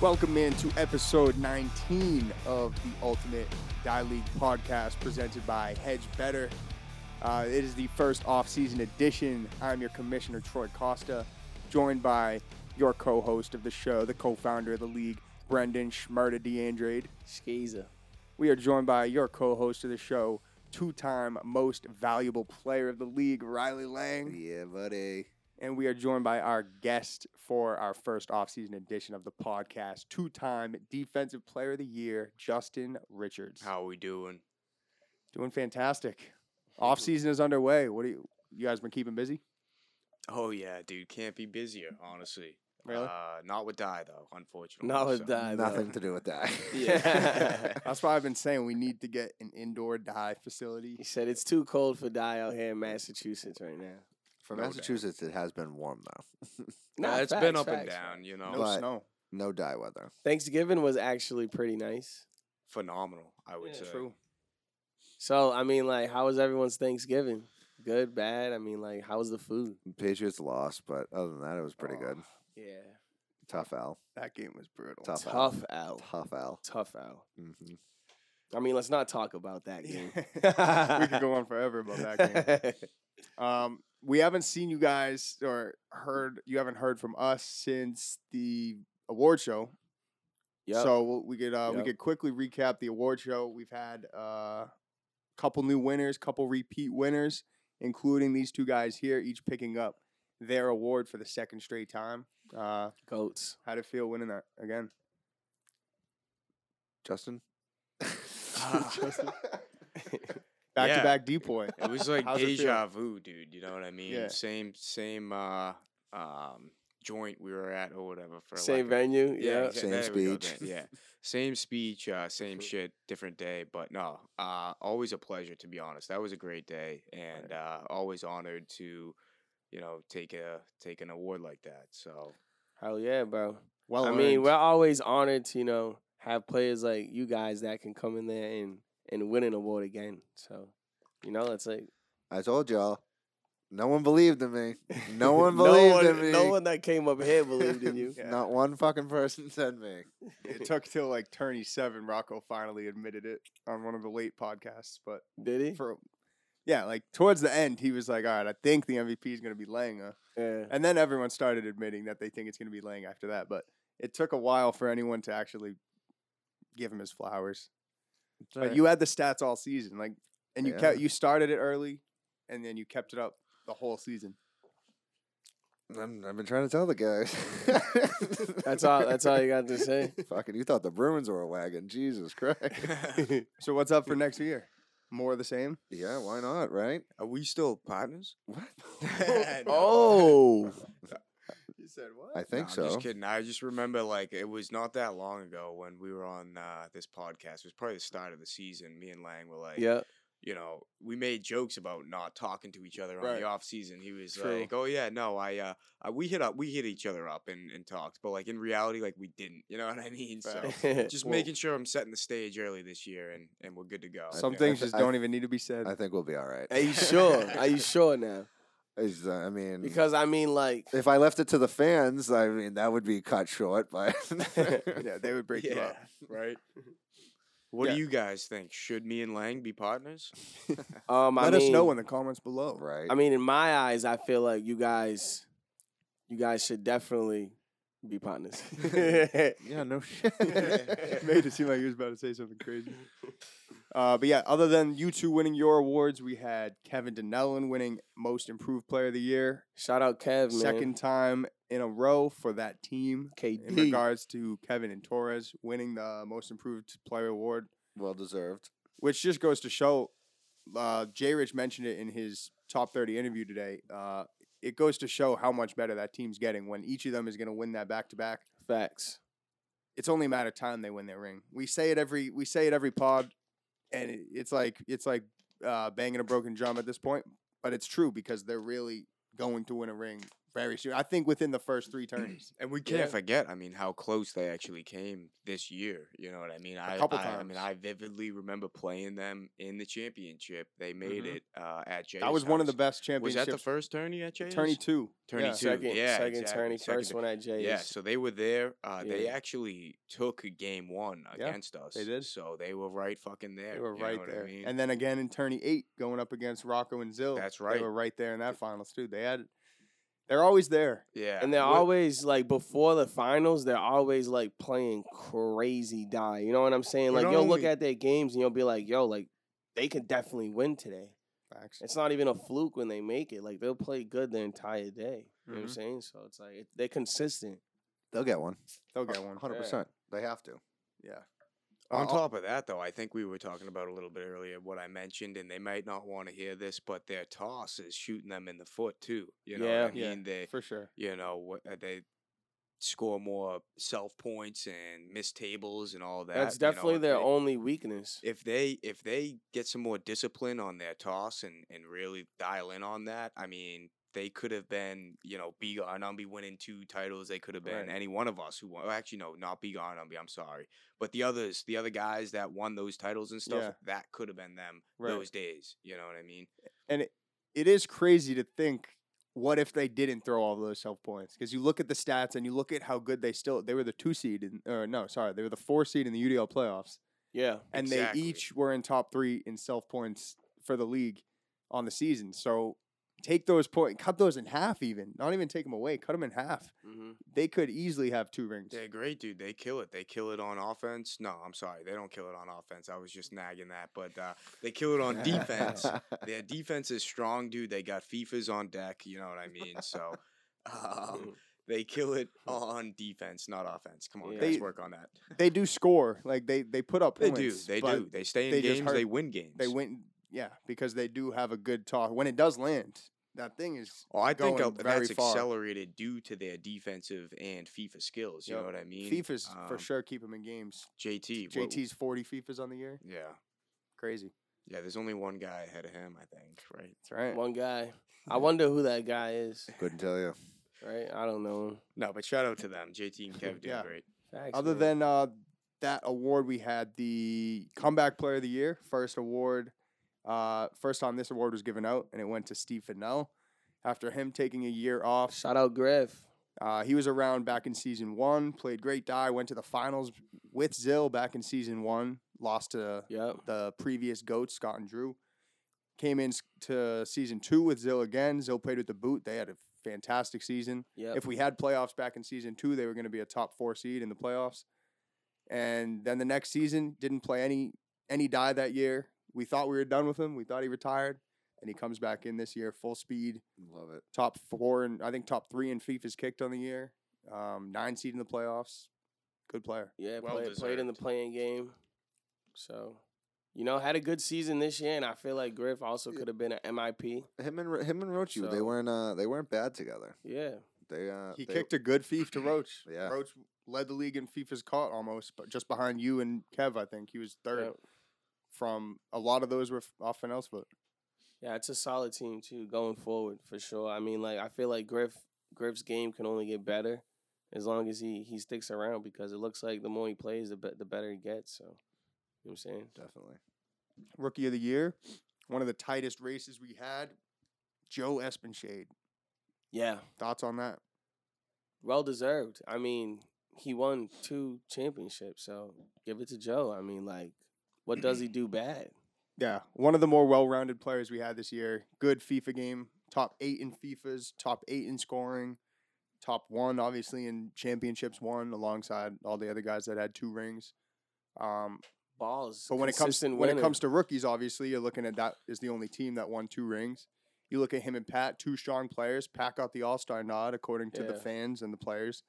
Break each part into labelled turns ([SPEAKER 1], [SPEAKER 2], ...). [SPEAKER 1] Welcome in to episode 19 of the Ultimate Die League podcast presented by Hedge Better. Uh, it is the first off-season edition. I'm your commissioner, Troy Costa, joined by your co-host of the show, the co-founder of the league, Brendan Schmerda DeAndrade.
[SPEAKER 2] Skeezer.
[SPEAKER 1] We are joined by your co-host of the show, two-time most valuable player of the league, Riley Lang.
[SPEAKER 3] Yeah, buddy.
[SPEAKER 1] And we are joined by our guest for our first offseason edition of the podcast, two time Defensive Player of the Year, Justin Richards.
[SPEAKER 4] How we doing?
[SPEAKER 1] Doing fantastic. Offseason is underway. What do you, you guys been keeping busy?
[SPEAKER 4] Oh yeah, dude, can't be busier, honestly.
[SPEAKER 1] Really?
[SPEAKER 4] Uh, not with die though, unfortunately.
[SPEAKER 2] Not with
[SPEAKER 4] so-
[SPEAKER 2] that.
[SPEAKER 3] Nothing to do with that.
[SPEAKER 2] Yeah.
[SPEAKER 1] That's why I've been saying we need to get an indoor dye facility.
[SPEAKER 2] He said it's too cold for die out here in Massachusetts right now.
[SPEAKER 3] For
[SPEAKER 4] No doubt.
[SPEAKER 3] Massachusetts, it has been warm though.
[SPEAKER 4] Nah,
[SPEAKER 2] Nah,
[SPEAKER 4] it's been
[SPEAKER 2] facts,
[SPEAKER 4] up and
[SPEAKER 2] facts,
[SPEAKER 4] down,
[SPEAKER 2] facts.
[SPEAKER 4] you know.
[SPEAKER 1] No
[SPEAKER 3] But-
[SPEAKER 1] snow.
[SPEAKER 3] No dye weather.
[SPEAKER 2] Thanksgiving was actually pretty nice.
[SPEAKER 4] Phenomenal, I would
[SPEAKER 2] Yeah.
[SPEAKER 4] say.
[SPEAKER 1] True.
[SPEAKER 2] So I mean, like, how was everyone's Thanksgiving? Good, bad. I mean, like, how was the food?
[SPEAKER 3] Patriots lost, but other than that, it was pretty
[SPEAKER 1] Oh.
[SPEAKER 3] good.
[SPEAKER 2] Yeah,
[SPEAKER 3] Tough L.
[SPEAKER 1] That game was brutal.
[SPEAKER 3] Tough,
[SPEAKER 2] tough out,
[SPEAKER 3] Tough L.
[SPEAKER 2] tough out.
[SPEAKER 3] hmm
[SPEAKER 2] I mean, let's not talk about that game.
[SPEAKER 1] we could go on forever about that game. Um, we haven't seen you guys or heard you haven't heard from us since the award show.
[SPEAKER 2] Yup.
[SPEAKER 1] So we'll- we could uh, we
[SPEAKER 2] Yep.
[SPEAKER 1] could quickly recap the award show. We've had a uh, couple new winners, couple repeat winners, including these two guys here, each picking up their award for the second straight time. Uh,
[SPEAKER 2] goats.
[SPEAKER 1] how'd it feel winning that again?
[SPEAKER 3] Justin.
[SPEAKER 2] Ah.
[SPEAKER 1] Justin? Back to back depoy.
[SPEAKER 4] It was like
[SPEAKER 1] How's it feel?
[SPEAKER 4] deja vu, dude. You know what I mean?
[SPEAKER 1] Yeah.
[SPEAKER 4] Same, same, uh, um, joint we were at or whatever for.
[SPEAKER 2] Same
[SPEAKER 4] lack of-
[SPEAKER 2] venue. Yeah.
[SPEAKER 4] exa-
[SPEAKER 3] Same
[SPEAKER 4] there we go,
[SPEAKER 3] speech.
[SPEAKER 4] Dan, Yeah, same speech, uh, same
[SPEAKER 2] True.
[SPEAKER 4] shit, different day. But no, uh, always a pleasure to be honest. That was a great day, and uh, always honored to, you know, take a take an award like that. So
[SPEAKER 2] Hell yeah, bro.
[SPEAKER 1] Well,
[SPEAKER 2] I mean,
[SPEAKER 1] earned.
[SPEAKER 2] we're always honored to, you know, have players like you guys that can come in there and, and win an award again. So, you know, it's like
[SPEAKER 3] I told y'all, no one believed in me. No one
[SPEAKER 2] no
[SPEAKER 3] believed
[SPEAKER 2] one,
[SPEAKER 3] in me.
[SPEAKER 2] No one that came up here believed in you.
[SPEAKER 1] Yeah.
[SPEAKER 3] Not one fucking person said me.
[SPEAKER 1] it took till like tourney seven. Rocco finally admitted it on one of the late podcasts, but
[SPEAKER 2] Did he?
[SPEAKER 1] for yeah, like towards the end, he was like, "All right, I think the MVP is going to be Langa,"
[SPEAKER 2] Yeah.
[SPEAKER 1] and then everyone started admitting that they think it's going to be Lang after that. But it took a while for anyone to actually give him his flowers. But you had the stats all season, like, and you
[SPEAKER 3] Yeah.
[SPEAKER 1] kept you started it early, and then you kept it up the whole season.
[SPEAKER 3] I'm, I've been trying to tell the guys.
[SPEAKER 2] That's all that's all you got to say.
[SPEAKER 3] Fucking, you thought the Bruins were a wagon. Jesus Christ.
[SPEAKER 1] So what's up for next year? More of the same.
[SPEAKER 3] yeah, why not, right?
[SPEAKER 4] are we still partners?
[SPEAKER 3] What?
[SPEAKER 2] Oh.
[SPEAKER 1] You said
[SPEAKER 3] I
[SPEAKER 1] what?
[SPEAKER 3] think
[SPEAKER 4] No,
[SPEAKER 3] so.
[SPEAKER 4] I'm just kidding. I just remember like it was not that long ago when we were on uh, this podcast. It was probably the start of the season. Me and Lang were like,
[SPEAKER 2] Yeah.
[SPEAKER 4] you know, we made jokes about not talking to each other on
[SPEAKER 1] Right.
[SPEAKER 4] the off season. He was
[SPEAKER 1] True.
[SPEAKER 4] like, "Oh yeah, no, I, uh, I we hit up, we hit each other up and, and talked, but like in reality, like we didn't. You know what I mean? So just
[SPEAKER 1] Well-
[SPEAKER 4] making sure I'm setting the stage early this year, and and we're good to go.
[SPEAKER 3] I
[SPEAKER 1] Some
[SPEAKER 3] think- I
[SPEAKER 1] things
[SPEAKER 3] th-
[SPEAKER 1] just
[SPEAKER 3] I
[SPEAKER 1] don't even need to be said.
[SPEAKER 3] I think we'll be all right.
[SPEAKER 2] Are you sure? Are you sure now?
[SPEAKER 3] It's, uh, I mean,
[SPEAKER 2] Because I mean like
[SPEAKER 3] if I left it to the fans, I mean, that would be cut short. But
[SPEAKER 1] yeah, they would break you
[SPEAKER 4] yeah,
[SPEAKER 1] up.
[SPEAKER 4] right. What
[SPEAKER 1] Yeah.
[SPEAKER 4] do you guys think? Should me and Lang be partners?
[SPEAKER 2] um I
[SPEAKER 1] Let us know
[SPEAKER 2] mean-
[SPEAKER 1] in the comments below.
[SPEAKER 3] right,
[SPEAKER 2] I mean, in my eyes, I feel like you guys, you guys should definitely be partners.
[SPEAKER 3] yeah, no shit.
[SPEAKER 1] made it seem like he was about to say something crazy. Uh, but yeah, other than you two winning your awards, we had Kevin Denellen winning Most Improved Player of the Year,
[SPEAKER 2] Shout out Kev, man.
[SPEAKER 1] second time in a row for that team.
[SPEAKER 2] KD.
[SPEAKER 1] In regards to Kevin and Torres winning the Most Improved Player Award,
[SPEAKER 3] well deserved.
[SPEAKER 1] which just goes to show, uh, Jay Rich mentioned it in his top 30 interview today. Uh, it goes to show how much better that team's getting when each of them is going to win that back to back.
[SPEAKER 2] Facts.
[SPEAKER 1] it's only a matter of time they win their ring. We say it every we say it every pod, and it, it's like it's like uh, banging a broken drum at this point. But it's true because they're really going to win a ring very soon. I think within the first three turns.
[SPEAKER 4] And we can't
[SPEAKER 2] Yeah.
[SPEAKER 4] forget, I mean, how close they actually came this year. You know what I mean? I
[SPEAKER 1] couple
[SPEAKER 4] I, I mean,
[SPEAKER 1] times.
[SPEAKER 4] I vividly remember playing them in the championship. They made
[SPEAKER 2] Mhm.
[SPEAKER 4] it uh, at Jay's.
[SPEAKER 1] Mm-hmm. that was one of the best
[SPEAKER 4] house. Was that
[SPEAKER 1] championships.
[SPEAKER 4] the first tourney at Jay's?
[SPEAKER 1] Tourney two.
[SPEAKER 4] Tourney
[SPEAKER 1] yeah.
[SPEAKER 4] two.
[SPEAKER 2] Second,
[SPEAKER 4] yeah,
[SPEAKER 2] second
[SPEAKER 4] exactly.
[SPEAKER 2] tourney,
[SPEAKER 4] Second
[SPEAKER 2] first one at Jay's.
[SPEAKER 4] Yeah, so they were there. Uh, They
[SPEAKER 2] Yeah.
[SPEAKER 4] actually took game one
[SPEAKER 1] Yeah,
[SPEAKER 4] against us.
[SPEAKER 1] they did.
[SPEAKER 4] So they were right fucking there.
[SPEAKER 1] They were
[SPEAKER 4] you know
[SPEAKER 1] right
[SPEAKER 4] what I
[SPEAKER 1] there.
[SPEAKER 4] mean?
[SPEAKER 1] And then again in tourney eight, going up against Rocco and Zill.
[SPEAKER 4] That's
[SPEAKER 1] They
[SPEAKER 4] right.
[SPEAKER 1] were right there in that finals too. They had they're always there.
[SPEAKER 4] yeah,
[SPEAKER 2] And they're
[SPEAKER 4] what-
[SPEAKER 2] always like before the finals, they're always like playing crazy die. You know what I'm saying?
[SPEAKER 4] But
[SPEAKER 2] Like
[SPEAKER 4] not
[SPEAKER 2] you'll look
[SPEAKER 4] only-
[SPEAKER 2] at their games and you'll be like, yo, like they could definitely win today.
[SPEAKER 1] Facts.
[SPEAKER 2] It's not even a fluke when they make it. Like they'll play good the entire day. You know what I'm
[SPEAKER 4] Mhm.
[SPEAKER 2] saying? So it's like it, they're consistent.
[SPEAKER 3] They'll get one.
[SPEAKER 1] They'll get one.
[SPEAKER 3] 100%. They have to.
[SPEAKER 4] On
[SPEAKER 1] Oh.
[SPEAKER 3] Uh,
[SPEAKER 4] top of that, though, I think we were talking about a little bit earlier what I mentioned, and they might not want to hear this, but their toss is shooting them in the foot too. You know, what I
[SPEAKER 1] Yeah. Yeah.
[SPEAKER 4] mean, they,
[SPEAKER 1] For sure.
[SPEAKER 4] you know, what uh, they score more self points and miss tables and all that.
[SPEAKER 2] That's
[SPEAKER 4] you know,
[SPEAKER 2] definitely
[SPEAKER 4] if
[SPEAKER 2] their
[SPEAKER 4] they-
[SPEAKER 2] only weakness.
[SPEAKER 4] If they if they get some more discipline on their toss and and really dial in on that, I mean. They could have been, you know, Bigon Umby winning two titles. They could have
[SPEAKER 2] Right.
[SPEAKER 4] been any one of us who won. Actually, no, not Bigon Umby. I'm sorry but the others, the other guys that won those titles and stuff,
[SPEAKER 1] Yeah.
[SPEAKER 4] that could have been them
[SPEAKER 1] Right.
[SPEAKER 4] those days. You know what I mean?
[SPEAKER 1] it is crazy to think what if they didn't throw all those self points because you look at the stats and you look at how good they still they were the two seed in, or no sorry they were the four seed in the UDL playoffs
[SPEAKER 2] Yeah.
[SPEAKER 1] and
[SPEAKER 4] Exactly.
[SPEAKER 1] they each were in top three in self points for the league on the season so take those points cut those in half even not even take them away cut them in half
[SPEAKER 4] Mm-hmm.
[SPEAKER 2] hmm
[SPEAKER 1] they could easily have two rings
[SPEAKER 4] They're great, dude. They kill it. They kill it on offense. No, I'm sorry, they don't kill it on offense. I was just nagging that, but uh, they kill it on defense. Their defense is strong, dude. They got FIFAs on deck. You know what I mean? So. Um, they kill it on defense, not offense. Come on,
[SPEAKER 2] Yeah.
[SPEAKER 4] guys,
[SPEAKER 1] They-
[SPEAKER 4] work on that.
[SPEAKER 1] they do score like they they put up
[SPEAKER 4] They
[SPEAKER 1] points
[SPEAKER 4] do. They
[SPEAKER 1] but
[SPEAKER 4] do. They stay in
[SPEAKER 1] they just
[SPEAKER 4] games. They
[SPEAKER 1] hurt-
[SPEAKER 4] win games.
[SPEAKER 1] they win yeah because they do have a good toss when it does land that thing is
[SPEAKER 4] Oh, I think
[SPEAKER 1] going
[SPEAKER 4] uh, that's
[SPEAKER 1] very far.
[SPEAKER 4] accelerated due to their defensive and FIFA skills. You
[SPEAKER 1] Yep.
[SPEAKER 4] know what I mean?
[SPEAKER 1] FIFA's for
[SPEAKER 4] Um,
[SPEAKER 1] sure keep them in games
[SPEAKER 4] JT. what-
[SPEAKER 1] JT's 40 FIFAs on the year.
[SPEAKER 4] Yeah.
[SPEAKER 1] Crazy.
[SPEAKER 4] Yeah, there's only one guy ahead of him, I think, right?
[SPEAKER 1] That's right.
[SPEAKER 2] One guy. I wonder who that guy is.
[SPEAKER 3] Couldn't tell you.
[SPEAKER 2] Right? I don't know. him.
[SPEAKER 4] No, but shout out to them. JT and Kev doing
[SPEAKER 1] Yeah.
[SPEAKER 4] great.
[SPEAKER 2] Facts,
[SPEAKER 1] Other
[SPEAKER 2] man.
[SPEAKER 1] than uh, that award, we had the Comeback Player of the Year, first award. Uh, first time this award was given out, and it went to Steve Fennell. After him taking a year off,
[SPEAKER 2] shout out Griff.
[SPEAKER 1] uh, he was around back in season one, played great die, went to the finals with Zill back in season one, lost to
[SPEAKER 2] Yep.
[SPEAKER 1] the previous goats, Scott and Drew. Came in s- to season two with Zill again. Zill played with the boot. They had a fantastic season.
[SPEAKER 2] Yep.
[SPEAKER 1] If we had playoffs back in season two, they were going to be a top four seed in the playoffs. And then the next season, didn't play any any die that year. We thought we were done with him. We thought he retired, and he comes back in this year full speed,
[SPEAKER 3] Love it.
[SPEAKER 1] top four and I think top three in FIFA's kicked on the year, um, nine seed in the playoffs. Good player.
[SPEAKER 2] Yeah,
[SPEAKER 4] Well
[SPEAKER 2] play, played in the
[SPEAKER 4] deserved.
[SPEAKER 2] playing game. So, you know, had a good season this year, and I feel like Griff also
[SPEAKER 3] Yeah.
[SPEAKER 2] could have been an MIP.
[SPEAKER 3] Him and Ro- him and Rochi, they
[SPEAKER 2] So-
[SPEAKER 3] weren't uh, they weren't bad together.
[SPEAKER 2] Yeah,
[SPEAKER 3] They uh,
[SPEAKER 1] He
[SPEAKER 3] they-
[SPEAKER 1] kicked a good fief to Roach.
[SPEAKER 3] Yeah.
[SPEAKER 1] Roach led the league in FIFA's caught almost, but just behind you and Kev, I think he was third.
[SPEAKER 2] yeah,
[SPEAKER 1] From a lot of those were f- off and else, but
[SPEAKER 2] yeah. It's a solid team too going forward for sure. I mean, like I feel like Griff Griff's game can only get better as long as he he sticks around because it looks like the more he plays, the be- the better he gets. So, you know what I'm saying?
[SPEAKER 3] definitely.
[SPEAKER 1] rookie of the year, one of the tightest races we had. Joe Espenshade.
[SPEAKER 2] Yeah,
[SPEAKER 1] Thoughts on that?
[SPEAKER 2] well deserved. I mean, he won two championships, so give it to Joe. I mean, like, what does he do bad?
[SPEAKER 1] Yeah, one of the more well-rounded players we had this year. Good FIFA game, top eight in FIFA's, top eight in scoring, top one obviously in championships won, alongside all the other guys that had two rings. Um,
[SPEAKER 2] Balls.
[SPEAKER 1] but when it comes
[SPEAKER 2] consistent
[SPEAKER 1] when it
[SPEAKER 2] winner.
[SPEAKER 1] comes to rookies, obviously you're looking at that is the only team that won two rings. You look at him and Pat, two strong players. Pack out the All Star nod, according to the
[SPEAKER 2] Yeah.
[SPEAKER 1] fans and the players.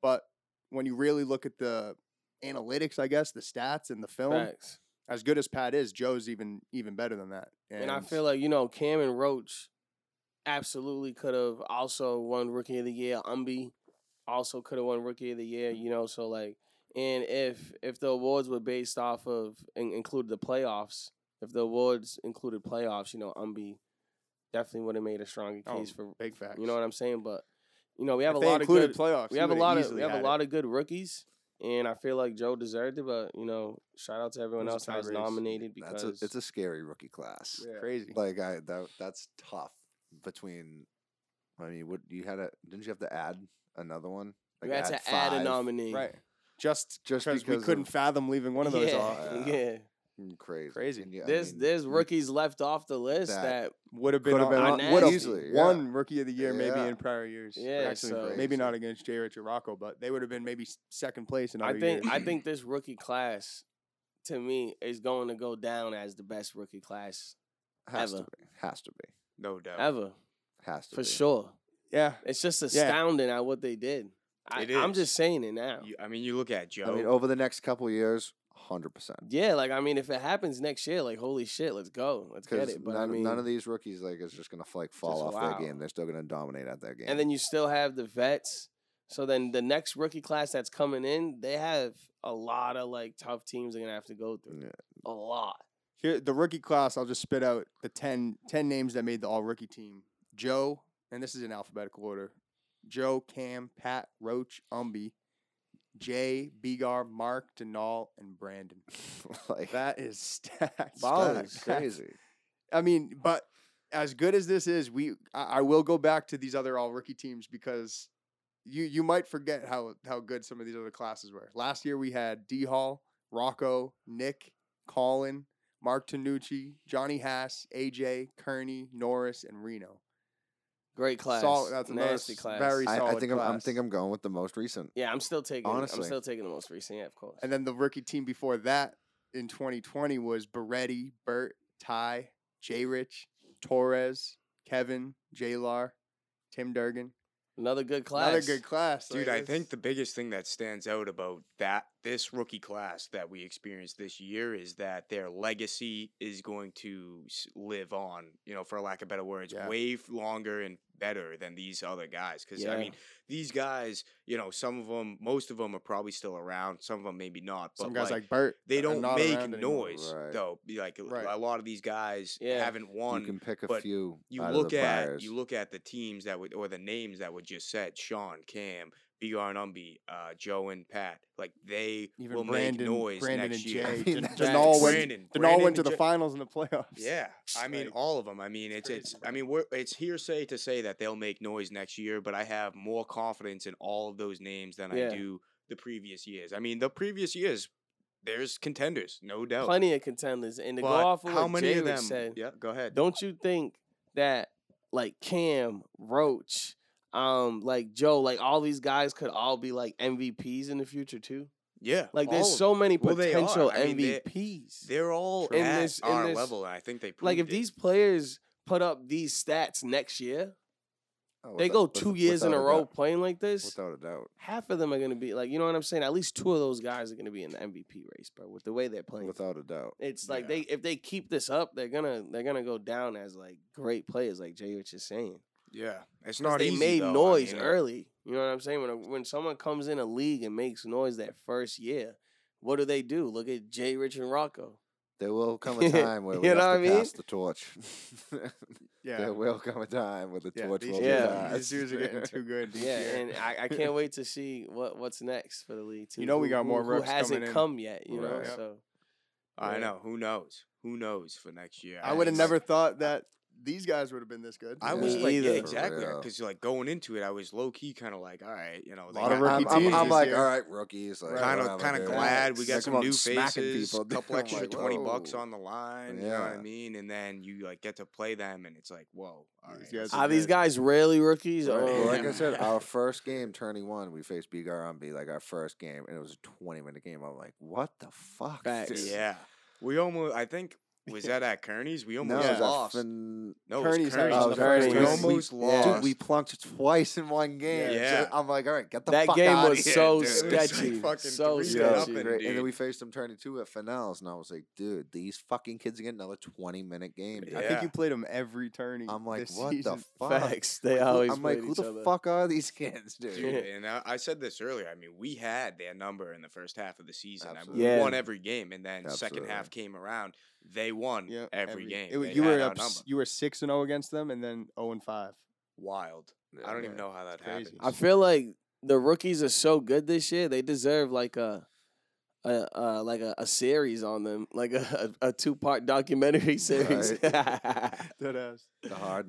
[SPEAKER 1] But when you really look at the analytics, I guess the stats and the film,
[SPEAKER 2] Facts.
[SPEAKER 1] as good as Pat is, Joe's even even better than that.
[SPEAKER 2] And I feel like, you know, Cameron Roach absolutely could have also won Rookie of the Year. Umby also could have won Rookie of the Year, you know, so like and if if the awards were based off of and included the playoffs, if the awards included playoffs, you know, Umby definitely would have made a stronger
[SPEAKER 1] Oh,
[SPEAKER 2] case for
[SPEAKER 1] big facts.
[SPEAKER 2] you know what I'm saying? But You know, we have
[SPEAKER 1] If
[SPEAKER 2] a
[SPEAKER 1] they
[SPEAKER 2] lot of
[SPEAKER 1] included
[SPEAKER 2] good.
[SPEAKER 1] playoffs.
[SPEAKER 2] we have a lot of we have a lot of good rookies, and I feel like Joe deserved it. But you know, shout out to everyone
[SPEAKER 1] was a
[SPEAKER 2] else that
[SPEAKER 1] tight
[SPEAKER 2] was
[SPEAKER 1] race.
[SPEAKER 2] nominated because
[SPEAKER 3] That's a, it's a scary rookie class.
[SPEAKER 1] of crazy.
[SPEAKER 3] Like I that that's tough. Between, I mean, what you had a didn't you have to add another one?
[SPEAKER 2] we had
[SPEAKER 3] Like,
[SPEAKER 2] to add a
[SPEAKER 3] five?
[SPEAKER 2] nominee.
[SPEAKER 1] right. Just
[SPEAKER 3] Just
[SPEAKER 1] because we
[SPEAKER 3] because
[SPEAKER 1] couldn't
[SPEAKER 3] of-
[SPEAKER 1] fathom leaving one of those
[SPEAKER 2] yeah,
[SPEAKER 1] off.
[SPEAKER 3] Yeah.
[SPEAKER 2] yeah.
[SPEAKER 3] Mm, Crazy,
[SPEAKER 1] Crazy.
[SPEAKER 3] And you- I
[SPEAKER 2] There's
[SPEAKER 3] mean,
[SPEAKER 2] there's
[SPEAKER 3] you-
[SPEAKER 2] rookies left off the list that,
[SPEAKER 3] That-
[SPEAKER 1] Would have been,
[SPEAKER 3] Could've
[SPEAKER 1] on,
[SPEAKER 3] been
[SPEAKER 2] on-
[SPEAKER 1] I would've
[SPEAKER 3] easily, yeah.
[SPEAKER 1] won rookie of the year maybe
[SPEAKER 3] Yeah.
[SPEAKER 1] in prior years.
[SPEAKER 2] Yeah,
[SPEAKER 1] actually,
[SPEAKER 2] so-
[SPEAKER 1] maybe not against Jay Rich or Rocco, but they would have been maybe s- second place in
[SPEAKER 2] I
[SPEAKER 1] other
[SPEAKER 2] think
[SPEAKER 1] years.
[SPEAKER 2] I think this rookie class to me is going to go down as the best rookie class
[SPEAKER 3] has
[SPEAKER 2] ever.
[SPEAKER 3] to be, has to be,
[SPEAKER 4] No doubt.
[SPEAKER 2] ever
[SPEAKER 3] has to
[SPEAKER 2] for
[SPEAKER 3] be.
[SPEAKER 2] sure.
[SPEAKER 1] yeah,
[SPEAKER 2] It's just astounding at what they did. I,
[SPEAKER 4] It
[SPEAKER 2] I'm
[SPEAKER 4] is.
[SPEAKER 2] just saying it now.
[SPEAKER 4] You- I mean, you look at Joe.
[SPEAKER 3] I mean, over the next couple years, hundred percent.
[SPEAKER 2] yeah, like I mean, if it happens next year, like holy shit, let's go, let's get
[SPEAKER 3] Because
[SPEAKER 2] it. But
[SPEAKER 3] none,
[SPEAKER 2] I mean,
[SPEAKER 3] none of these rookies like is just gonna like fall off
[SPEAKER 2] Just wow.
[SPEAKER 3] their game. They're still gonna dominate at their game.
[SPEAKER 2] and then you still have the vets. So then the next rookie class that's coming in, they have a lot of like tough teams they're gonna have to go
[SPEAKER 4] Mm.
[SPEAKER 2] through.
[SPEAKER 3] Yeah.
[SPEAKER 2] A lot.
[SPEAKER 1] Here, the rookie class, I'll just spit out the 10, 10 names that made the all rookie team. Joe, and this is in alphabetical order Joe, Cam, Pat, Roach, Umby, Jay, Bigar, Mark, Denal, and Brandon.
[SPEAKER 3] like
[SPEAKER 1] That is stacked.
[SPEAKER 3] that
[SPEAKER 1] stacked,
[SPEAKER 3] is
[SPEAKER 1] stacked.
[SPEAKER 3] crazy.
[SPEAKER 1] I mean, but as good as this is, we I, I will go back to these other all rookie teams because you you might forget how how good some of these other classes were. Last year we had D Hall, Rocco, Nick, Colin, Mark Tanucci, Johnny Hass, AJ, Kearney, Norris, and Reno.
[SPEAKER 2] Great class.
[SPEAKER 1] Solid- that's another
[SPEAKER 2] nasty
[SPEAKER 1] s-
[SPEAKER 2] class.
[SPEAKER 1] very
[SPEAKER 3] I, I
[SPEAKER 1] solid
[SPEAKER 3] think I'm, I'm
[SPEAKER 1] class.
[SPEAKER 3] think I'm going with the most recent.
[SPEAKER 2] Yeah, I'm still taking. I'm
[SPEAKER 3] Honestly.
[SPEAKER 2] still taking the most recent. Yeah, of course.
[SPEAKER 1] And then the rookie team before that in 2020 was Beretti, Burt, Ty, J Rich, Torres, Kevin, Jalar, Tim Durgan.
[SPEAKER 2] another good class.
[SPEAKER 1] Another good class.
[SPEAKER 4] Dude,
[SPEAKER 1] like,
[SPEAKER 4] I think
[SPEAKER 1] it's-
[SPEAKER 4] the biggest thing that stands out about that this rookie class that we experienced this year is that their legacy is going to s- live on, you know, for lack of better words,
[SPEAKER 1] Yeah.
[SPEAKER 4] way f- longer and better than these other guys. Because I
[SPEAKER 2] Yeah.
[SPEAKER 4] mean, these guys, you know, some of them, most of them are probably still around. Some of them maybe not. But
[SPEAKER 1] Some guys like, Bert,
[SPEAKER 4] they
[SPEAKER 1] are
[SPEAKER 4] don't
[SPEAKER 1] not
[SPEAKER 4] make
[SPEAKER 1] around anymore.
[SPEAKER 4] noise
[SPEAKER 3] Right.
[SPEAKER 4] though. Be Like
[SPEAKER 1] Right.
[SPEAKER 4] a lot of these guys
[SPEAKER 2] Yeah.
[SPEAKER 4] haven't won.
[SPEAKER 3] you can pick a
[SPEAKER 4] but
[SPEAKER 3] few.
[SPEAKER 4] you
[SPEAKER 3] out of the
[SPEAKER 4] look at
[SPEAKER 3] buyers.
[SPEAKER 4] you look at the teams that would or the names that were just said: Sean, Cam, Br and Umby, uh, Joe and Pat. Like they
[SPEAKER 1] Even
[SPEAKER 4] will
[SPEAKER 1] Brandon,
[SPEAKER 4] make noise
[SPEAKER 1] Brandon
[SPEAKER 4] next
[SPEAKER 1] and
[SPEAKER 4] year.
[SPEAKER 1] Jay.
[SPEAKER 3] I mean,
[SPEAKER 1] Den-
[SPEAKER 3] that's-
[SPEAKER 1] Denal went,
[SPEAKER 4] Brandon,
[SPEAKER 1] Denal went
[SPEAKER 4] Brandon
[SPEAKER 1] to the
[SPEAKER 4] Jay-
[SPEAKER 1] finals in the playoffs.
[SPEAKER 4] Yeah, I mean
[SPEAKER 1] Like,
[SPEAKER 4] all of them. I mean
[SPEAKER 1] it's
[SPEAKER 4] it's it's.
[SPEAKER 1] crazy.
[SPEAKER 4] I mean we're it's hearsay to say that they'll make noise next year, but I have more confidence in all of those names than
[SPEAKER 2] Yeah.
[SPEAKER 4] I do the previous years. I mean the previous years, there's contenders, no doubt.
[SPEAKER 2] Plenty of contenders. And to go
[SPEAKER 4] But
[SPEAKER 2] off of
[SPEAKER 4] how
[SPEAKER 2] what
[SPEAKER 4] many of
[SPEAKER 2] Jalen
[SPEAKER 4] them?
[SPEAKER 2] said,
[SPEAKER 4] Yeah, go ahead.
[SPEAKER 2] don't you think that like Cam, Roach, um, like Joe, like all these guys could all be like MVPs in the future too?
[SPEAKER 4] yeah,
[SPEAKER 2] Like
[SPEAKER 4] all of
[SPEAKER 2] there's
[SPEAKER 4] them.
[SPEAKER 2] so many
[SPEAKER 4] Well, they are.
[SPEAKER 2] potential
[SPEAKER 4] I mean, they-
[SPEAKER 2] MVPs.
[SPEAKER 4] They're all
[SPEAKER 2] True. In
[SPEAKER 4] at
[SPEAKER 2] this- in
[SPEAKER 4] our
[SPEAKER 2] this-
[SPEAKER 4] level, and I think they proved
[SPEAKER 2] like if
[SPEAKER 4] it.
[SPEAKER 2] these players put up these stats next year,
[SPEAKER 3] Oh,
[SPEAKER 2] they
[SPEAKER 3] without-
[SPEAKER 2] go
[SPEAKER 3] with-
[SPEAKER 2] two years in a
[SPEAKER 3] without
[SPEAKER 2] row
[SPEAKER 3] doubt.
[SPEAKER 2] playing like this.
[SPEAKER 3] Without a doubt.
[SPEAKER 2] half of them are going to be like, you know what I'm saying? At least two of those guys are going to be in the MVP race, bro, with the way they're playing.
[SPEAKER 3] Without a doubt.
[SPEAKER 2] it's like
[SPEAKER 4] Yeah.
[SPEAKER 2] they if they keep this up, they're gonna they're gonna go down as like great players, like Jay was just saying.
[SPEAKER 4] Yeah, it's
[SPEAKER 2] 'Cause
[SPEAKER 4] not
[SPEAKER 2] they
[SPEAKER 4] easy,
[SPEAKER 2] made
[SPEAKER 4] though. I
[SPEAKER 2] noise
[SPEAKER 4] mean,
[SPEAKER 2] early. You know what I'm saying? When a, when someone comes in a league and makes noise that first year, what do they do? Look at Jay, Rich, and Rocco.
[SPEAKER 3] There will come a time where we
[SPEAKER 2] You
[SPEAKER 3] have
[SPEAKER 2] know what
[SPEAKER 3] to
[SPEAKER 2] I mean?
[SPEAKER 3] pass the torch.
[SPEAKER 1] yeah.
[SPEAKER 3] There will come a time where the
[SPEAKER 1] yeah,
[SPEAKER 3] torch
[SPEAKER 1] these,
[SPEAKER 3] will
[SPEAKER 1] dudes-
[SPEAKER 3] be
[SPEAKER 2] Yeah.
[SPEAKER 3] passed.
[SPEAKER 1] these dudes are getting too good. this
[SPEAKER 2] Yeah,
[SPEAKER 1] year.
[SPEAKER 2] and I, I can't wait to see what what's next for the league. Too.
[SPEAKER 1] You know we
[SPEAKER 2] Who-
[SPEAKER 1] got more
[SPEAKER 2] who,
[SPEAKER 1] reps
[SPEAKER 2] who
[SPEAKER 1] coming
[SPEAKER 2] hasn't
[SPEAKER 1] in.
[SPEAKER 2] come yet. You know,
[SPEAKER 3] Right.
[SPEAKER 1] Yep.
[SPEAKER 2] so
[SPEAKER 4] I
[SPEAKER 2] Yeah.
[SPEAKER 4] know. Who knows? Who knows for next year?
[SPEAKER 1] I would have
[SPEAKER 4] mean,
[SPEAKER 1] never thought that these guys would have been this good.
[SPEAKER 4] I
[SPEAKER 3] Yeah.
[SPEAKER 4] was like, yeah,
[SPEAKER 2] either.
[SPEAKER 4] exactly.
[SPEAKER 3] Yeah.
[SPEAKER 4] Because like going into it, I was low key kind of like, all right, you know,
[SPEAKER 1] A lot of
[SPEAKER 3] I'm-
[SPEAKER 1] rookie
[SPEAKER 3] I'm,
[SPEAKER 1] teams
[SPEAKER 3] I'm
[SPEAKER 1] this
[SPEAKER 3] like,
[SPEAKER 1] year.
[SPEAKER 3] all right, rookies. Like,
[SPEAKER 4] Kind
[SPEAKER 3] whatever,
[SPEAKER 4] of, kind of
[SPEAKER 3] dude.
[SPEAKER 4] glad we
[SPEAKER 3] They're
[SPEAKER 4] got some
[SPEAKER 3] come
[SPEAKER 4] new
[SPEAKER 3] out smacking
[SPEAKER 4] faces,
[SPEAKER 3] people,
[SPEAKER 4] a
[SPEAKER 3] dude.
[SPEAKER 4] couple
[SPEAKER 3] I'm
[SPEAKER 4] extra
[SPEAKER 3] like,
[SPEAKER 4] twenty bucks
[SPEAKER 3] whoa.
[SPEAKER 4] on the line. You know what I
[SPEAKER 3] Yeah.
[SPEAKER 4] mean? And then you like get to play them, and it's like, whoa, all
[SPEAKER 1] These
[SPEAKER 4] right,
[SPEAKER 1] guys
[SPEAKER 4] I
[SPEAKER 2] are
[SPEAKER 1] Are
[SPEAKER 2] Ah, these
[SPEAKER 1] good.
[SPEAKER 2] guys really rookies?
[SPEAKER 3] Right.
[SPEAKER 2] Oh,
[SPEAKER 3] Well, like I
[SPEAKER 2] my
[SPEAKER 3] said,
[SPEAKER 2] God.
[SPEAKER 3] our first game, turning one, we faced Bigarambi, like our first game, and it was a 20 minute game. I'm like, what the fuck?
[SPEAKER 2] Facts.
[SPEAKER 3] dude?
[SPEAKER 4] yeah, we almost. I think was that at Kearney's? We
[SPEAKER 3] No,
[SPEAKER 4] almost
[SPEAKER 3] it was at
[SPEAKER 4] lost.
[SPEAKER 3] fin-
[SPEAKER 4] no, it was
[SPEAKER 1] Kearney's had
[SPEAKER 4] Kearney's.
[SPEAKER 1] us
[SPEAKER 3] Oh,
[SPEAKER 4] the
[SPEAKER 1] the
[SPEAKER 4] first-
[SPEAKER 2] first
[SPEAKER 4] We
[SPEAKER 2] game.
[SPEAKER 4] almost
[SPEAKER 2] We-
[SPEAKER 4] lost.
[SPEAKER 2] yeah.
[SPEAKER 3] Dude, we plunked twice in one game.
[SPEAKER 4] Yeah.
[SPEAKER 3] So I'm like, all right, get the
[SPEAKER 2] that
[SPEAKER 3] fuck
[SPEAKER 2] game
[SPEAKER 3] outta
[SPEAKER 2] was
[SPEAKER 3] here,
[SPEAKER 2] so
[SPEAKER 3] dude.
[SPEAKER 4] It was like
[SPEAKER 2] sketchy,
[SPEAKER 4] fucking
[SPEAKER 2] so
[SPEAKER 4] three
[SPEAKER 3] Yeah,
[SPEAKER 4] got
[SPEAKER 3] it
[SPEAKER 4] up
[SPEAKER 3] was
[SPEAKER 2] sketchy.
[SPEAKER 4] and-
[SPEAKER 3] great. and
[SPEAKER 4] dude.
[SPEAKER 3] then we faced them turning two at finals, and I was like, dude, these fucking kids are getting another 20 minute game. dude.
[SPEAKER 1] I
[SPEAKER 4] Yeah.
[SPEAKER 1] think you played them every tourney.
[SPEAKER 3] I'm like,
[SPEAKER 1] this
[SPEAKER 3] what
[SPEAKER 1] season.
[SPEAKER 3] the fuck?
[SPEAKER 2] Facts. They
[SPEAKER 3] Who-
[SPEAKER 2] always.
[SPEAKER 3] I'm like,
[SPEAKER 2] played
[SPEAKER 3] who
[SPEAKER 2] each
[SPEAKER 3] the
[SPEAKER 2] other.
[SPEAKER 3] fuck are these kids, dude?
[SPEAKER 4] Dude,
[SPEAKER 2] Yeah.
[SPEAKER 4] and I, I said this earlier. I mean, we had their number in the first half of the season. I mean,
[SPEAKER 2] Absolutely.
[SPEAKER 4] We won
[SPEAKER 2] Yeah.
[SPEAKER 4] every game, and then second
[SPEAKER 3] Absolutely.
[SPEAKER 4] half came around. They won
[SPEAKER 1] Yeah,
[SPEAKER 4] every, game.
[SPEAKER 1] It was,
[SPEAKER 4] They
[SPEAKER 1] you
[SPEAKER 4] had
[SPEAKER 1] were oh
[SPEAKER 4] our
[SPEAKER 1] up,
[SPEAKER 4] number.
[SPEAKER 1] you were six oh and zero against them, and then zero and five.
[SPEAKER 4] Wild. I don't even know how that
[SPEAKER 1] Crazy.
[SPEAKER 4] happened.
[SPEAKER 2] I feel like the rookies are so good this year. They deserve like a, a, a like a, a series on them, like a, a, a two part documentary series.
[SPEAKER 1] That ass.
[SPEAKER 3] the hard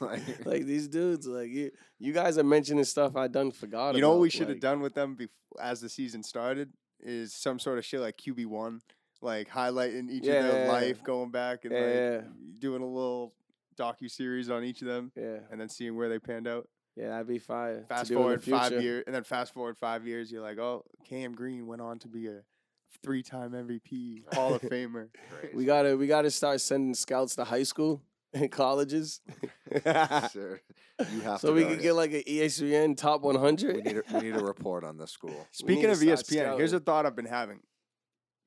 [SPEAKER 3] like,
[SPEAKER 2] like these dudes, like you, you guys are mentioning stuff I done forgot.
[SPEAKER 1] You know what
[SPEAKER 2] about,
[SPEAKER 1] we should
[SPEAKER 2] like-
[SPEAKER 1] have done with them bef- as the season started is some sort of shit like QB one, like highlighting each of
[SPEAKER 2] Yeah.
[SPEAKER 1] their life going back and like
[SPEAKER 2] Yeah.
[SPEAKER 1] doing a little docu series on each of them
[SPEAKER 2] Yeah,
[SPEAKER 1] and then seeing where they panned out.
[SPEAKER 2] yeah, that'd be fire. to
[SPEAKER 1] Fast
[SPEAKER 2] do in the
[SPEAKER 1] forward five
[SPEAKER 2] future.
[SPEAKER 1] years, and then fast forward five years, you're like, oh, Cam Green went on to be a three-time MVP, Hall of Famer.
[SPEAKER 2] We gotta, we gotta start sending scouts to high school and colleges,
[SPEAKER 3] sir, you have
[SPEAKER 2] so
[SPEAKER 3] to
[SPEAKER 2] we
[SPEAKER 3] go
[SPEAKER 2] could
[SPEAKER 3] to-
[SPEAKER 2] get like E an ESPN top one
[SPEAKER 3] we need,
[SPEAKER 2] hundred.
[SPEAKER 3] a, we need a report on this school.
[SPEAKER 1] Speaking
[SPEAKER 2] to
[SPEAKER 1] of E
[SPEAKER 2] start
[SPEAKER 1] ESPN, here's a
[SPEAKER 2] scouting.
[SPEAKER 1] thought I've been having. E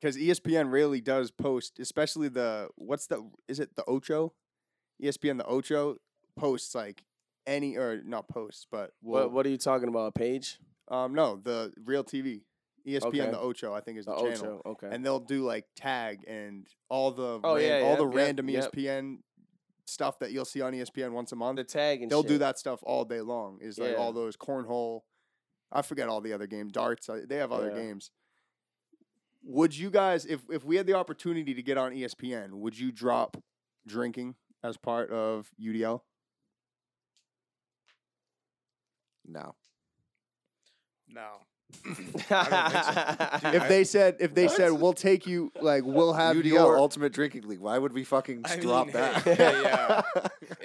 [SPEAKER 1] Because ESPN really does post, especially the what's the is it the Ocho? E ESPN the Ocho posts like any or not posts, but will,
[SPEAKER 2] What, what are you talking about? A page?
[SPEAKER 1] um no the real E TV. ESPN
[SPEAKER 2] Okay.
[SPEAKER 1] the Ocho, I think is the,
[SPEAKER 2] The
[SPEAKER 1] channel.
[SPEAKER 2] Ocho. Okay.
[SPEAKER 1] and they'll do like tag and all the
[SPEAKER 2] Oh,
[SPEAKER 1] ran-
[SPEAKER 2] yeah,
[SPEAKER 1] all the
[SPEAKER 2] yep, yep,
[SPEAKER 1] random E
[SPEAKER 2] yep.
[SPEAKER 1] ESPN stuff that you'll see on E ESPN once a month.
[SPEAKER 2] the tag and
[SPEAKER 1] They'll do
[SPEAKER 2] shit.
[SPEAKER 1] that stuff all day long. Is like
[SPEAKER 2] Yeah.
[SPEAKER 1] all those cornhole. I forget all the other game darts. I, they have other
[SPEAKER 2] Yeah.
[SPEAKER 1] games. Would you guys, if if we had the opportunity to get on E ESPN, would you drop drinking as part of UDL?
[SPEAKER 3] No,
[SPEAKER 4] No.
[SPEAKER 1] If they said, if they said,
[SPEAKER 3] What?
[SPEAKER 1] we'll take you, like we'll have
[SPEAKER 3] UDL
[SPEAKER 1] your.
[SPEAKER 3] Ultimate Drinking League. Why would we fucking
[SPEAKER 4] I
[SPEAKER 3] drop
[SPEAKER 4] mean,
[SPEAKER 3] that?
[SPEAKER 4] hey, yeah,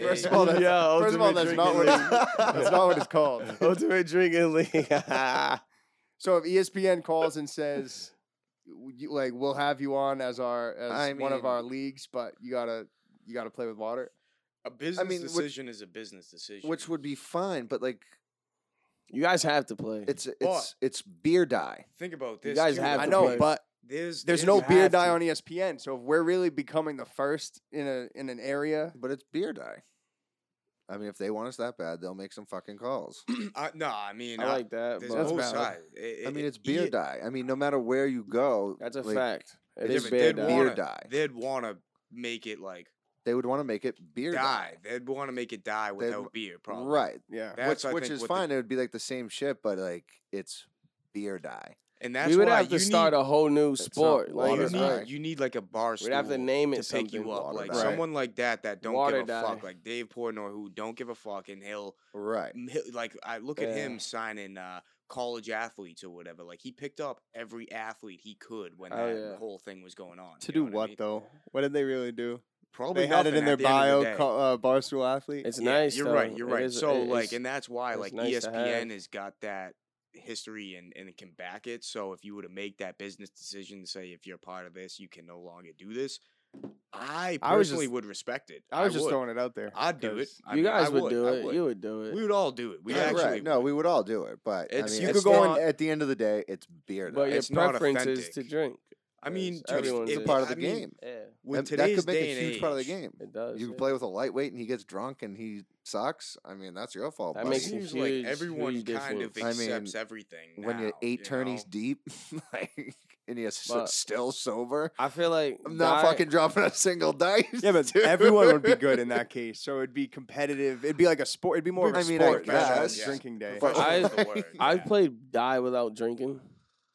[SPEAKER 1] First
[SPEAKER 4] Hey,
[SPEAKER 1] of all, that's,
[SPEAKER 2] Yeah,
[SPEAKER 1] first of all, that's
[SPEAKER 2] Ultimate
[SPEAKER 1] not what
[SPEAKER 2] Drinking
[SPEAKER 1] it's, that's not what it's called.
[SPEAKER 2] Ultimate Drinking League.
[SPEAKER 1] So if E ESPN calls and says, w- you, like, we'll have you on as our as
[SPEAKER 3] I
[SPEAKER 1] one of
[SPEAKER 3] mean-
[SPEAKER 1] our leagues, but you gotta you gotta play with water.
[SPEAKER 4] a business
[SPEAKER 3] mean, which-
[SPEAKER 4] decision is a business decision.
[SPEAKER 3] Which would be fine, but like
[SPEAKER 2] you guys have to play.
[SPEAKER 3] it's it's it's beer dye.
[SPEAKER 4] think about
[SPEAKER 2] You
[SPEAKER 4] this.
[SPEAKER 2] guys
[SPEAKER 4] too.
[SPEAKER 2] have
[SPEAKER 1] I
[SPEAKER 2] to
[SPEAKER 1] know,
[SPEAKER 2] play.
[SPEAKER 1] but there's
[SPEAKER 4] There's there's
[SPEAKER 1] no
[SPEAKER 2] you
[SPEAKER 1] beer
[SPEAKER 2] have
[SPEAKER 1] dye
[SPEAKER 2] to.
[SPEAKER 1] on E ESPN. So if we're really becoming the first in a in an area,
[SPEAKER 3] But it's beer dye. I mean, if they want us that bad, they'll make some fucking calls.
[SPEAKER 4] I, no, I mean,
[SPEAKER 2] I
[SPEAKER 4] I-
[SPEAKER 2] like that.
[SPEAKER 4] there's
[SPEAKER 2] but
[SPEAKER 1] That's
[SPEAKER 4] both
[SPEAKER 1] valid.
[SPEAKER 4] sides. It-
[SPEAKER 3] I
[SPEAKER 4] it-
[SPEAKER 3] mean,
[SPEAKER 4] it-
[SPEAKER 3] it's beer
[SPEAKER 4] yeah,
[SPEAKER 3] dye. I mean, no matter where you go,
[SPEAKER 2] that's a
[SPEAKER 3] like,
[SPEAKER 2] fact. It
[SPEAKER 3] it's
[SPEAKER 2] is uh,
[SPEAKER 4] but
[SPEAKER 2] beer
[SPEAKER 4] they'd
[SPEAKER 2] dye.
[SPEAKER 3] beer
[SPEAKER 4] wanna-
[SPEAKER 3] dye.
[SPEAKER 4] They'd want to make it like
[SPEAKER 3] They would want to make it beer dye.
[SPEAKER 4] die. They'd want to make it die without beer, probably.
[SPEAKER 3] Right.
[SPEAKER 1] yeah,
[SPEAKER 4] That- That's,
[SPEAKER 3] which
[SPEAKER 4] I
[SPEAKER 3] which
[SPEAKER 4] think,
[SPEAKER 3] is
[SPEAKER 4] what the-
[SPEAKER 3] fine. It would be like the same shit, but like it's beer dye.
[SPEAKER 4] And that's
[SPEAKER 2] we would
[SPEAKER 4] why
[SPEAKER 2] have
[SPEAKER 4] you
[SPEAKER 2] to start
[SPEAKER 4] need,
[SPEAKER 2] a whole new
[SPEAKER 3] not
[SPEAKER 2] sport. Like
[SPEAKER 3] water
[SPEAKER 4] you
[SPEAKER 2] it's
[SPEAKER 3] dye.
[SPEAKER 2] not-
[SPEAKER 4] need, you need like a bar
[SPEAKER 2] we'd have to
[SPEAKER 4] stool
[SPEAKER 2] name it
[SPEAKER 4] to pick you
[SPEAKER 2] something.
[SPEAKER 4] up,
[SPEAKER 3] Water
[SPEAKER 4] like
[SPEAKER 3] dye.
[SPEAKER 4] someone like that that don't
[SPEAKER 2] Water
[SPEAKER 4] give a fuck,
[SPEAKER 2] dye.
[SPEAKER 4] like Dave Portnoy, who don't give a fuck, and he'll
[SPEAKER 3] Right.
[SPEAKER 4] m- he'll- like I look at
[SPEAKER 2] Yeah.
[SPEAKER 4] him signing uh, college athletes or whatever. Like he picked up every athlete he could when
[SPEAKER 2] Oh,
[SPEAKER 4] that
[SPEAKER 2] yeah.
[SPEAKER 4] whole thing was going on.
[SPEAKER 1] To
[SPEAKER 4] you
[SPEAKER 1] do
[SPEAKER 4] know
[SPEAKER 1] what
[SPEAKER 4] I mean?
[SPEAKER 1] though? What did they really do?
[SPEAKER 4] Probably
[SPEAKER 1] They had it
[SPEAKER 4] nothing
[SPEAKER 1] in their
[SPEAKER 4] at the end of
[SPEAKER 1] bio,
[SPEAKER 4] the day.
[SPEAKER 1] co- uh, barstool athlete.
[SPEAKER 2] It's
[SPEAKER 4] Yeah,
[SPEAKER 2] nice.
[SPEAKER 4] You're
[SPEAKER 2] though.
[SPEAKER 4] right. You're
[SPEAKER 2] It
[SPEAKER 4] right.
[SPEAKER 2] is-
[SPEAKER 4] so
[SPEAKER 2] it
[SPEAKER 4] like,
[SPEAKER 2] is-
[SPEAKER 4] and that's why
[SPEAKER 2] it's
[SPEAKER 4] like E
[SPEAKER 2] nice to have.
[SPEAKER 4] ESPN has got that history and, and it can back it. So if you were to make that business decision, to say if you're part of this, you can no longer do this. I
[SPEAKER 1] I was
[SPEAKER 4] personally
[SPEAKER 1] just-
[SPEAKER 4] would respect it.
[SPEAKER 1] I was just
[SPEAKER 4] would.
[SPEAKER 1] throwing it out there.
[SPEAKER 4] I'd do it.
[SPEAKER 1] 'cause
[SPEAKER 4] I
[SPEAKER 2] you
[SPEAKER 4] mean, I
[SPEAKER 2] guys would do
[SPEAKER 4] I
[SPEAKER 2] it. You would do it.
[SPEAKER 4] We would all do it. We
[SPEAKER 3] Yeah,
[SPEAKER 4] actually
[SPEAKER 3] right. No, we would all do it, but I
[SPEAKER 4] It's-
[SPEAKER 3] mean,
[SPEAKER 4] you
[SPEAKER 3] it's
[SPEAKER 4] could go
[SPEAKER 3] not-
[SPEAKER 4] on-
[SPEAKER 3] at the end of the day, it's beer.
[SPEAKER 2] but
[SPEAKER 3] But
[SPEAKER 2] your
[SPEAKER 4] it's not
[SPEAKER 2] preference is to
[SPEAKER 4] authentic.
[SPEAKER 2] drink.
[SPEAKER 4] I mean,
[SPEAKER 2] Yes,
[SPEAKER 4] dude,
[SPEAKER 2] everyone's
[SPEAKER 4] it-
[SPEAKER 3] it's part of
[SPEAKER 4] I
[SPEAKER 3] the
[SPEAKER 4] mean,
[SPEAKER 3] game.
[SPEAKER 2] Yeah,
[SPEAKER 4] With
[SPEAKER 3] That-
[SPEAKER 4] today's
[SPEAKER 3] that could make
[SPEAKER 4] day
[SPEAKER 3] a
[SPEAKER 4] and
[SPEAKER 3] huge
[SPEAKER 4] age,
[SPEAKER 3] part of the game.
[SPEAKER 2] it does.
[SPEAKER 3] You
[SPEAKER 2] yeah.
[SPEAKER 3] play with a lightweight and he gets drunk and he sucks. I mean, that's your fault.
[SPEAKER 2] That
[SPEAKER 3] buddy.
[SPEAKER 4] It
[SPEAKER 2] makes a
[SPEAKER 4] seems
[SPEAKER 2] huge,
[SPEAKER 4] like everyone
[SPEAKER 2] huge
[SPEAKER 4] kind of
[SPEAKER 2] difference.
[SPEAKER 3] I mean,
[SPEAKER 4] accepts everything
[SPEAKER 3] when you're
[SPEAKER 4] now,
[SPEAKER 3] eight
[SPEAKER 4] you
[SPEAKER 3] turnies
[SPEAKER 4] know?
[SPEAKER 3] deep, like, and you're s-
[SPEAKER 2] But-
[SPEAKER 3] still sober.
[SPEAKER 2] I feel like
[SPEAKER 3] I'm not
[SPEAKER 2] guy-
[SPEAKER 3] fucking dropping a single dice.
[SPEAKER 1] Yeah, but
[SPEAKER 3] dude.
[SPEAKER 1] everyone would be good in that case. So it'd be competitive. It'd be like a sport. It'd be more of a
[SPEAKER 3] I mean, I
[SPEAKER 1] sport rather than
[SPEAKER 4] guess.
[SPEAKER 1] drinking day.
[SPEAKER 3] But
[SPEAKER 4] Professional is
[SPEAKER 2] I-
[SPEAKER 4] the word,
[SPEAKER 2] I've
[SPEAKER 4] yeah.
[SPEAKER 2] played die without drinking.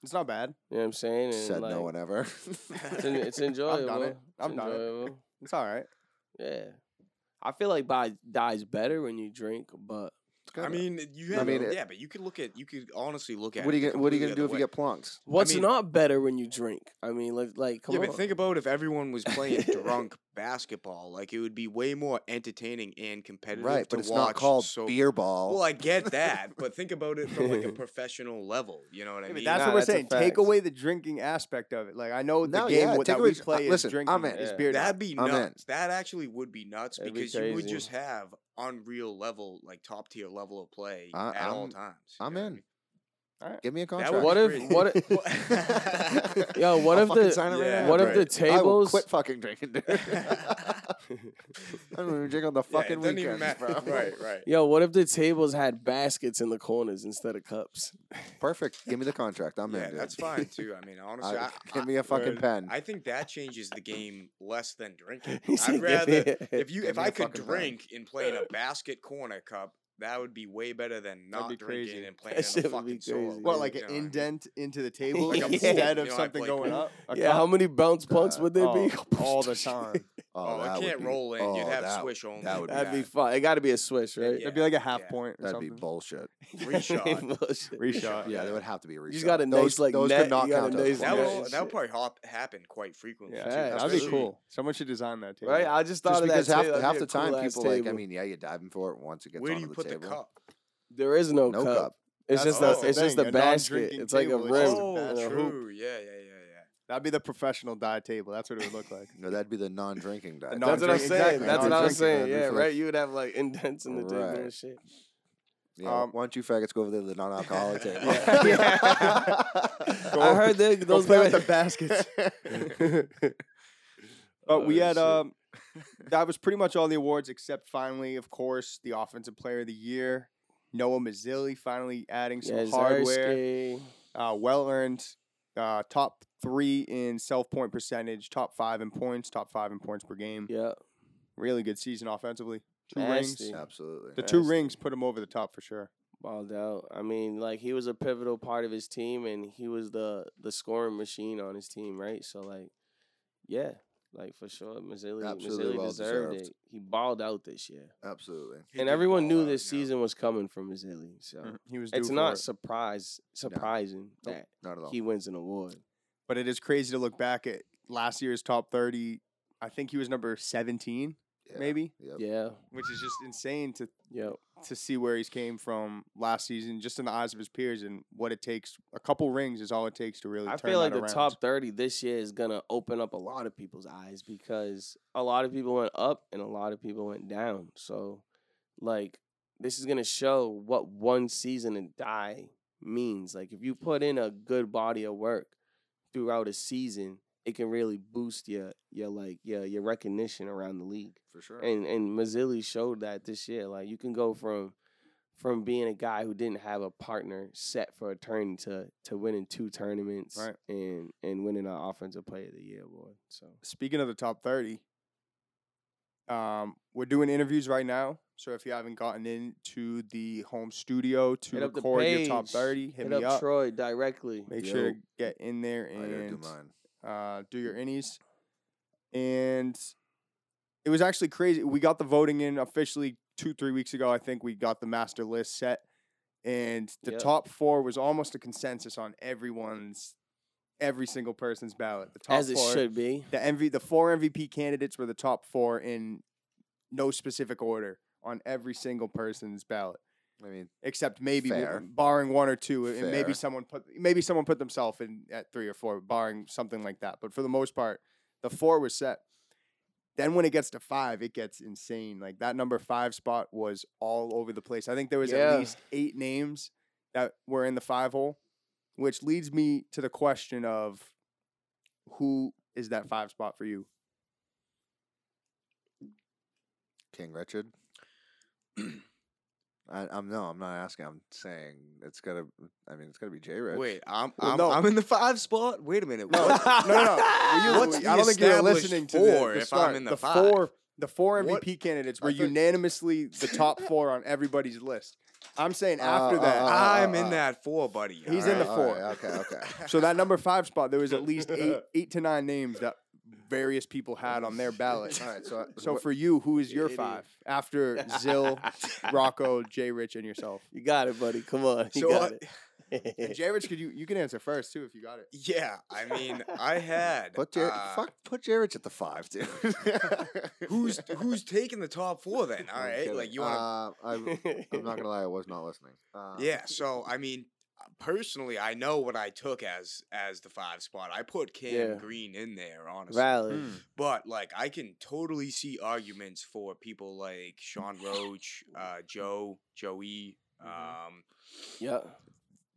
[SPEAKER 1] It's not bad.
[SPEAKER 2] You know what I'm saying? And
[SPEAKER 3] Said
[SPEAKER 2] like,
[SPEAKER 3] no one ever.
[SPEAKER 2] It's, en- it's enjoyable.
[SPEAKER 1] it. I've
[SPEAKER 2] it's
[SPEAKER 1] done it.
[SPEAKER 2] enjoyable.
[SPEAKER 1] It's all right.
[SPEAKER 2] Yeah. I feel like by die's better when you drink, but
[SPEAKER 4] I mean, you
[SPEAKER 3] I
[SPEAKER 4] have,
[SPEAKER 3] mean, it-
[SPEAKER 4] yeah, but you could look at, you could honestly look at.
[SPEAKER 3] what are you
[SPEAKER 4] it the
[SPEAKER 3] gonna, what are you
[SPEAKER 4] completely
[SPEAKER 3] gonna do
[SPEAKER 4] other
[SPEAKER 3] if you
[SPEAKER 4] way.
[SPEAKER 3] get plunks?
[SPEAKER 2] what's
[SPEAKER 4] mean-
[SPEAKER 2] not better when you drink? I mean, like, like come
[SPEAKER 4] yeah,
[SPEAKER 2] on.
[SPEAKER 4] but think about if everyone was playing drunk basketball. Like it would be way more entertaining and competitive.
[SPEAKER 3] Right,
[SPEAKER 4] to
[SPEAKER 3] but it's
[SPEAKER 4] watch,
[SPEAKER 3] not called
[SPEAKER 4] so-
[SPEAKER 3] beer ball.
[SPEAKER 4] Well, I get that, but think about it from like a professional level. You know what
[SPEAKER 1] Yeah,
[SPEAKER 4] I
[SPEAKER 1] but
[SPEAKER 4] mean?
[SPEAKER 1] that's
[SPEAKER 2] nah,
[SPEAKER 1] what we're
[SPEAKER 2] that's a
[SPEAKER 1] saying. Take
[SPEAKER 2] fact.
[SPEAKER 1] away the drinking aspect of it. Like I know the
[SPEAKER 3] No,
[SPEAKER 1] game
[SPEAKER 3] yeah,
[SPEAKER 1] what,
[SPEAKER 3] take
[SPEAKER 1] that
[SPEAKER 3] away
[SPEAKER 1] we
[SPEAKER 3] dr- uh,
[SPEAKER 1] play
[SPEAKER 3] listen,
[SPEAKER 1] is drinking.
[SPEAKER 3] I'm in.
[SPEAKER 1] Is
[SPEAKER 2] Yeah.
[SPEAKER 1] beer.
[SPEAKER 4] That'd be
[SPEAKER 3] I'm in.
[SPEAKER 4] nuts. That actually would be nuts
[SPEAKER 2] That'd be
[SPEAKER 4] because you would
[SPEAKER 2] crazy.
[SPEAKER 4] just have unreal level, like top tier level of play
[SPEAKER 3] I-
[SPEAKER 4] at all
[SPEAKER 3] I'm-
[SPEAKER 4] times. you
[SPEAKER 3] I'm
[SPEAKER 4] know what I
[SPEAKER 3] in.
[SPEAKER 4] mean?
[SPEAKER 3] Give me a
[SPEAKER 4] That
[SPEAKER 3] contract.
[SPEAKER 4] would
[SPEAKER 2] What
[SPEAKER 4] be
[SPEAKER 2] if-
[SPEAKER 4] crazy.
[SPEAKER 2] what if- Yo, what
[SPEAKER 3] I'll
[SPEAKER 2] if
[SPEAKER 3] fucking
[SPEAKER 2] the-
[SPEAKER 3] sign it right
[SPEAKER 4] yeah,
[SPEAKER 3] now,
[SPEAKER 2] what if
[SPEAKER 3] Drake.
[SPEAKER 2] the
[SPEAKER 3] I will
[SPEAKER 2] tables?
[SPEAKER 3] quit fucking drinking, dude. I don't even drink on
[SPEAKER 4] Yeah,
[SPEAKER 3] the
[SPEAKER 4] it
[SPEAKER 3] fucking
[SPEAKER 4] doesn't even
[SPEAKER 3] weekends,
[SPEAKER 4] matter.
[SPEAKER 3] bro.
[SPEAKER 4] Right, right.
[SPEAKER 2] Yo, what if the tables had baskets in the corners instead of cups?
[SPEAKER 3] Perfect. Give me the contract. I'm
[SPEAKER 4] yeah,
[SPEAKER 3] in. dude.
[SPEAKER 4] that's fine too. I mean, honestly, I,
[SPEAKER 3] I- give
[SPEAKER 4] I-
[SPEAKER 3] me a fucking
[SPEAKER 4] word.
[SPEAKER 3] pen.
[SPEAKER 4] I think that changes the game less than drinking.
[SPEAKER 2] He said,
[SPEAKER 4] I'd
[SPEAKER 2] "Give
[SPEAKER 4] rather
[SPEAKER 2] me a-
[SPEAKER 4] if you
[SPEAKER 3] Give
[SPEAKER 4] if
[SPEAKER 3] me
[SPEAKER 4] I
[SPEAKER 3] a
[SPEAKER 4] could
[SPEAKER 3] fucking pen.
[SPEAKER 4] drink and play in a basket corner cup, that would be way better than not
[SPEAKER 1] be
[SPEAKER 4] drinking
[SPEAKER 1] crazy.
[SPEAKER 4] and playing
[SPEAKER 2] That
[SPEAKER 4] in
[SPEAKER 2] shit
[SPEAKER 4] the
[SPEAKER 2] would be
[SPEAKER 4] fucking soil.
[SPEAKER 2] crazy.
[SPEAKER 1] What,
[SPEAKER 2] Yeah.
[SPEAKER 1] like an
[SPEAKER 4] You know what I mean?
[SPEAKER 1] indent into the table like
[SPEAKER 2] Yeah.
[SPEAKER 1] instead of
[SPEAKER 4] You know, I
[SPEAKER 1] something
[SPEAKER 4] play
[SPEAKER 1] going
[SPEAKER 4] pool.
[SPEAKER 1] up? A
[SPEAKER 2] yeah, how
[SPEAKER 1] cup? many
[SPEAKER 2] many bounce punks would there be?
[SPEAKER 1] all the time?
[SPEAKER 4] Oh,
[SPEAKER 3] that
[SPEAKER 4] it
[SPEAKER 3] would
[SPEAKER 4] can't
[SPEAKER 3] be-
[SPEAKER 4] roll in. You'd
[SPEAKER 3] oh,
[SPEAKER 4] have
[SPEAKER 3] that-
[SPEAKER 4] swish only.
[SPEAKER 3] that would be
[SPEAKER 2] That'd be fun. It got to be a swish, right?
[SPEAKER 1] It'd be like a half
[SPEAKER 4] Yeah.
[SPEAKER 1] point or
[SPEAKER 3] That'd be
[SPEAKER 1] something.
[SPEAKER 3] bullshit.
[SPEAKER 4] Oh, Reshot.
[SPEAKER 2] Bullshit.
[SPEAKER 1] Reshot.
[SPEAKER 3] Yeah, there would have to be a
[SPEAKER 2] You
[SPEAKER 3] reset.
[SPEAKER 2] just got a nice,
[SPEAKER 3] those,
[SPEAKER 2] like,
[SPEAKER 3] those
[SPEAKER 2] net-
[SPEAKER 3] could not
[SPEAKER 2] you got a
[SPEAKER 3] count as
[SPEAKER 2] nice
[SPEAKER 4] That
[SPEAKER 3] one.
[SPEAKER 2] net.
[SPEAKER 4] would that
[SPEAKER 2] Shit.
[SPEAKER 4] would probably hop, happen quite frequently.
[SPEAKER 1] Yeah,
[SPEAKER 4] too,
[SPEAKER 2] that'd be
[SPEAKER 4] especially-
[SPEAKER 2] cool.
[SPEAKER 1] Someone should design that table.
[SPEAKER 2] Right? I just thought
[SPEAKER 3] Just
[SPEAKER 2] of
[SPEAKER 3] because
[SPEAKER 2] that.
[SPEAKER 3] half,
[SPEAKER 2] too. That'd
[SPEAKER 3] half
[SPEAKER 2] be
[SPEAKER 3] the
[SPEAKER 2] a cool
[SPEAKER 3] time
[SPEAKER 2] ass
[SPEAKER 3] people like, I
[SPEAKER 2] table.
[SPEAKER 3] mean, yeah, you're diving for it once it gets
[SPEAKER 4] Where do
[SPEAKER 3] onto
[SPEAKER 4] you put the
[SPEAKER 3] table.
[SPEAKER 4] cup?
[SPEAKER 2] there is no,
[SPEAKER 3] No
[SPEAKER 2] cup.
[SPEAKER 3] cup.
[SPEAKER 2] It's
[SPEAKER 4] That's
[SPEAKER 2] just
[SPEAKER 4] the
[SPEAKER 2] a, it's
[SPEAKER 1] thing,
[SPEAKER 2] just
[SPEAKER 1] a
[SPEAKER 2] a basket.
[SPEAKER 1] non-drinking
[SPEAKER 2] It's like a
[SPEAKER 1] table is
[SPEAKER 2] rim.
[SPEAKER 1] just
[SPEAKER 2] and
[SPEAKER 1] bad.
[SPEAKER 2] a
[SPEAKER 4] Oh,
[SPEAKER 2] hoop.
[SPEAKER 4] true. Yeah, yeah, yeah,
[SPEAKER 1] That'd be the professional die table. That's what it would look like.
[SPEAKER 3] No, that'd be the non-drinking diet.
[SPEAKER 1] non-
[SPEAKER 2] That's what I'm
[SPEAKER 1] Non-drink-
[SPEAKER 2] saying.
[SPEAKER 1] exactly,
[SPEAKER 2] That's what I was
[SPEAKER 3] non-drinking,
[SPEAKER 2] saying.
[SPEAKER 3] that'd
[SPEAKER 2] Yeah,
[SPEAKER 3] be
[SPEAKER 2] right.
[SPEAKER 3] fun.
[SPEAKER 2] You would have like indents in the table
[SPEAKER 3] Right.
[SPEAKER 2] and shit.
[SPEAKER 3] Yeah,
[SPEAKER 1] Um,
[SPEAKER 3] why don't you faggots go over there to the non-alcoholic table?
[SPEAKER 4] Yeah.
[SPEAKER 1] Go-
[SPEAKER 2] I heard that
[SPEAKER 1] Go
[SPEAKER 2] those
[SPEAKER 1] play with
[SPEAKER 2] guys-
[SPEAKER 1] the baskets. but
[SPEAKER 2] Oh,
[SPEAKER 1] we had
[SPEAKER 2] shit.
[SPEAKER 1] um, that was pretty much all the awards except finally, of course, the offensive player of the year, Noah Mazzilli finally adding some
[SPEAKER 2] Yeah,
[SPEAKER 1] hardware,
[SPEAKER 2] Zersky.
[SPEAKER 1] uh, well earned, uh, top three in self point percentage, top five in points, top five in points per game.
[SPEAKER 2] Yeah,
[SPEAKER 1] Really good season offensively. Two
[SPEAKER 2] Nasty.
[SPEAKER 1] rings.
[SPEAKER 3] Absolutely.
[SPEAKER 1] The two
[SPEAKER 2] Nasty.
[SPEAKER 1] rings put him over the top for sure.
[SPEAKER 2] balled out. I mean, like he was a pivotal part of his team, and he was the the scoring machine on his team, right? So like, yeah, like for sure, Mazzilli,
[SPEAKER 3] Absolutely
[SPEAKER 2] Mazzilli
[SPEAKER 3] well
[SPEAKER 2] deserved
[SPEAKER 3] deserved.
[SPEAKER 2] it. He balled out this year,
[SPEAKER 3] Absolutely.
[SPEAKER 4] He
[SPEAKER 2] and
[SPEAKER 4] did
[SPEAKER 2] everyone
[SPEAKER 4] ball
[SPEAKER 2] knew
[SPEAKER 4] out,
[SPEAKER 2] this
[SPEAKER 4] you know.
[SPEAKER 2] season was coming from Mazzilli. So
[SPEAKER 3] Mm-hmm.
[SPEAKER 1] Mm-hmm. He was. Due
[SPEAKER 2] it's
[SPEAKER 1] for
[SPEAKER 2] not
[SPEAKER 1] it.
[SPEAKER 2] surprise surprising
[SPEAKER 3] Nope,
[SPEAKER 2] that
[SPEAKER 3] Not at all.
[SPEAKER 2] he wins an award.
[SPEAKER 1] but it is crazy to look back at last year's top 30. I think he was number 17,
[SPEAKER 3] Yeah,
[SPEAKER 1] maybe,
[SPEAKER 3] Yep.
[SPEAKER 2] Yeah,
[SPEAKER 1] which is just insane to
[SPEAKER 2] yep.
[SPEAKER 1] to see where he's came from last season, just in the eyes of his peers, and what it takes. A couple rings is all it takes to really.
[SPEAKER 2] I
[SPEAKER 1] turn
[SPEAKER 2] feel like
[SPEAKER 1] that
[SPEAKER 2] the
[SPEAKER 1] around.
[SPEAKER 2] top 30 this year is going to open up a lot of people's eyes because a lot of people went up and a lot of people went down. So, like, this is going to show what one season and die means. Like, if you put in a good body of work throughout a season, it can really boost your your like your your recognition around the league.
[SPEAKER 3] For sure.
[SPEAKER 2] And and Mazzilli showed that this year. Like you can go from from being a guy who didn't have a partner set for a turn to to winning two tournaments
[SPEAKER 1] Right.
[SPEAKER 2] and and winning an offensive player of the year award. So
[SPEAKER 1] Speaking of the top 30, um, we're doing interviews right now. So if you haven't gotten into the home studio to
[SPEAKER 2] Hit up the
[SPEAKER 1] record your top
[SPEAKER 2] page.
[SPEAKER 1] 30, hit,
[SPEAKER 2] hit
[SPEAKER 1] me
[SPEAKER 2] up,
[SPEAKER 1] up.
[SPEAKER 2] Troy directly.
[SPEAKER 1] Make sure
[SPEAKER 3] Yo.
[SPEAKER 1] to get in there
[SPEAKER 3] I gotta do
[SPEAKER 1] and
[SPEAKER 3] mine.
[SPEAKER 1] uh, do your innies. And it was actually crazy. We got the voting in officially two, three weeks ago. I think we got the master list set. And the
[SPEAKER 2] Yep.
[SPEAKER 1] top four was almost a consensus on everyone's, every single person's ballot. The top
[SPEAKER 2] As it
[SPEAKER 1] four,
[SPEAKER 2] should be.
[SPEAKER 1] The, MV, the four MVP candidates were the top four in no specific order on every single person's ballot.
[SPEAKER 3] I mean,
[SPEAKER 1] Except maybe w-
[SPEAKER 3] Fair.
[SPEAKER 1] barring one or two, and maybe
[SPEAKER 3] Fair.
[SPEAKER 1] someone put maybe someone put themselves in at three or four, barring something like that. But for the most part, the four was set. Then when it gets to five, it gets insane. Like that number five spot was all over the place. I think there was
[SPEAKER 2] Yeah.
[SPEAKER 1] at least eight names that were in the five hole, which leads me to the question of who is that five spot for you?
[SPEAKER 3] King Richard. I, I'm no, I'm not asking. I'm saying it's gotta. I mean, it's gotta be J. Rich.
[SPEAKER 4] Wait, I'm
[SPEAKER 1] Well,
[SPEAKER 4] I'm,
[SPEAKER 1] no.
[SPEAKER 4] I'm in the five spot. Wait a minute.
[SPEAKER 1] No,
[SPEAKER 4] what?
[SPEAKER 1] no, no, no. Were you-
[SPEAKER 4] What's
[SPEAKER 1] I
[SPEAKER 4] the
[SPEAKER 1] don't think you're
[SPEAKER 4] established
[SPEAKER 1] listening to the- the,
[SPEAKER 4] four if I'm
[SPEAKER 1] start.
[SPEAKER 4] in the five?
[SPEAKER 1] four. The four
[SPEAKER 4] What-
[SPEAKER 1] MVP candidates
[SPEAKER 3] I
[SPEAKER 1] were
[SPEAKER 3] thought-
[SPEAKER 1] unanimously the top four on everybody's list. I'm saying
[SPEAKER 3] Uh,
[SPEAKER 1] after
[SPEAKER 3] uh,
[SPEAKER 1] that,
[SPEAKER 3] uh,
[SPEAKER 4] I'm
[SPEAKER 3] uh,
[SPEAKER 4] in that four, buddy.
[SPEAKER 1] He's
[SPEAKER 4] all
[SPEAKER 1] in the
[SPEAKER 4] right?
[SPEAKER 1] four.
[SPEAKER 3] all right, okay, okay.
[SPEAKER 4] uh.
[SPEAKER 1] so that number five spot, there was at least eight, eight to nine names that various people had on their ballot.
[SPEAKER 3] all right. So, uh, I-
[SPEAKER 1] So
[SPEAKER 3] what-
[SPEAKER 1] for you, who is your
[SPEAKER 2] Idiot.
[SPEAKER 1] five after Zill, Rocco, Jay Rich, and yourself?
[SPEAKER 2] You got it, buddy. Come on. You
[SPEAKER 4] So
[SPEAKER 2] got
[SPEAKER 4] I-
[SPEAKER 1] And
[SPEAKER 2] it.
[SPEAKER 1] Jay Rich, could you you can answer first too if you got it.
[SPEAKER 4] Yeah, I mean, I had.
[SPEAKER 3] put Jer-
[SPEAKER 4] uh,
[SPEAKER 3] fuck, put Jay Rich at the five, dude.
[SPEAKER 4] Who's who's taking the top four then?
[SPEAKER 3] I'm
[SPEAKER 4] All right,
[SPEAKER 3] kidding.
[SPEAKER 4] like you want to.
[SPEAKER 3] Uh, I, I'm not gonna lie, I was not listening. Uh,
[SPEAKER 4] yeah, so I mean, personally, I know what I took as as the five spot. I put Cam
[SPEAKER 2] Yeah.
[SPEAKER 4] Green in there, honestly.
[SPEAKER 3] Uh,
[SPEAKER 2] Valid.
[SPEAKER 4] But like, I can totally see arguments for people
[SPEAKER 2] Mm,
[SPEAKER 4] like Sean Roach, uh, Joe, Joey.
[SPEAKER 2] Mm-hmm.
[SPEAKER 1] Mhm.
[SPEAKER 4] Um,
[SPEAKER 2] Yeah.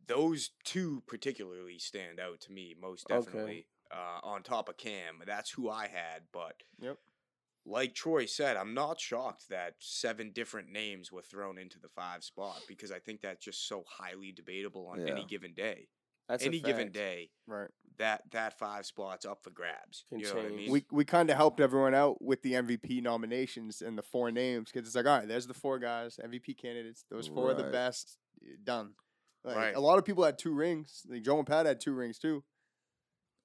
[SPEAKER 4] those two particularly stand out to me most
[SPEAKER 2] Okay.
[SPEAKER 4] definitely. Uh, on top of Cam, that's who I had. But
[SPEAKER 1] Yep.
[SPEAKER 4] like Troy said, I'm not shocked that seven different names were thrown into the five spot because I think that's just so highly debatable on any
[SPEAKER 3] Yeah.
[SPEAKER 4] given day.
[SPEAKER 2] That's a
[SPEAKER 4] any given
[SPEAKER 2] fact.
[SPEAKER 4] day,
[SPEAKER 1] Right.
[SPEAKER 4] that that five spot's up for grabs.
[SPEAKER 2] Can
[SPEAKER 4] you know what I
[SPEAKER 2] change.
[SPEAKER 4] mean?
[SPEAKER 1] We we kind of helped everyone out with the MVP nominations and the four names because it's like, all right, there's the four guys, MVP candidates. Those four are the
[SPEAKER 3] Right.
[SPEAKER 1] best. eh, Done. Like,
[SPEAKER 4] Right.
[SPEAKER 1] A lot of people had two rings. Like Joe and Pat had two rings too.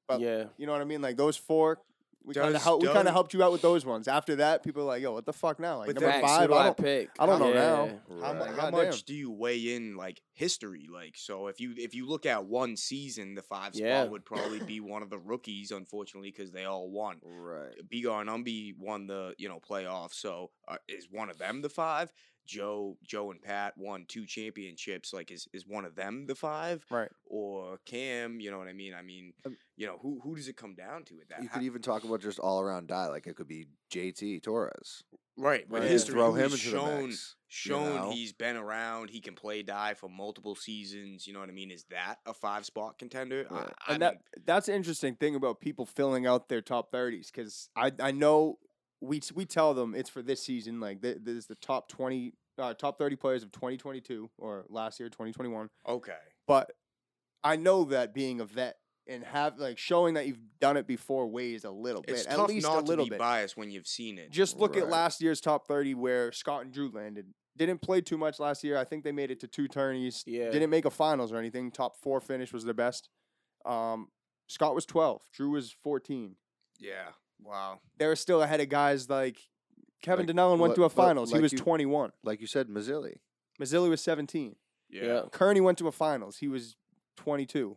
[SPEAKER 1] But-
[SPEAKER 2] yeah.
[SPEAKER 1] You know what I mean? Like those four. We kind of
[SPEAKER 4] Does-
[SPEAKER 1] help, we kind
[SPEAKER 4] does-
[SPEAKER 1] of helped you out with those ones. After that, people are like, "Yo, what the fuck now?" Like
[SPEAKER 4] But
[SPEAKER 1] number
[SPEAKER 2] Facts,
[SPEAKER 1] five,
[SPEAKER 2] who do
[SPEAKER 1] I don't,
[SPEAKER 2] pick?
[SPEAKER 1] I don't know now.
[SPEAKER 2] Yeah.
[SPEAKER 4] how, mu-
[SPEAKER 1] Right.
[SPEAKER 3] "Ah,
[SPEAKER 4] how
[SPEAKER 1] Goddamn.
[SPEAKER 4] much do you weigh in like history like so if you if you look at one season the five
[SPEAKER 2] Yeah.
[SPEAKER 4] spot would probably be one of the rookies unfortunately because they all won
[SPEAKER 3] Right.
[SPEAKER 4] Bigar and Umby won the you know playoff so uh, is one of them the five Joe Joe and Pat won two championships like is is one of them the five
[SPEAKER 1] Right.
[SPEAKER 4] or Cam you know what I mean I mean
[SPEAKER 3] Um,
[SPEAKER 4] you know who who does it come down to at that
[SPEAKER 3] You
[SPEAKER 4] ho-
[SPEAKER 3] could even talk about just all around die. Like it could be JT Torres.
[SPEAKER 4] right but
[SPEAKER 2] Right.
[SPEAKER 4] history
[SPEAKER 3] Throw
[SPEAKER 4] who
[SPEAKER 3] him
[SPEAKER 4] has
[SPEAKER 3] into the
[SPEAKER 4] shown
[SPEAKER 3] mix. you
[SPEAKER 4] shown
[SPEAKER 3] know?
[SPEAKER 4] he's been around. He can play die for multiple seasons. You know what I mean? Is that a five spot contender? I-
[SPEAKER 3] Right.
[SPEAKER 4] I
[SPEAKER 1] and that
[SPEAKER 4] mean,
[SPEAKER 1] that's the interesting thing about people filling out their top 30s because I, I know we we tell them it's for this season like th- this is the top 20 uh, top 30 players of 2022 or last year 2021
[SPEAKER 4] okay,
[SPEAKER 1] but I know that being a vet and have like showing that you've done it before weighs a little
[SPEAKER 4] it's
[SPEAKER 1] bit
[SPEAKER 4] tough
[SPEAKER 1] at least
[SPEAKER 4] not
[SPEAKER 1] a little
[SPEAKER 4] to be
[SPEAKER 1] bit
[SPEAKER 4] biased when you've seen it.
[SPEAKER 1] just look at
[SPEAKER 3] Right.
[SPEAKER 1] last year's top 30 where Scott and Drew landed didn't play too much last year I think they made it to two tourneys
[SPEAKER 2] Yeah.
[SPEAKER 1] didn't make a finals or anything. Top four finish was the best. Um, Scott was 12. Drew was 14.
[SPEAKER 4] yeah, wow.
[SPEAKER 1] They were still ahead of guys like Kevin
[SPEAKER 3] Like,
[SPEAKER 1] Denellen went
[SPEAKER 3] what-
[SPEAKER 1] to a
[SPEAKER 3] but
[SPEAKER 1] finals. he
[SPEAKER 3] like
[SPEAKER 1] was
[SPEAKER 3] you-
[SPEAKER 1] 21.
[SPEAKER 3] Like you said, Mazzilli.
[SPEAKER 1] Mazzilli was 17.
[SPEAKER 4] Yeah.
[SPEAKER 2] Yeah.
[SPEAKER 1] Kearney went to a finals. He was 22.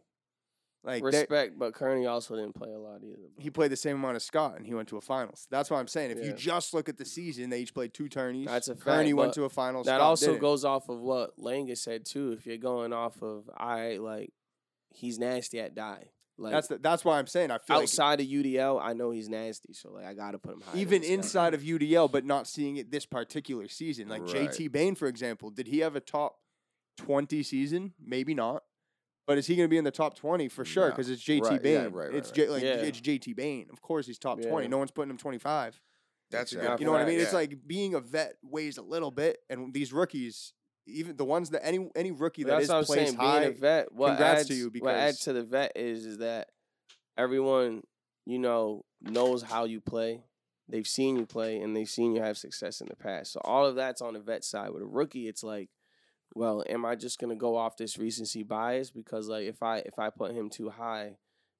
[SPEAKER 1] Like they-
[SPEAKER 2] Respect, but Kearney also didn't play a lot either. bro.
[SPEAKER 1] he played the same amount as Scott, and he went to a finals. That's what I'm saying. If you
[SPEAKER 2] Yeah.
[SPEAKER 1] just look at the season, they each played two tourneys.
[SPEAKER 2] That's a
[SPEAKER 1] Kearney
[SPEAKER 2] fact,
[SPEAKER 1] went
[SPEAKER 2] but
[SPEAKER 1] to a finals.
[SPEAKER 2] that
[SPEAKER 1] Scott
[SPEAKER 2] also
[SPEAKER 1] didn't.
[SPEAKER 2] goes off of what Langer said too. If you're going off of I like he's nasty at die. Like
[SPEAKER 1] That's the, that's why I'm saying I feel like
[SPEAKER 2] outside of UDL, I know he's nasty, so like I gotta put him high.
[SPEAKER 1] even inside
[SPEAKER 2] inside.
[SPEAKER 1] of UDL, but not seeing it this particular season. Like
[SPEAKER 3] Right.
[SPEAKER 1] JT Bain, for example, did he have a top 20 season? Maybe not. But is he going to be in the top 20 for sure?
[SPEAKER 3] No.
[SPEAKER 1] Because it's JT
[SPEAKER 3] Right,
[SPEAKER 1] Bain.
[SPEAKER 3] yeah, right, right,
[SPEAKER 1] it's
[SPEAKER 3] right.
[SPEAKER 1] J- like,
[SPEAKER 2] Yeah.
[SPEAKER 1] it's JT Bain. Of course he's top 20.
[SPEAKER 2] Yeah.
[SPEAKER 1] No one's putting him 25.
[SPEAKER 4] That's a
[SPEAKER 3] Exactly.
[SPEAKER 4] good.
[SPEAKER 1] You know what I
[SPEAKER 2] Uh, Right,
[SPEAKER 1] mean? It's
[SPEAKER 4] yeah.
[SPEAKER 1] like being a vet weighs a little bit, and these rookies, even the ones that any any rookie that
[SPEAKER 2] That's
[SPEAKER 1] is
[SPEAKER 2] what I'm
[SPEAKER 1] placed
[SPEAKER 2] saying.
[SPEAKER 1] high,
[SPEAKER 2] Being a vet, what
[SPEAKER 1] congrats
[SPEAKER 2] adds,
[SPEAKER 1] to you
[SPEAKER 2] what
[SPEAKER 1] because-
[SPEAKER 2] adds to the vet is is that everyone you know knows how you play. They've seen you play and they've seen you have success in the past. So all of that's on the vet side. With a rookie, it's like, well, am I just gonna go off this recency bias? Because like if I if I put him too high,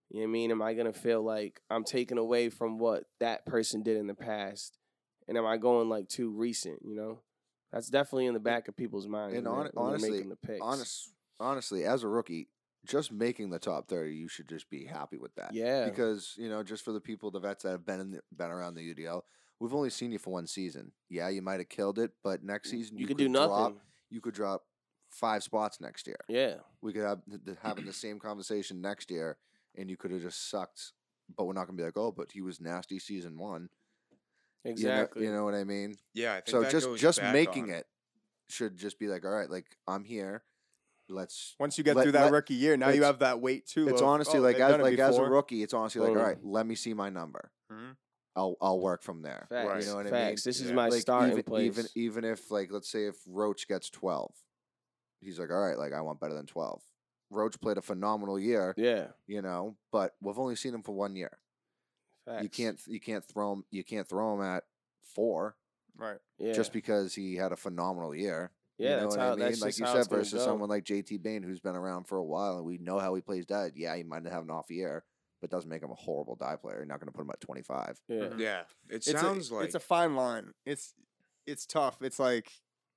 [SPEAKER 2] you know what I mean? Am I gonna feel like I'm taking away from what that person did in the past? And am I going like too recent, you know? That's definitely in the back of people's minds.
[SPEAKER 3] and
[SPEAKER 2] when
[SPEAKER 3] hon-
[SPEAKER 2] they're- when they're
[SPEAKER 3] honestly-
[SPEAKER 2] making the picks.
[SPEAKER 3] Honest, honestly, as a rookie, just making the top thirty, you should just be happy with that.
[SPEAKER 2] Yeah.
[SPEAKER 3] Because you know, just for the people, the vets that have been in the, been around the UDL, we've only seen you for one season. Yeah, you might have killed it, but next season
[SPEAKER 2] Mm, you, could do nothing.
[SPEAKER 3] drop- you could drop five spots next year.
[SPEAKER 2] Yeah.
[SPEAKER 3] We could have th- th- having the same conversation next year, and you could have just sucked. But we're not gonna be like, oh, but he was nasty season one. You know-
[SPEAKER 2] Exactly.
[SPEAKER 3] You know, what I mean?
[SPEAKER 4] yeah. I think
[SPEAKER 3] So
[SPEAKER 4] that
[SPEAKER 3] just
[SPEAKER 4] goes
[SPEAKER 3] just
[SPEAKER 4] back
[SPEAKER 3] making
[SPEAKER 4] on-
[SPEAKER 3] it should just be like, all right, like I'm here. Let's
[SPEAKER 1] once you get
[SPEAKER 3] Let-
[SPEAKER 1] through that
[SPEAKER 3] let-
[SPEAKER 1] rookie year, now you
[SPEAKER 3] it's-
[SPEAKER 1] have that weight too.
[SPEAKER 3] It's
[SPEAKER 1] of,
[SPEAKER 3] honestly
[SPEAKER 1] oh,
[SPEAKER 3] like
[SPEAKER 1] they've
[SPEAKER 3] as
[SPEAKER 1] done it
[SPEAKER 3] like as a
[SPEAKER 1] before.
[SPEAKER 3] rookie, it's honestly like all
[SPEAKER 2] Totally.
[SPEAKER 3] right, let me see my number.
[SPEAKER 1] Mhm.
[SPEAKER 3] I'll I'll work from there.
[SPEAKER 2] Facts.
[SPEAKER 4] Right.
[SPEAKER 3] You know what I mean?
[SPEAKER 2] Facts. This is
[SPEAKER 4] Yeah.
[SPEAKER 2] my
[SPEAKER 3] like
[SPEAKER 2] starting
[SPEAKER 3] even,
[SPEAKER 2] place.
[SPEAKER 3] even e even if like let's say if Roach gets twelve, he's like all right, like I want better than twelve. Roach played a phenomenal year,
[SPEAKER 2] yeah.
[SPEAKER 3] you know, but we've only seen him for one year.
[SPEAKER 2] Facts.
[SPEAKER 3] You can't you can't throw him you can't throw him at four
[SPEAKER 1] Right.
[SPEAKER 2] Yeah.
[SPEAKER 3] just because he had a phenomenal year.
[SPEAKER 2] yeah.
[SPEAKER 3] you know
[SPEAKER 2] that's
[SPEAKER 3] what
[SPEAKER 2] how.
[SPEAKER 3] I mean?
[SPEAKER 2] That's
[SPEAKER 3] like
[SPEAKER 2] just
[SPEAKER 3] you
[SPEAKER 2] how
[SPEAKER 3] said,
[SPEAKER 2] it's gonna
[SPEAKER 3] versus
[SPEAKER 2] go.
[SPEAKER 3] someone like JT Bain who's been around for a while and we know how he plays dive. Yeah, he might have an off year, but doesn't make him a horrible dive player. You're not going to put him at 25.
[SPEAKER 2] Yeah.
[SPEAKER 1] Mhm.
[SPEAKER 4] Yeah, it
[SPEAKER 1] it's
[SPEAKER 4] sounds
[SPEAKER 1] a,
[SPEAKER 4] like
[SPEAKER 1] it's a fine line. It's it's tough. It's like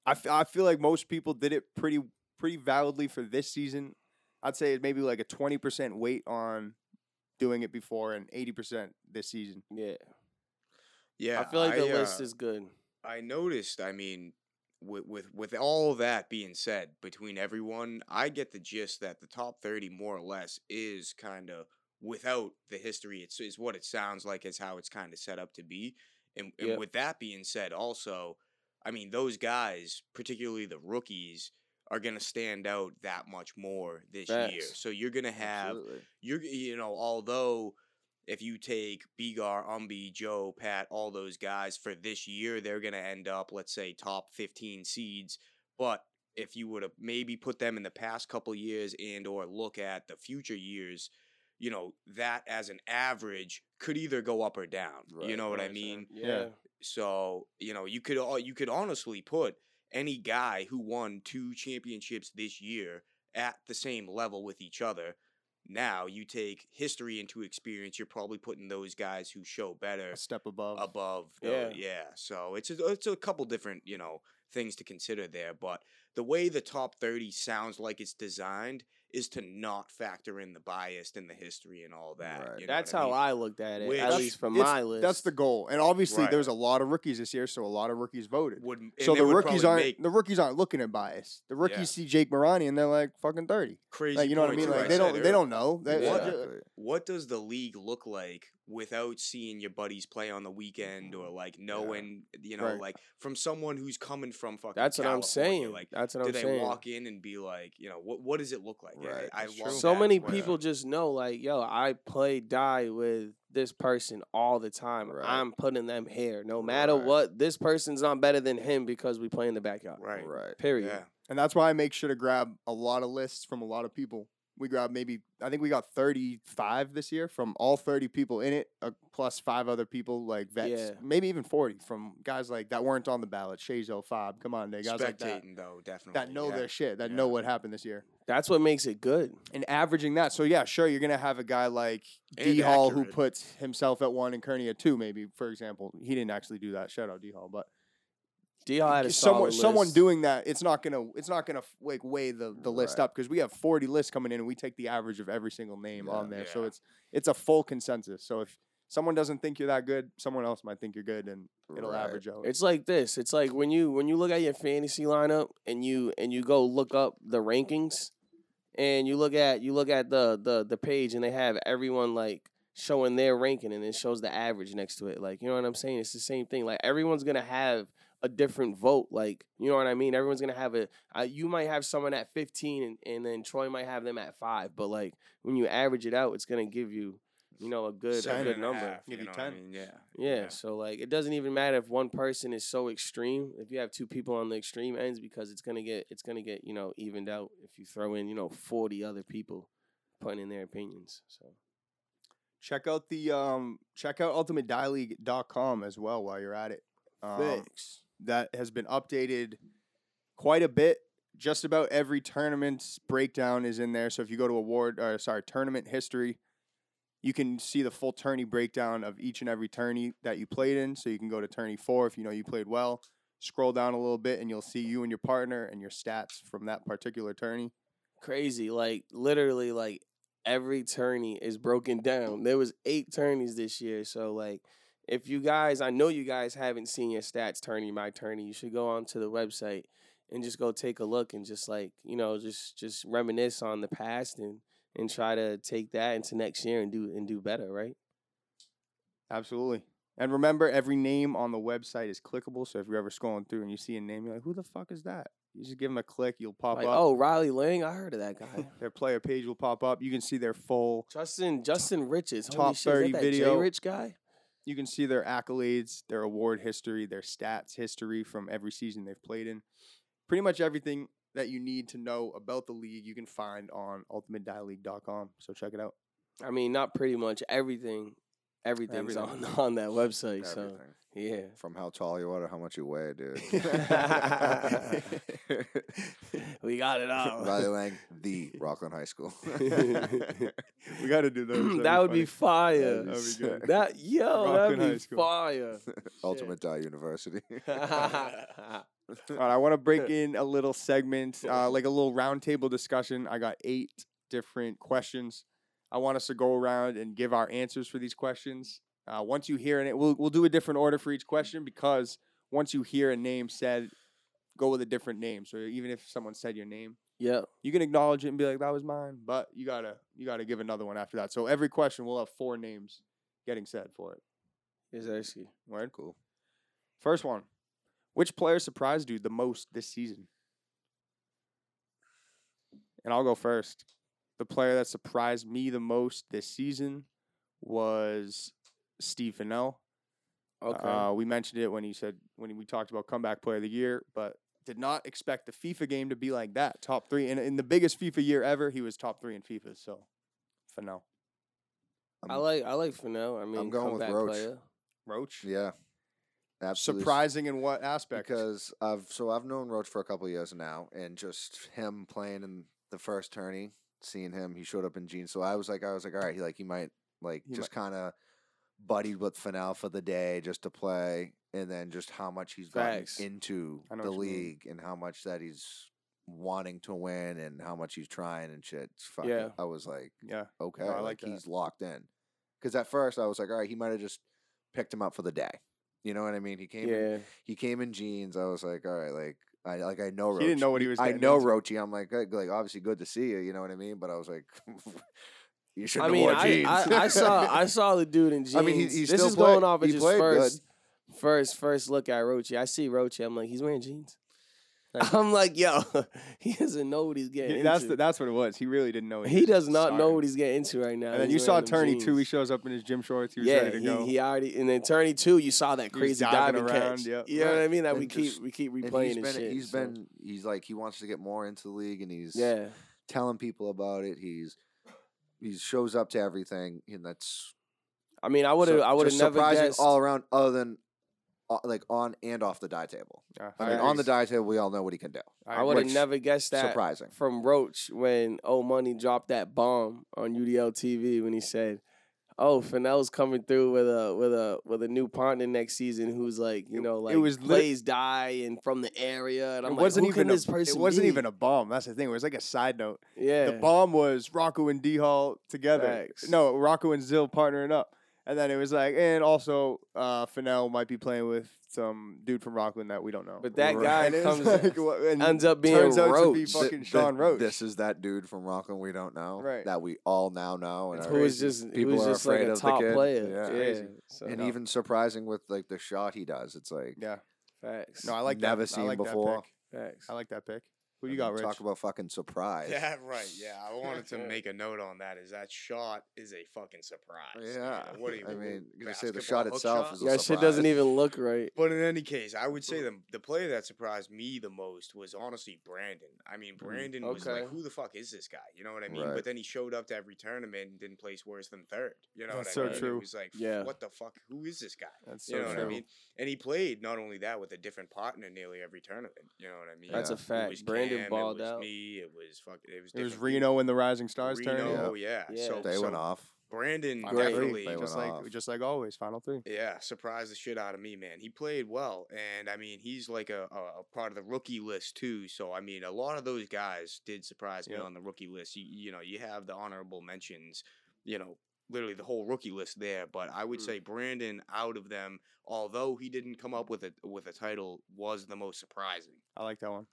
[SPEAKER 1] I, f- I feel like most people did it pretty pretty validly for this season. I'd say maybe like a twenty percent weight on doing it before and eighty percent this season.
[SPEAKER 2] Yeah.
[SPEAKER 4] yeah.
[SPEAKER 2] I feel like the
[SPEAKER 4] uh,
[SPEAKER 2] list is good.
[SPEAKER 4] I noticed. I mean, with with with all that being said, between everyone, I get the gist that the top thirty, more or less, is kind of without the history. It's is what it sounds like. Is how it's kind of set up to be. And, and
[SPEAKER 2] Yep.
[SPEAKER 4] with that being said, also, I mean, those guys, particularly the rookies, are going to stand out that much more this year.
[SPEAKER 2] Facts.
[SPEAKER 4] So you're going to have
[SPEAKER 3] Absolutely.
[SPEAKER 4] you're g- you know although if you take Bigar, Umby, Joe, Pat, all those guys for this year, they're going to end up, let's say, top 15 seeds. But if you were to maybe put them in the past couple years and or look at the future years, you know, that as an average could either go up or down. you
[SPEAKER 3] Right,
[SPEAKER 4] know what I
[SPEAKER 2] Right, so,
[SPEAKER 4] mean?
[SPEAKER 2] Yeah.
[SPEAKER 4] So you know, you could all you could honestly put any guy who won two championships this year at the same level with each other. Now you take history into experience. You're probably putting those guys who show better
[SPEAKER 1] a step above.
[SPEAKER 4] above.
[SPEAKER 2] Yeah.
[SPEAKER 4] tho- yeah. So it's a, it's a couple different you know things to consider there, but the way the top 30 sounds like it's designed is to not factor in the bias and the history and all that.
[SPEAKER 3] Right.
[SPEAKER 4] you know what
[SPEAKER 2] That's how
[SPEAKER 4] mean?
[SPEAKER 2] I looked at it,
[SPEAKER 4] Which-
[SPEAKER 2] at
[SPEAKER 4] That's-
[SPEAKER 2] least from
[SPEAKER 1] it's-
[SPEAKER 2] my list.
[SPEAKER 1] That's the goal. And obviously,
[SPEAKER 4] Right.
[SPEAKER 1] there's a lot of rookies this year, so a lot of rookies voted.
[SPEAKER 4] would and
[SPEAKER 1] so
[SPEAKER 4] they
[SPEAKER 1] the
[SPEAKER 4] would
[SPEAKER 1] rookies
[SPEAKER 4] probably
[SPEAKER 1] aren't
[SPEAKER 4] make
[SPEAKER 1] the rookies aren't looking at bias. The rookies
[SPEAKER 4] Yeah.
[SPEAKER 1] see Jake Morani and they're like fucking thirty.
[SPEAKER 4] crazy.
[SPEAKER 1] Like you know what I
[SPEAKER 4] point,
[SPEAKER 1] mean?
[SPEAKER 4] too,
[SPEAKER 1] Like
[SPEAKER 4] I
[SPEAKER 1] they
[SPEAKER 4] said
[SPEAKER 1] don't they
[SPEAKER 4] earlier.
[SPEAKER 1] don't know. They-
[SPEAKER 2] Yeah.
[SPEAKER 3] Exactly.
[SPEAKER 4] what does the league look like without seeing your buddies play on the weekend or like knowing you know
[SPEAKER 1] Right.
[SPEAKER 4] like from someone who's coming from fucking
[SPEAKER 2] That's what I'm
[SPEAKER 4] California,
[SPEAKER 2] saying.
[SPEAKER 4] like
[SPEAKER 2] that's what
[SPEAKER 4] do
[SPEAKER 2] I'm
[SPEAKER 4] they
[SPEAKER 2] saying.
[SPEAKER 4] walk in and be like you know what what does it look like Yeah,
[SPEAKER 3] Right,
[SPEAKER 4] I, I
[SPEAKER 3] that's
[SPEAKER 4] love
[SPEAKER 3] true.
[SPEAKER 2] so
[SPEAKER 4] that.
[SPEAKER 2] many
[SPEAKER 4] Right.
[SPEAKER 2] people just know, like, yo, I play die with this person all the time.
[SPEAKER 3] Right.
[SPEAKER 2] I'm putting them here, no matter
[SPEAKER 3] Right.
[SPEAKER 2] what. This person's not better than him because we play in the backyard.
[SPEAKER 4] right
[SPEAKER 3] Right.
[SPEAKER 2] Period.
[SPEAKER 4] yeah
[SPEAKER 1] And that's why I make sure to grab a lot of lists from a lot of people. We grabbed maybe I think we got 35 this year from all 30 people in it, uh, plus five other people like vets,
[SPEAKER 2] Yeah.
[SPEAKER 1] maybe even 40 from guys like that weren't on the ballot. Shazo, Fob, come on, they guys like that
[SPEAKER 4] spectating though definitely
[SPEAKER 1] that know
[SPEAKER 4] yeah.
[SPEAKER 1] their shit, that
[SPEAKER 4] yeah.
[SPEAKER 1] know what happened this year,
[SPEAKER 2] That's what makes it good.
[SPEAKER 1] and averaging that. So yeah, sure, you're gonna have a guy like
[SPEAKER 4] And
[SPEAKER 1] D Hall who
[SPEAKER 4] accurate.
[SPEAKER 1] puts himself at one and Kearney at two, maybe for example. He didn't actually do that. Shout out D Hall, but
[SPEAKER 2] D Hall had a
[SPEAKER 1] someone
[SPEAKER 2] solid
[SPEAKER 1] someone
[SPEAKER 2] list.
[SPEAKER 1] doing that it's not gonna it's not gonna f- like weigh the, the list
[SPEAKER 3] Right.
[SPEAKER 1] up because we have 40 lists coming in and we take the average of every single name
[SPEAKER 3] Yeah.
[SPEAKER 1] on there so
[SPEAKER 4] Yeah.
[SPEAKER 1] it's it's a full consensus so if someone doesn't think you're that good someone else might think you're good and it'll
[SPEAKER 3] Right.
[SPEAKER 1] average out
[SPEAKER 2] It's like this. It's like when you when you look at your fantasy lineup and you and you go look up the rankings and you look at you look at the the the page and they have everyone like showing their ranking and it shows the average next to it. Like, you know what I'm saying? It's the same thing. Like everyone's going to have a different vote. Like, you know what I mean? Everyone's going to have a uh, you might have someone at 15 and, and then Troy might have them at 5, but like when you average it out, it's going to give you you know a good
[SPEAKER 4] Seven
[SPEAKER 2] a good
[SPEAKER 4] and a
[SPEAKER 2] number.
[SPEAKER 4] half,
[SPEAKER 1] Give you
[SPEAKER 4] you know what I
[SPEAKER 1] 10.
[SPEAKER 4] mean? yeah
[SPEAKER 2] Yeah, so like it doesn't even matter if one person is so extreme. If you have two people on the extreme ends, because it's gonna get it's gonna get you know evened out if you throw in you know forty other people putting in their opinions. So
[SPEAKER 1] check out the um check out ultimatedileague.com as well while you're at it um,
[SPEAKER 2] Thanks.
[SPEAKER 1] that has been updated quite a bit just about every tournament's breakdown is in there so if you go to award or sorry tournament history you can see the full tourney breakdown of each and every tourney that you played in so you can go to tourney 4 if you know you played well scroll down a little bit and you'll see you and your partner and your stats from that particular tourney
[SPEAKER 2] crazy, like literally, like every tourney is broken down. There was eight tourneys this year, so like if you guys, I know you guys haven't seen your stats tourney my tourney. You should go onto the website and just go take a look and just like you know just just reminisce on the past and and try to take that into next year and do and do better, right?
[SPEAKER 1] Absolutely. And remember, every name on the website is clickable. So if you're ever scrolling through and you see a name, you're like, who the fuck is that? You just give them a click, you'll pop
[SPEAKER 2] Like,
[SPEAKER 1] up.
[SPEAKER 2] oh, Riley Lang, I heard of that guy.
[SPEAKER 1] Their player page will pop up. You can see their full,
[SPEAKER 2] Justin Justin Riches, holy
[SPEAKER 1] Top
[SPEAKER 2] shit, is
[SPEAKER 1] 30
[SPEAKER 2] that that
[SPEAKER 1] video.
[SPEAKER 2] J Rich guy.
[SPEAKER 1] you can see their accolades, their award history, their stats history from every season they've played in. Pretty much everything that you need to know about the league, you can find on ultimatedileague.com. So check it out.
[SPEAKER 2] I mean, not pretty much everything. Everything's
[SPEAKER 1] Everything.
[SPEAKER 2] on on that website. So
[SPEAKER 3] Everything.
[SPEAKER 2] yeah.
[SPEAKER 3] From how tall you are to how much you weigh, dude.
[SPEAKER 2] we got it
[SPEAKER 1] Oh.
[SPEAKER 3] Riley Lang, the Rockland High School.
[SPEAKER 1] We got to do those. That'd
[SPEAKER 2] that would be
[SPEAKER 1] funny.
[SPEAKER 2] fire.
[SPEAKER 1] That'd be
[SPEAKER 3] Yes.
[SPEAKER 1] good.
[SPEAKER 2] That yo,
[SPEAKER 1] Rockland High
[SPEAKER 2] that'd be
[SPEAKER 1] School.
[SPEAKER 2] fire.
[SPEAKER 3] Ultimate Die University.
[SPEAKER 1] All right, I want to break in a little segment, uh, like a little roundtable discussion. I got eight different questions. I want us to go around and give our answers for these questions. Uh, once you hear it, we'll we'll do a different order for each question because once you hear a name said, go with a different name. So even if someone said your name,
[SPEAKER 2] yep.
[SPEAKER 1] you can acknowledge it and be like, "That was mine," but you gotta you gotta give another one after that. So every question will have four names getting said for it.
[SPEAKER 2] Is actually
[SPEAKER 1] Word.
[SPEAKER 3] cool.
[SPEAKER 1] First one, which player surprised you the most this season? And I'll go first. The player that surprised me the most this season was Steve Fennell.
[SPEAKER 2] Okay.
[SPEAKER 1] Uh, we mentioned it when he said when we talked about comeback player of the year, but did not expect the FIFA game to be like that. Top three and in the biggest FIFA year ever, he was top three in FIFA. So, for now,
[SPEAKER 2] I
[SPEAKER 3] I'm-
[SPEAKER 2] like I like Fennell. I mean,
[SPEAKER 3] going with
[SPEAKER 2] comeback
[SPEAKER 3] Roach.
[SPEAKER 2] player.
[SPEAKER 1] Roach.
[SPEAKER 3] Yeah. Absolutely.
[SPEAKER 1] Surprising in what aspect?
[SPEAKER 3] Because I've so I've known Roach for a couple of years now, and just him playing in the first tourney, seeing him, he showed up in jeans. So I was like, I was like, all right, he like he might like
[SPEAKER 1] He
[SPEAKER 3] just kind of buddied with Finale for the day just to play, and then just how much he's gotten
[SPEAKER 2] Facts.
[SPEAKER 3] into
[SPEAKER 1] I know
[SPEAKER 3] the
[SPEAKER 1] what you mean.
[SPEAKER 3] league and how much that he's wanting to win and how much he's trying and shit. It's fucking-
[SPEAKER 2] Yeah.
[SPEAKER 3] I was like,
[SPEAKER 1] yeah,
[SPEAKER 3] okay,
[SPEAKER 1] I like
[SPEAKER 3] like,
[SPEAKER 1] that.
[SPEAKER 3] he's locked in. Because at first I was like, all right, he might have just picked him up for the day. You know what I mean? He came in
[SPEAKER 2] Yeah.
[SPEAKER 3] he came in jeans. I was like, all right, like I like I know Roach.
[SPEAKER 1] he didn't know what he was.
[SPEAKER 3] I
[SPEAKER 1] getting
[SPEAKER 3] know
[SPEAKER 1] into.
[SPEAKER 3] Roachy. I'm like, good- like obviously good to see you. You know what I mean? But I was like, you should
[SPEAKER 2] I
[SPEAKER 3] have
[SPEAKER 2] mean,
[SPEAKER 3] wore
[SPEAKER 2] I,
[SPEAKER 3] jeans.
[SPEAKER 2] I, I saw I saw the dude in jeans.
[SPEAKER 3] I mean, he- he
[SPEAKER 2] this
[SPEAKER 3] still
[SPEAKER 2] is
[SPEAKER 3] played-
[SPEAKER 2] going off of
[SPEAKER 3] he
[SPEAKER 2] just
[SPEAKER 3] played good.
[SPEAKER 2] first, first, first look at Roche. I see Roche. I'm like, he's wearing jeans. I'm like, yo, he doesn't know what he's getting
[SPEAKER 1] He- that's the,
[SPEAKER 2] into.
[SPEAKER 1] that's what it was. He really didn't know. What
[SPEAKER 2] he
[SPEAKER 1] was
[SPEAKER 2] does not know
[SPEAKER 1] starting.
[SPEAKER 2] what he's getting into right now.
[SPEAKER 1] And then
[SPEAKER 2] He's
[SPEAKER 1] you saw
[SPEAKER 2] wearing them
[SPEAKER 1] Turney too.
[SPEAKER 2] jeans.
[SPEAKER 1] He shows up in his gym shorts. He was
[SPEAKER 2] yeah,
[SPEAKER 1] ready to go.
[SPEAKER 2] he, he already and then Turney two. You saw that
[SPEAKER 1] was
[SPEAKER 2] crazy
[SPEAKER 1] diving
[SPEAKER 2] diving,
[SPEAKER 1] around,
[SPEAKER 2] catch.
[SPEAKER 1] yep.
[SPEAKER 2] You know what I
[SPEAKER 3] Right.
[SPEAKER 2] mean? That
[SPEAKER 3] And
[SPEAKER 2] we keep
[SPEAKER 3] just-
[SPEAKER 2] we keep
[SPEAKER 3] And
[SPEAKER 2] replaying
[SPEAKER 3] he's
[SPEAKER 2] and
[SPEAKER 3] been,
[SPEAKER 2] shit.
[SPEAKER 3] he's
[SPEAKER 2] so-
[SPEAKER 3] been, he's like, he wants to get more into the league, and he's
[SPEAKER 2] yeah.
[SPEAKER 3] telling people about it. He's he shows up to everything, and that's
[SPEAKER 2] I mean, I would have
[SPEAKER 3] sur-
[SPEAKER 2] I would have
[SPEAKER 3] just
[SPEAKER 2] never
[SPEAKER 3] surprising
[SPEAKER 2] guessed.
[SPEAKER 3] all around, other than uh, like on and off the die table.
[SPEAKER 1] Yeah,
[SPEAKER 3] I mean, on the
[SPEAKER 1] agree.
[SPEAKER 3] die table, we all know what he can do.
[SPEAKER 2] I would have
[SPEAKER 1] which-
[SPEAKER 2] never guessed that
[SPEAKER 3] Surprising.
[SPEAKER 2] from Roach when O Money dropped that bomb on UDL TV when he said, "Oh, Fennell's coming through with a with a with a new partner next season who's like you
[SPEAKER 1] It-
[SPEAKER 2] know like
[SPEAKER 1] was lit-
[SPEAKER 2] plays die and from the area." And I'm
[SPEAKER 1] it
[SPEAKER 2] like,
[SPEAKER 1] wasn't
[SPEAKER 2] "Who
[SPEAKER 1] even
[SPEAKER 2] can
[SPEAKER 1] a,
[SPEAKER 2] this person
[SPEAKER 1] It wasn't
[SPEAKER 2] be?"
[SPEAKER 1] even a bomb. That's the thing. It was like a side note.
[SPEAKER 2] yeah
[SPEAKER 1] The bomb was Rocco and D Hall together.
[SPEAKER 2] Facts.
[SPEAKER 1] No, Rocco and Zill partnering up. And then it was like, and also, uh, Fennell might be playing with some dude from Rockland that we don't know.
[SPEAKER 2] But that
[SPEAKER 1] Right.
[SPEAKER 2] guy
[SPEAKER 1] And it's
[SPEAKER 2] comes-
[SPEAKER 1] like, what- and
[SPEAKER 2] ends up being
[SPEAKER 1] turns out to be
[SPEAKER 2] Roach.
[SPEAKER 1] fucking
[SPEAKER 3] Th-
[SPEAKER 1] Sean
[SPEAKER 3] th-
[SPEAKER 1] Roach.
[SPEAKER 3] This is that dude from Rockland we don't know.
[SPEAKER 1] Right.
[SPEAKER 3] That we all now know. And
[SPEAKER 1] It's
[SPEAKER 3] are-
[SPEAKER 2] who is just
[SPEAKER 3] People
[SPEAKER 2] who is
[SPEAKER 3] are
[SPEAKER 2] just like
[SPEAKER 3] afraid
[SPEAKER 2] a
[SPEAKER 3] of the
[SPEAKER 2] top
[SPEAKER 3] kid.
[SPEAKER 2] player.
[SPEAKER 3] Yeah.
[SPEAKER 2] Yeah,
[SPEAKER 1] Crazy.
[SPEAKER 2] So,
[SPEAKER 3] and
[SPEAKER 1] no.
[SPEAKER 3] even surprising with like the shot he does. It's like
[SPEAKER 1] yeah.
[SPEAKER 2] facts.
[SPEAKER 1] No, I like
[SPEAKER 3] Never
[SPEAKER 1] that. I
[SPEAKER 3] seen
[SPEAKER 1] like
[SPEAKER 3] before.
[SPEAKER 1] That pick.
[SPEAKER 2] facts.
[SPEAKER 1] I like that pick. Who
[SPEAKER 3] I
[SPEAKER 1] you got,
[SPEAKER 3] mean,
[SPEAKER 1] Rich?
[SPEAKER 3] Talk about fucking surprise.
[SPEAKER 4] Yeah, right. Yeah, I wanted to make a note on that. Is that shot is a fucking surprise? you know,
[SPEAKER 3] Yeah,
[SPEAKER 4] What do you
[SPEAKER 3] I
[SPEAKER 4] mean?
[SPEAKER 3] mean, you could say the shot
[SPEAKER 4] basketball
[SPEAKER 3] itself
[SPEAKER 4] hook
[SPEAKER 3] is a
[SPEAKER 4] shot?
[SPEAKER 2] that shit doesn't
[SPEAKER 3] surprise.
[SPEAKER 2] even look right.
[SPEAKER 4] But in any case, I would say the the player that surprised me the most was honestly Brandon. I mean, Brandon was like,
[SPEAKER 2] okay.
[SPEAKER 4] "Who the fuck is this guy?" You know what I mean?
[SPEAKER 3] Right.
[SPEAKER 4] But then he showed up to every tournament and didn't place worse than third. You know
[SPEAKER 1] That's
[SPEAKER 4] what I
[SPEAKER 1] so
[SPEAKER 4] mean? And
[SPEAKER 1] true.
[SPEAKER 4] It was like,
[SPEAKER 2] Yeah.
[SPEAKER 4] "What the fuck? Who is this guy?"
[SPEAKER 1] That's so
[SPEAKER 4] You know
[SPEAKER 1] true.
[SPEAKER 4] what I mean? And he played not only that with a different partner nearly every tournament. You know what I mean?
[SPEAKER 2] That's
[SPEAKER 3] Yeah.
[SPEAKER 2] a
[SPEAKER 4] It was
[SPEAKER 2] fact. Brandon
[SPEAKER 4] Cam,
[SPEAKER 2] balled
[SPEAKER 4] it was
[SPEAKER 2] out.
[SPEAKER 4] Me, it was fucking. It was.
[SPEAKER 1] It was
[SPEAKER 4] different people.
[SPEAKER 1] Reno in the Rising Stars tourney.
[SPEAKER 4] Reno, yeah.
[SPEAKER 2] Yeah.
[SPEAKER 4] So
[SPEAKER 3] They
[SPEAKER 4] so
[SPEAKER 3] went off.
[SPEAKER 4] Brandon
[SPEAKER 1] Final
[SPEAKER 2] Great.
[SPEAKER 1] three,
[SPEAKER 4] definitely
[SPEAKER 3] They
[SPEAKER 1] just
[SPEAKER 3] went
[SPEAKER 1] like
[SPEAKER 3] off.
[SPEAKER 1] just like always, final three.
[SPEAKER 4] yeah, surprised the shit out of me, man. He played well, and I mean, he's like a, a, a part of the rookie list too. So I mean, a lot of those guys did surprise
[SPEAKER 1] Yeah.
[SPEAKER 4] me on the rookie list. You, you know, you have the honorable mentions, you know, literally the whole rookie list there. But I would
[SPEAKER 2] Mm.
[SPEAKER 4] say Brandon, out of them, although he didn't come up with a with a title, was the most surprising.
[SPEAKER 1] I like that one.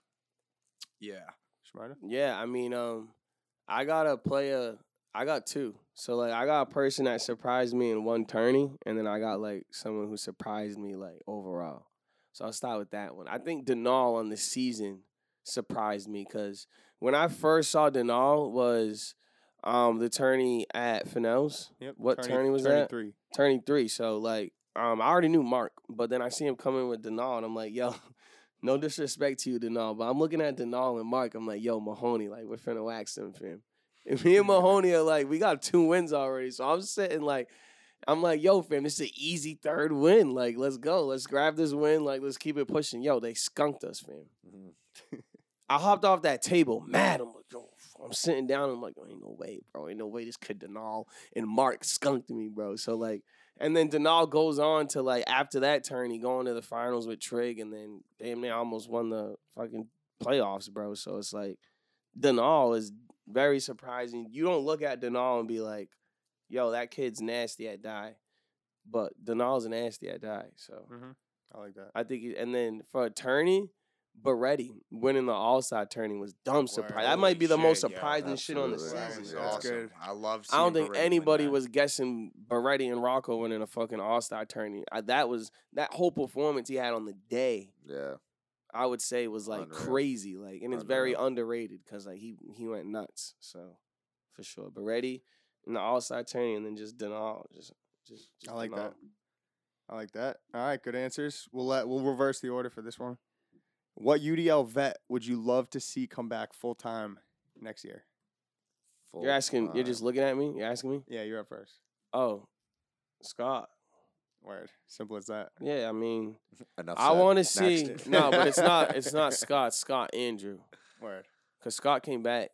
[SPEAKER 4] Yeah,
[SPEAKER 1] Schmider.
[SPEAKER 2] Yeah, I mean, um, I got a player. I got two. So like, I got a person that surprised me in one tourney, and then I got like someone who surprised me like overall. So I'll start with that one. I think Denal on the season surprised me because when I first saw Denal was um the tourney at Fennell's
[SPEAKER 1] Yep.
[SPEAKER 2] What tourney was that?
[SPEAKER 1] Three.
[SPEAKER 2] turning three. So like, um, I already knew Mark, but then I see him coming with Denal, and I'm like, yo, no disrespect to you, Denal, but I'm looking at Denal and Mark. I'm like, yo, Mahoney, like we're finna wax him, fam. And me and Mahoney are like, we got two wins already. So I'm sitting like, I'm like, yo, fam, this is an easy third win. Like, let's go, let's grab this win. Like, let's keep it pushing. Yo, they skunked us, fam.
[SPEAKER 3] Mhm.
[SPEAKER 2] I hopped off that table mad. I'm like, yo, I'm sitting down. I'm like, ain't no way, bro. Ain't no way this could Denal and Mark skunked me, bro. So like, and then Denal goes on to like after that turn, he going to the finals with Trig, and then damn near almost won the fucking playoffs, bro. So it's like Denal is very surprising. You don't look at Denal and be like, yo, that kid's nasty at die, but Denal's nasty at die. So.
[SPEAKER 1] I like that.
[SPEAKER 2] I think, he, and then for attorney, Beretti winning the All Side tourney was dumb surprise. That might be the
[SPEAKER 4] Holy
[SPEAKER 2] most
[SPEAKER 4] shit, yo,
[SPEAKER 2] surprising shit on the
[SPEAKER 3] absolutely.
[SPEAKER 4] That
[SPEAKER 2] season.
[SPEAKER 4] was
[SPEAKER 3] yeah.
[SPEAKER 2] bro.
[SPEAKER 3] That's
[SPEAKER 4] awesome.
[SPEAKER 1] good.
[SPEAKER 4] I love.
[SPEAKER 2] I don't
[SPEAKER 4] seeing
[SPEAKER 2] think
[SPEAKER 4] Beretta win
[SPEAKER 2] anybody
[SPEAKER 4] that.
[SPEAKER 2] was guessing Beretti and Rocco winning a fucking All Star tourney. I, that was that whole performance he had on the day.
[SPEAKER 3] Yeah.
[SPEAKER 2] I would say was like
[SPEAKER 3] Unreal.
[SPEAKER 2] crazy, like, and it's very
[SPEAKER 3] Unreal.
[SPEAKER 2] underrated because like he he went nuts. So for sure, Beretti and the outside turning, and then just Denal. Just, just, just
[SPEAKER 1] I like
[SPEAKER 2] Denal.
[SPEAKER 1] that. I like that. All right, good answers. We'll let we'll reverse the order for this one. What UDL vet would you love to see come back full time next year?
[SPEAKER 2] You're asking. You're just looking at me. You're asking me.
[SPEAKER 1] Yeah, you're up first.
[SPEAKER 2] Oh, Scott.
[SPEAKER 1] Word. Simple as that.
[SPEAKER 2] Yeah, I mean,
[SPEAKER 3] Enough
[SPEAKER 2] I
[SPEAKER 3] said.
[SPEAKER 2] want to
[SPEAKER 3] Next.
[SPEAKER 2] see. no, but it's not. It's not Scott. Scott Andrew,
[SPEAKER 1] Word.
[SPEAKER 2] because Scott came back.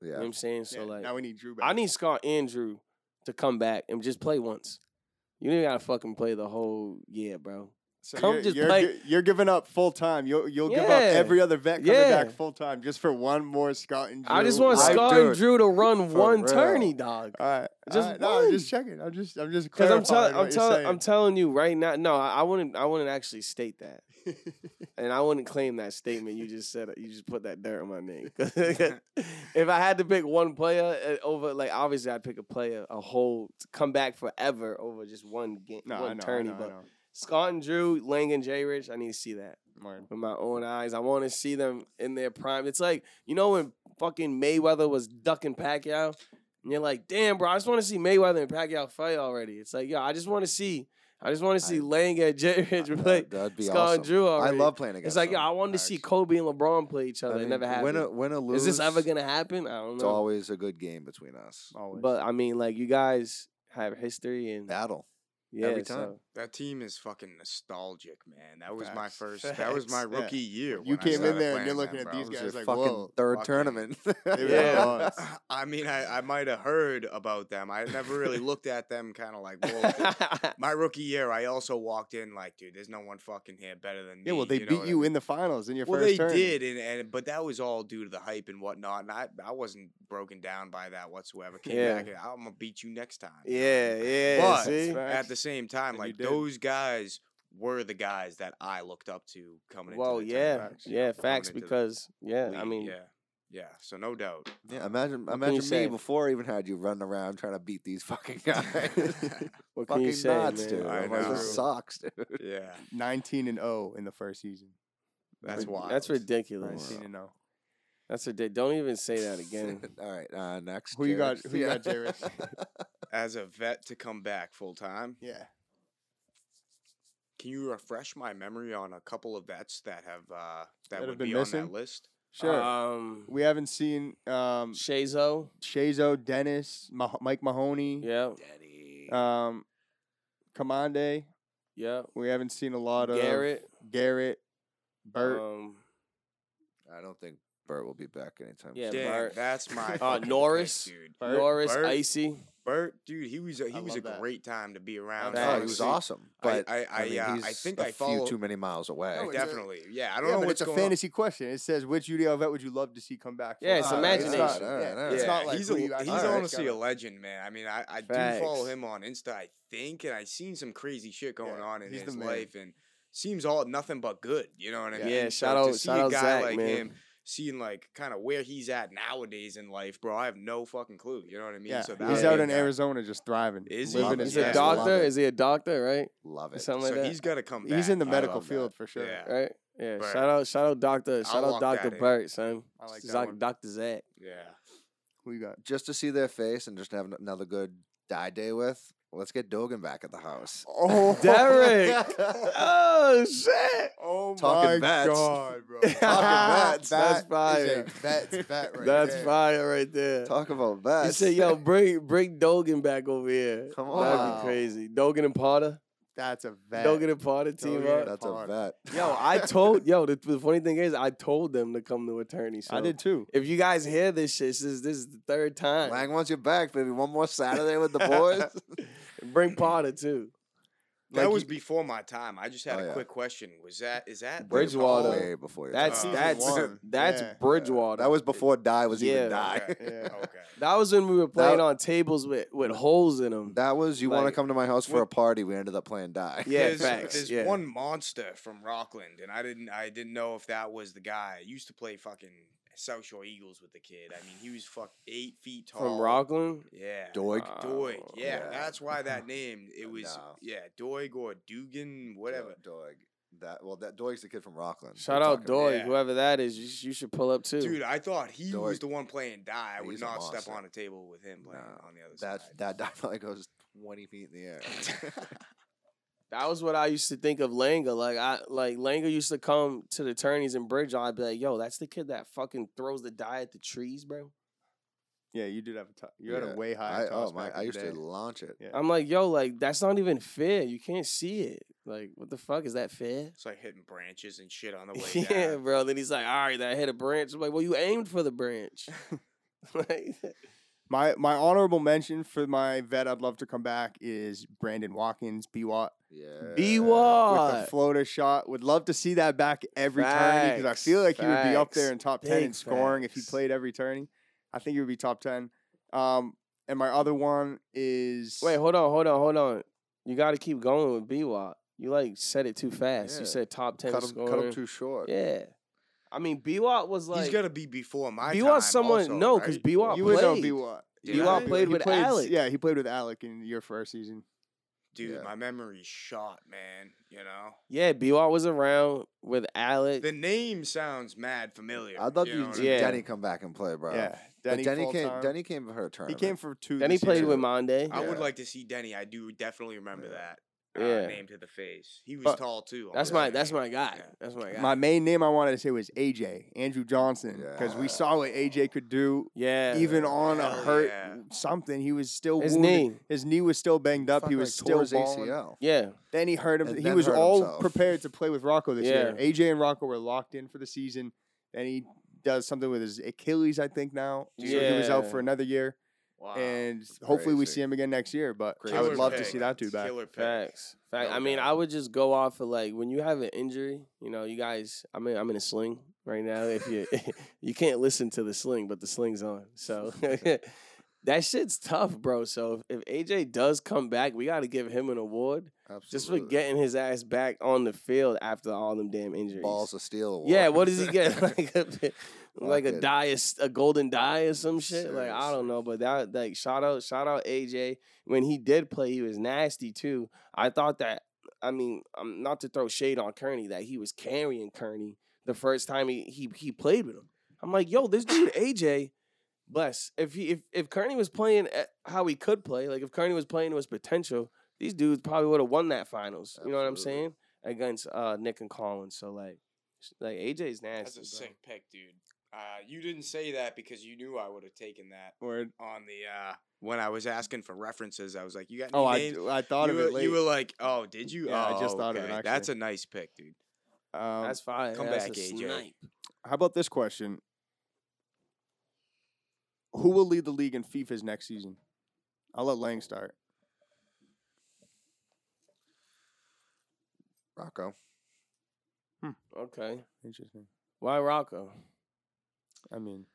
[SPEAKER 2] You know what
[SPEAKER 3] Yeah.
[SPEAKER 2] I'm saying so.
[SPEAKER 1] Yeah,
[SPEAKER 2] like,
[SPEAKER 1] now we need Drew back.
[SPEAKER 2] I need Scott Andrew to come back and just play once. You ain't gotta fucking play the whole year, bro.
[SPEAKER 1] so
[SPEAKER 2] come
[SPEAKER 1] you're,
[SPEAKER 2] just
[SPEAKER 1] you're,
[SPEAKER 2] play-
[SPEAKER 1] gi- You're giving up full time. You'll you'll give up
[SPEAKER 2] Yeah.
[SPEAKER 1] every other vet coming
[SPEAKER 2] Yeah.
[SPEAKER 1] back full time just for one more Scott and Drew.
[SPEAKER 2] I just want
[SPEAKER 3] I-
[SPEAKER 2] Scott
[SPEAKER 3] dude,
[SPEAKER 2] and Drew to run
[SPEAKER 3] for
[SPEAKER 2] one
[SPEAKER 3] real.
[SPEAKER 2] tourney, dog.
[SPEAKER 1] All right.
[SPEAKER 2] Just
[SPEAKER 1] All right. No, I'm
[SPEAKER 2] one.
[SPEAKER 1] just checking. I'm just I'm just
[SPEAKER 2] Because I'm
[SPEAKER 1] clarifying
[SPEAKER 2] telling,
[SPEAKER 1] what
[SPEAKER 2] I'm
[SPEAKER 1] you're
[SPEAKER 2] telling,
[SPEAKER 1] saying.
[SPEAKER 2] I'm telling you right now. No, I, I wouldn't, I wouldn't actually state that, and I wouldn't claim that statement. You just said you just put that dirt on my name. if I had to pick one player uh, over, like obviously I'd pick a player, a whole to come back forever over just one game,
[SPEAKER 1] no, I
[SPEAKER 2] one
[SPEAKER 1] know,
[SPEAKER 2] tourney.
[SPEAKER 1] I know,
[SPEAKER 2] but
[SPEAKER 1] I know.
[SPEAKER 2] Scott and Drew, Lang and Jay Rich, I need to see that
[SPEAKER 1] Word.
[SPEAKER 2] with my own eyes. I want to see them in their prime. It's like you know when fucking Mayweather was ducking Pacquiao, and you're like, damn, bro, I just want to see Mayweather and Pacquiao fight already. It's like, yo, I just want to see, I just want to see
[SPEAKER 3] I-
[SPEAKER 2] Lang and Jay Rich
[SPEAKER 3] Uh, That-
[SPEAKER 2] play
[SPEAKER 3] That'd be
[SPEAKER 2] Scott
[SPEAKER 3] awesome.
[SPEAKER 2] and Drew
[SPEAKER 3] I
[SPEAKER 2] already.
[SPEAKER 3] love playing against.
[SPEAKER 2] It's like, yo, I wanted to see Kobe and LeBron play each other.
[SPEAKER 3] mean,
[SPEAKER 2] it never
[SPEAKER 3] Win a
[SPEAKER 2] happened.
[SPEAKER 3] win or lose.
[SPEAKER 2] Is this ever gonna happen? Oh, I don't
[SPEAKER 3] It's
[SPEAKER 2] know.
[SPEAKER 3] always a good game between us.
[SPEAKER 1] Always.
[SPEAKER 2] But I mean, like you guys have history and
[SPEAKER 3] Battle.
[SPEAKER 2] yeah,
[SPEAKER 3] every time.
[SPEAKER 2] so-
[SPEAKER 4] That team is fucking nostalgic, man. That was my
[SPEAKER 1] Facts.
[SPEAKER 4] first. That was my
[SPEAKER 1] Facts, yeah.
[SPEAKER 4] rookie year.
[SPEAKER 1] You
[SPEAKER 4] when I
[SPEAKER 1] came in
[SPEAKER 4] started
[SPEAKER 1] there and you're
[SPEAKER 4] playing them,
[SPEAKER 1] looking at
[SPEAKER 4] bro.
[SPEAKER 1] these
[SPEAKER 3] It was
[SPEAKER 1] guys
[SPEAKER 3] your
[SPEAKER 1] like,
[SPEAKER 3] fucking
[SPEAKER 1] whoa,
[SPEAKER 3] third
[SPEAKER 4] fucking-
[SPEAKER 3] tournament.
[SPEAKER 1] really
[SPEAKER 2] Yeah.
[SPEAKER 1] was.
[SPEAKER 4] I mean, I, I might have heard about them. I never really looked at them kind of like, whoa. My rookie year, I also walked in like, dude, there's no one fucking here better than me.
[SPEAKER 1] Yeah, well, they
[SPEAKER 4] know
[SPEAKER 1] beat
[SPEAKER 4] what I
[SPEAKER 1] you
[SPEAKER 4] mean?
[SPEAKER 1] in the finals in your
[SPEAKER 4] Well,
[SPEAKER 1] first
[SPEAKER 4] they
[SPEAKER 1] turn.
[SPEAKER 4] did, and, and but that was all due to the hype and whatnot, and I, I wasn't broken down by that whatsoever. Came
[SPEAKER 2] Yeah.
[SPEAKER 4] back, and I'm gonna beat you next time. you know what I mean?
[SPEAKER 2] yeah, yeah.
[SPEAKER 4] But
[SPEAKER 2] see?
[SPEAKER 4] at the same time,
[SPEAKER 1] And you
[SPEAKER 4] like
[SPEAKER 1] did.
[SPEAKER 4] those guys were the guys that I looked up to coming.
[SPEAKER 2] Well,
[SPEAKER 4] into the
[SPEAKER 2] yeah,
[SPEAKER 4] tournament, you know,
[SPEAKER 2] yeah, facts.
[SPEAKER 4] coming into the
[SPEAKER 2] Because yeah, I
[SPEAKER 4] league,
[SPEAKER 2] mean,
[SPEAKER 4] yeah, yeah. So no doubt.
[SPEAKER 3] Yeah, imagine
[SPEAKER 2] can you
[SPEAKER 3] imagine me
[SPEAKER 2] say?
[SPEAKER 3] before I even had you running around trying to beat these fucking guys.
[SPEAKER 2] what can
[SPEAKER 3] fucking
[SPEAKER 2] you say,
[SPEAKER 3] nuts,
[SPEAKER 2] man?
[SPEAKER 3] dude.
[SPEAKER 4] I
[SPEAKER 3] I'm like,
[SPEAKER 4] know.
[SPEAKER 3] This sucks, dude.
[SPEAKER 4] Yeah,
[SPEAKER 1] 19 and 0 in the first season.
[SPEAKER 4] that's
[SPEAKER 2] Rid-
[SPEAKER 4] why.
[SPEAKER 2] That's ridiculous.
[SPEAKER 1] 19 and oh. 0.
[SPEAKER 2] That's ridiculous. Don't even say that again.
[SPEAKER 3] All right, uh, next.
[SPEAKER 1] Who you got-
[SPEAKER 3] Jared.
[SPEAKER 1] who you got, Jared?
[SPEAKER 4] As a vet to come back full time,
[SPEAKER 1] Yeah.
[SPEAKER 4] can you refresh my memory on a couple of vets that have uh, that,
[SPEAKER 1] have
[SPEAKER 4] would
[SPEAKER 1] been
[SPEAKER 4] be on
[SPEAKER 1] missing?
[SPEAKER 4] that list?
[SPEAKER 1] Sure.
[SPEAKER 2] Um,
[SPEAKER 1] we haven't seen um,
[SPEAKER 2] Shazo.
[SPEAKER 1] Shazo, Dennis, Mah- Mike Mahoney,
[SPEAKER 2] Yeah.
[SPEAKER 3] Daddy.
[SPEAKER 1] um, Kamande.
[SPEAKER 2] Yeah.
[SPEAKER 1] We haven't seen a lot of
[SPEAKER 2] Garrett.
[SPEAKER 1] Garrett, Bert.
[SPEAKER 2] Um,
[SPEAKER 3] I don't think Bert will be back anytime
[SPEAKER 2] Yeah,
[SPEAKER 3] soon.
[SPEAKER 4] Damn,
[SPEAKER 2] Bert.
[SPEAKER 4] that's my
[SPEAKER 1] Uh,
[SPEAKER 4] fucking pick,
[SPEAKER 2] Norris.
[SPEAKER 4] dude.
[SPEAKER 1] Bert-
[SPEAKER 2] Norris.
[SPEAKER 4] Bert?
[SPEAKER 2] Icy.
[SPEAKER 4] Bert, dude, he was a, he
[SPEAKER 1] I
[SPEAKER 4] was a
[SPEAKER 1] love that.
[SPEAKER 4] great time to be around.
[SPEAKER 3] No, Oh, he
[SPEAKER 2] Thanks.
[SPEAKER 3] was
[SPEAKER 4] honestly.
[SPEAKER 3] awesome, but
[SPEAKER 4] I- I-
[SPEAKER 3] mean,
[SPEAKER 4] I, uh,
[SPEAKER 3] he's
[SPEAKER 4] I think
[SPEAKER 3] a
[SPEAKER 4] I
[SPEAKER 3] few
[SPEAKER 4] follow-
[SPEAKER 3] too many miles away.
[SPEAKER 1] No, it's a-
[SPEAKER 4] Definitely, yeah. I don't
[SPEAKER 1] yeah,
[SPEAKER 4] know
[SPEAKER 1] but
[SPEAKER 4] what's
[SPEAKER 1] it's a
[SPEAKER 4] going on.
[SPEAKER 1] fantasy question. It says, which UDL vet would you love to see come back?
[SPEAKER 2] Yeah, it's
[SPEAKER 1] full-time?"
[SPEAKER 2] imagination.
[SPEAKER 1] It's not,
[SPEAKER 3] All right, all
[SPEAKER 1] yeah,
[SPEAKER 3] right.
[SPEAKER 1] it's
[SPEAKER 4] yeah,
[SPEAKER 1] not like
[SPEAKER 4] he's
[SPEAKER 1] who
[SPEAKER 4] a,
[SPEAKER 1] you
[SPEAKER 4] he's
[SPEAKER 1] actually
[SPEAKER 3] Alright,
[SPEAKER 4] honestly
[SPEAKER 1] got.
[SPEAKER 4] a legend, man. I mean, I, I do follow
[SPEAKER 2] Facts.
[SPEAKER 4] him on Insta, I think, and I seen some crazy shit going
[SPEAKER 1] Yeah,
[SPEAKER 4] on in
[SPEAKER 1] he's the
[SPEAKER 4] his
[SPEAKER 1] man.
[SPEAKER 4] life, and seems all nothing but good. You know what I
[SPEAKER 1] Yeah.
[SPEAKER 4] mean?
[SPEAKER 2] Yeah, shout
[SPEAKER 4] to
[SPEAKER 2] out-
[SPEAKER 4] see
[SPEAKER 2] shout
[SPEAKER 4] a
[SPEAKER 2] out
[SPEAKER 4] guy
[SPEAKER 2] Zach,
[SPEAKER 4] like
[SPEAKER 2] man.
[SPEAKER 4] him, seeing like kind of where he's at nowadays in life, bro. I have no fucking clue. You know what I mean?
[SPEAKER 1] Yeah,
[SPEAKER 4] so that
[SPEAKER 1] he's
[SPEAKER 4] would
[SPEAKER 1] out
[SPEAKER 4] be a
[SPEAKER 1] in
[SPEAKER 4] guy-
[SPEAKER 1] Arizona just thriving.
[SPEAKER 4] Is he?
[SPEAKER 1] living
[SPEAKER 3] Love
[SPEAKER 1] his
[SPEAKER 2] He's
[SPEAKER 3] it. Yeah.
[SPEAKER 2] a
[SPEAKER 1] best life.
[SPEAKER 2] doctor.
[SPEAKER 3] Love it.
[SPEAKER 2] Is he a doctor? Right.
[SPEAKER 3] Love
[SPEAKER 2] Or
[SPEAKER 3] it.
[SPEAKER 2] something like
[SPEAKER 4] So
[SPEAKER 2] that.
[SPEAKER 4] he's got to come back.
[SPEAKER 1] He's in the
[SPEAKER 3] I
[SPEAKER 1] medical
[SPEAKER 3] love that.
[SPEAKER 1] field for sure.
[SPEAKER 4] Yeah.
[SPEAKER 2] Right. Yeah.
[SPEAKER 4] Bert.
[SPEAKER 2] Shout out. Shout out. Doctor. Shout
[SPEAKER 4] lock
[SPEAKER 2] out. Doctor
[SPEAKER 4] that in.
[SPEAKER 2] Bert. Son.
[SPEAKER 1] I like that one.
[SPEAKER 2] Doctor Zach.
[SPEAKER 4] Yeah,
[SPEAKER 1] Who you got?
[SPEAKER 3] Just to see their face and just have an- another good die day with. Let's get Dogan back at the house.
[SPEAKER 1] Oh,
[SPEAKER 2] Derek. oh shit.
[SPEAKER 1] oh
[SPEAKER 3] Talking
[SPEAKER 1] my
[SPEAKER 3] bets.
[SPEAKER 1] god, bro!
[SPEAKER 2] Talking
[SPEAKER 1] That
[SPEAKER 3] bets,
[SPEAKER 2] that's
[SPEAKER 1] is
[SPEAKER 2] fire.
[SPEAKER 1] a That's bet right
[SPEAKER 2] That's
[SPEAKER 1] there.
[SPEAKER 2] fire right there.
[SPEAKER 3] Talk about that.
[SPEAKER 2] You say, yo, bring bring Dogan back over here.
[SPEAKER 3] Come
[SPEAKER 2] That'd
[SPEAKER 1] on.
[SPEAKER 2] be crazy. Dogan and Potter.
[SPEAKER 1] That's a bet.
[SPEAKER 2] Dogan and Potter team
[SPEAKER 1] Dogan
[SPEAKER 2] up.
[SPEAKER 3] That's a
[SPEAKER 1] Hard.
[SPEAKER 3] vet.
[SPEAKER 2] Yo, I told yo, the, the funny thing is I told them to come to attorney. So
[SPEAKER 1] I did too.
[SPEAKER 2] if you guys hear this shit, this is, this is the third time.
[SPEAKER 3] Lang wants you back, baby. One more Saturday with the boys.
[SPEAKER 2] Bring Potter too.
[SPEAKER 4] that
[SPEAKER 1] Like
[SPEAKER 4] was
[SPEAKER 1] you-
[SPEAKER 4] before my time. I just had
[SPEAKER 3] Oh,
[SPEAKER 4] a
[SPEAKER 3] yeah.
[SPEAKER 4] quick question. Was that is that
[SPEAKER 2] Bridge- Bridgewater.
[SPEAKER 3] Way before your
[SPEAKER 2] That's
[SPEAKER 3] time.
[SPEAKER 4] Season
[SPEAKER 2] that's
[SPEAKER 1] one.
[SPEAKER 2] that's
[SPEAKER 1] Yeah.
[SPEAKER 2] Bridgewater.
[SPEAKER 3] that was before die was
[SPEAKER 2] Yeah.
[SPEAKER 3] even die.
[SPEAKER 4] Oh, Okay.
[SPEAKER 1] Yeah.
[SPEAKER 4] okay.
[SPEAKER 2] that was when we were playing
[SPEAKER 3] That-
[SPEAKER 2] on tables with with holes in them.
[SPEAKER 3] That was you want to
[SPEAKER 2] Like,
[SPEAKER 3] come to my house for
[SPEAKER 2] what-
[SPEAKER 3] a party. We ended up playing die.
[SPEAKER 2] Yeah,
[SPEAKER 4] there's, uh,
[SPEAKER 2] facts,
[SPEAKER 4] There's
[SPEAKER 2] yeah.
[SPEAKER 4] one monster from Rockland, and I didn't I didn't know if that was the guy. I used to play fucking South Shore Eagles with the kid. I mean, he was fuck eight feet tall.
[SPEAKER 2] from Rockland. Oh,
[SPEAKER 4] Yeah.
[SPEAKER 3] Doig.
[SPEAKER 2] Wow.
[SPEAKER 4] Doig. Yeah,
[SPEAKER 3] Yeah.
[SPEAKER 4] that's why that name. It was
[SPEAKER 3] No.
[SPEAKER 4] yeah, Doig or Dugan, whatever.
[SPEAKER 3] Dog. That well, that Doig's the kid from Rockland.
[SPEAKER 2] Shout
[SPEAKER 3] We're
[SPEAKER 2] out
[SPEAKER 3] talking-
[SPEAKER 2] Doy,
[SPEAKER 4] Yeah.
[SPEAKER 2] whoever that is. You, sh- you should pull up too.
[SPEAKER 4] Dude, I thought he
[SPEAKER 3] Dor-
[SPEAKER 4] was the one playing die. I would
[SPEAKER 3] He's a
[SPEAKER 4] not step
[SPEAKER 3] monster.
[SPEAKER 4] on a table with him playing
[SPEAKER 3] Nah,
[SPEAKER 4] on the other
[SPEAKER 3] That
[SPEAKER 4] side.
[SPEAKER 3] that definitely goes twenty feet in the air.
[SPEAKER 2] That was what I used to think of Langa. Like I like Langa used to come to the tourneys in Bridge. I'd be like, yo, that's the kid that fucking throws the die at the trees, bro.
[SPEAKER 1] Yeah, you did have a to- you had
[SPEAKER 3] Yeah,
[SPEAKER 1] a way high.
[SPEAKER 3] I,
[SPEAKER 1] toss
[SPEAKER 3] oh my!
[SPEAKER 1] back
[SPEAKER 3] I
[SPEAKER 1] in
[SPEAKER 3] used
[SPEAKER 1] the
[SPEAKER 3] to
[SPEAKER 1] day.
[SPEAKER 3] launch it.
[SPEAKER 1] Yeah.
[SPEAKER 2] I'm like, yo, like that's not even fair. You can't see it. Like, what the fuck is that fair?
[SPEAKER 4] it's like hitting branches and shit on the way
[SPEAKER 2] yeah,
[SPEAKER 4] down.
[SPEAKER 2] bro. Then he's like, all right, that hit a branch. I'm like, well, you aimed for the branch. like,
[SPEAKER 1] My my honorable mention for my vet I'd love to come back is Brandon Watkins, B Watt.
[SPEAKER 3] Yeah.
[SPEAKER 1] with the
[SPEAKER 2] B-Watt.
[SPEAKER 1] floater shot. Would love to see that back every tourney because I feel like
[SPEAKER 2] Facts,
[SPEAKER 1] he would be up
[SPEAKER 2] facts,
[SPEAKER 1] there in top ten in
[SPEAKER 2] big
[SPEAKER 1] scoring if he
[SPEAKER 2] facts.
[SPEAKER 1] played every tourney. I think he would be top ten. Um, and my other one is
[SPEAKER 2] Wait, hold on, hold on, hold on. You got to keep going with B-Watt. You like said it too fast.
[SPEAKER 3] Yeah.
[SPEAKER 2] You said top ten
[SPEAKER 3] Cut him,
[SPEAKER 2] scorer.
[SPEAKER 3] cut him too short.
[SPEAKER 2] Yeah. I mean, B-Watt was like.
[SPEAKER 4] He's got to be before my
[SPEAKER 2] B-Watt
[SPEAKER 4] time
[SPEAKER 2] someone-
[SPEAKER 4] also,
[SPEAKER 2] no, 'cause
[SPEAKER 4] right?
[SPEAKER 2] B-Watt
[SPEAKER 1] you would know
[SPEAKER 2] played.
[SPEAKER 1] B Watt.
[SPEAKER 4] Did
[SPEAKER 2] B-Watt
[SPEAKER 4] I?
[SPEAKER 2] played with Alec.
[SPEAKER 1] Yeah, he played with Alec in your first season.
[SPEAKER 4] Dude,
[SPEAKER 3] Yeah.
[SPEAKER 4] my memory's shot, man. You know?
[SPEAKER 2] Yeah, B-Watt was around with Alec.
[SPEAKER 4] The name sounds mad familiar.
[SPEAKER 3] I'd love
[SPEAKER 4] you
[SPEAKER 3] you
[SPEAKER 4] know
[SPEAKER 3] to
[SPEAKER 4] what
[SPEAKER 3] see
[SPEAKER 4] I mean?
[SPEAKER 2] Yeah.
[SPEAKER 3] Denny come back and play, bro.
[SPEAKER 1] Yeah, Denny,
[SPEAKER 3] Denny, Denny
[SPEAKER 1] full
[SPEAKER 3] came.
[SPEAKER 1] time.
[SPEAKER 3] Denny came for her
[SPEAKER 1] he
[SPEAKER 3] tournament.
[SPEAKER 1] came for two.
[SPEAKER 2] then he
[SPEAKER 1] this
[SPEAKER 2] played
[SPEAKER 1] year.
[SPEAKER 2] with Monde.
[SPEAKER 4] I would
[SPEAKER 3] Yeah.
[SPEAKER 4] like to see Denny. I do definitely remember
[SPEAKER 3] Yeah.
[SPEAKER 4] that. Uh,
[SPEAKER 2] Yeah.
[SPEAKER 4] Name to the face. He was
[SPEAKER 1] But-
[SPEAKER 4] tall too. I'm
[SPEAKER 2] That's
[SPEAKER 4] gonna
[SPEAKER 2] my
[SPEAKER 4] say.
[SPEAKER 2] that's my guy.
[SPEAKER 4] Yeah.
[SPEAKER 2] That's my guy.
[SPEAKER 1] My main name I wanted to say was AJ Andrew Johnson because we
[SPEAKER 3] Yeah.
[SPEAKER 1] saw what AJ could do
[SPEAKER 2] yeah.
[SPEAKER 1] even on a
[SPEAKER 4] Hell
[SPEAKER 1] hurt
[SPEAKER 4] yeah.
[SPEAKER 1] something. He was still
[SPEAKER 2] his
[SPEAKER 1] wounded.
[SPEAKER 2] knee.
[SPEAKER 1] His knee was still banged up. He
[SPEAKER 3] Fucking
[SPEAKER 1] was
[SPEAKER 3] tore
[SPEAKER 1] still
[SPEAKER 3] his
[SPEAKER 1] balling.
[SPEAKER 3] ACL.
[SPEAKER 2] Yeah.
[SPEAKER 1] Then he hurt him.
[SPEAKER 3] And
[SPEAKER 1] he
[SPEAKER 3] then
[SPEAKER 1] was
[SPEAKER 3] hurt
[SPEAKER 1] all
[SPEAKER 3] himself.
[SPEAKER 1] prepared to play with Rocco this
[SPEAKER 2] Yeah.
[SPEAKER 1] year. AJ and Rocco were locked in for the season. Then he does something with his Achilles, I think. Now, so he was out
[SPEAKER 2] Yeah.
[SPEAKER 1] for another year,
[SPEAKER 4] Wow.
[SPEAKER 1] and hopefully we
[SPEAKER 3] Crazy.
[SPEAKER 1] see him again next year. But I
[SPEAKER 3] Killer
[SPEAKER 1] would love to
[SPEAKER 4] pick.
[SPEAKER 1] see that dude back.
[SPEAKER 4] Killer pick.
[SPEAKER 2] Facts. Fact.
[SPEAKER 4] No
[SPEAKER 2] I mean,
[SPEAKER 4] doubt.
[SPEAKER 2] I would just go off of like when you have an injury, you know, you guys I mean I'm in a sling right now. If you you can't listen to the sling, but the sling's on. So that shit's tough, bro. So if, if AJ does come back, we gotta give him an award. Just for
[SPEAKER 3] Absolutely.
[SPEAKER 2] getting his ass back on the field after all them damn injuries.
[SPEAKER 3] balls of steel. award.
[SPEAKER 2] Yeah, what does he get? like a, like a
[SPEAKER 3] Fucking-
[SPEAKER 2] die, is- a golden die or some shit. Like I
[SPEAKER 3] Seriously.
[SPEAKER 2] don't know, but that like shout out, shout out AJ. When he did play, he was nasty too. I thought that. I mean, um, not to throw shade on Kearney, that he was carrying Kearney the first time he he he played with him. I'm like, yo, this dude AJ, bless. If he if if Kearney was playing at how he could play, like if Kearney was playing to his potential, these dudes probably would have won that finals. You know what I'm
[SPEAKER 3] Absolutely.
[SPEAKER 2] saying? Against uh, Nick and Collins. So like, s- like AJ's nasty.
[SPEAKER 4] That's
[SPEAKER 2] bro.
[SPEAKER 4] a sick pick, dude. Uh, you didn't say that because you knew I would have taken that
[SPEAKER 1] Word.
[SPEAKER 4] on the uh, when I was asking for references. I was like, "You got any
[SPEAKER 1] Oh, I,
[SPEAKER 4] names?"
[SPEAKER 1] I thought
[SPEAKER 4] you,
[SPEAKER 1] of it
[SPEAKER 4] were,
[SPEAKER 1] late.
[SPEAKER 4] you were like, "Oh, did you?"
[SPEAKER 1] Yeah, I just
[SPEAKER 4] Oh,
[SPEAKER 1] thought of it,
[SPEAKER 4] okay. That's a nice pick, dude.
[SPEAKER 1] Um,
[SPEAKER 2] That's fine.
[SPEAKER 4] come
[SPEAKER 2] That's
[SPEAKER 4] back,
[SPEAKER 2] a
[SPEAKER 4] AJ.
[SPEAKER 2] snipe.
[SPEAKER 1] how about this question? Who will lead the league in FIFA's next season? I'll let Lang start.
[SPEAKER 3] Rocco.
[SPEAKER 2] Okay.
[SPEAKER 1] Interesting.
[SPEAKER 2] Why Rocco?
[SPEAKER 1] I mean,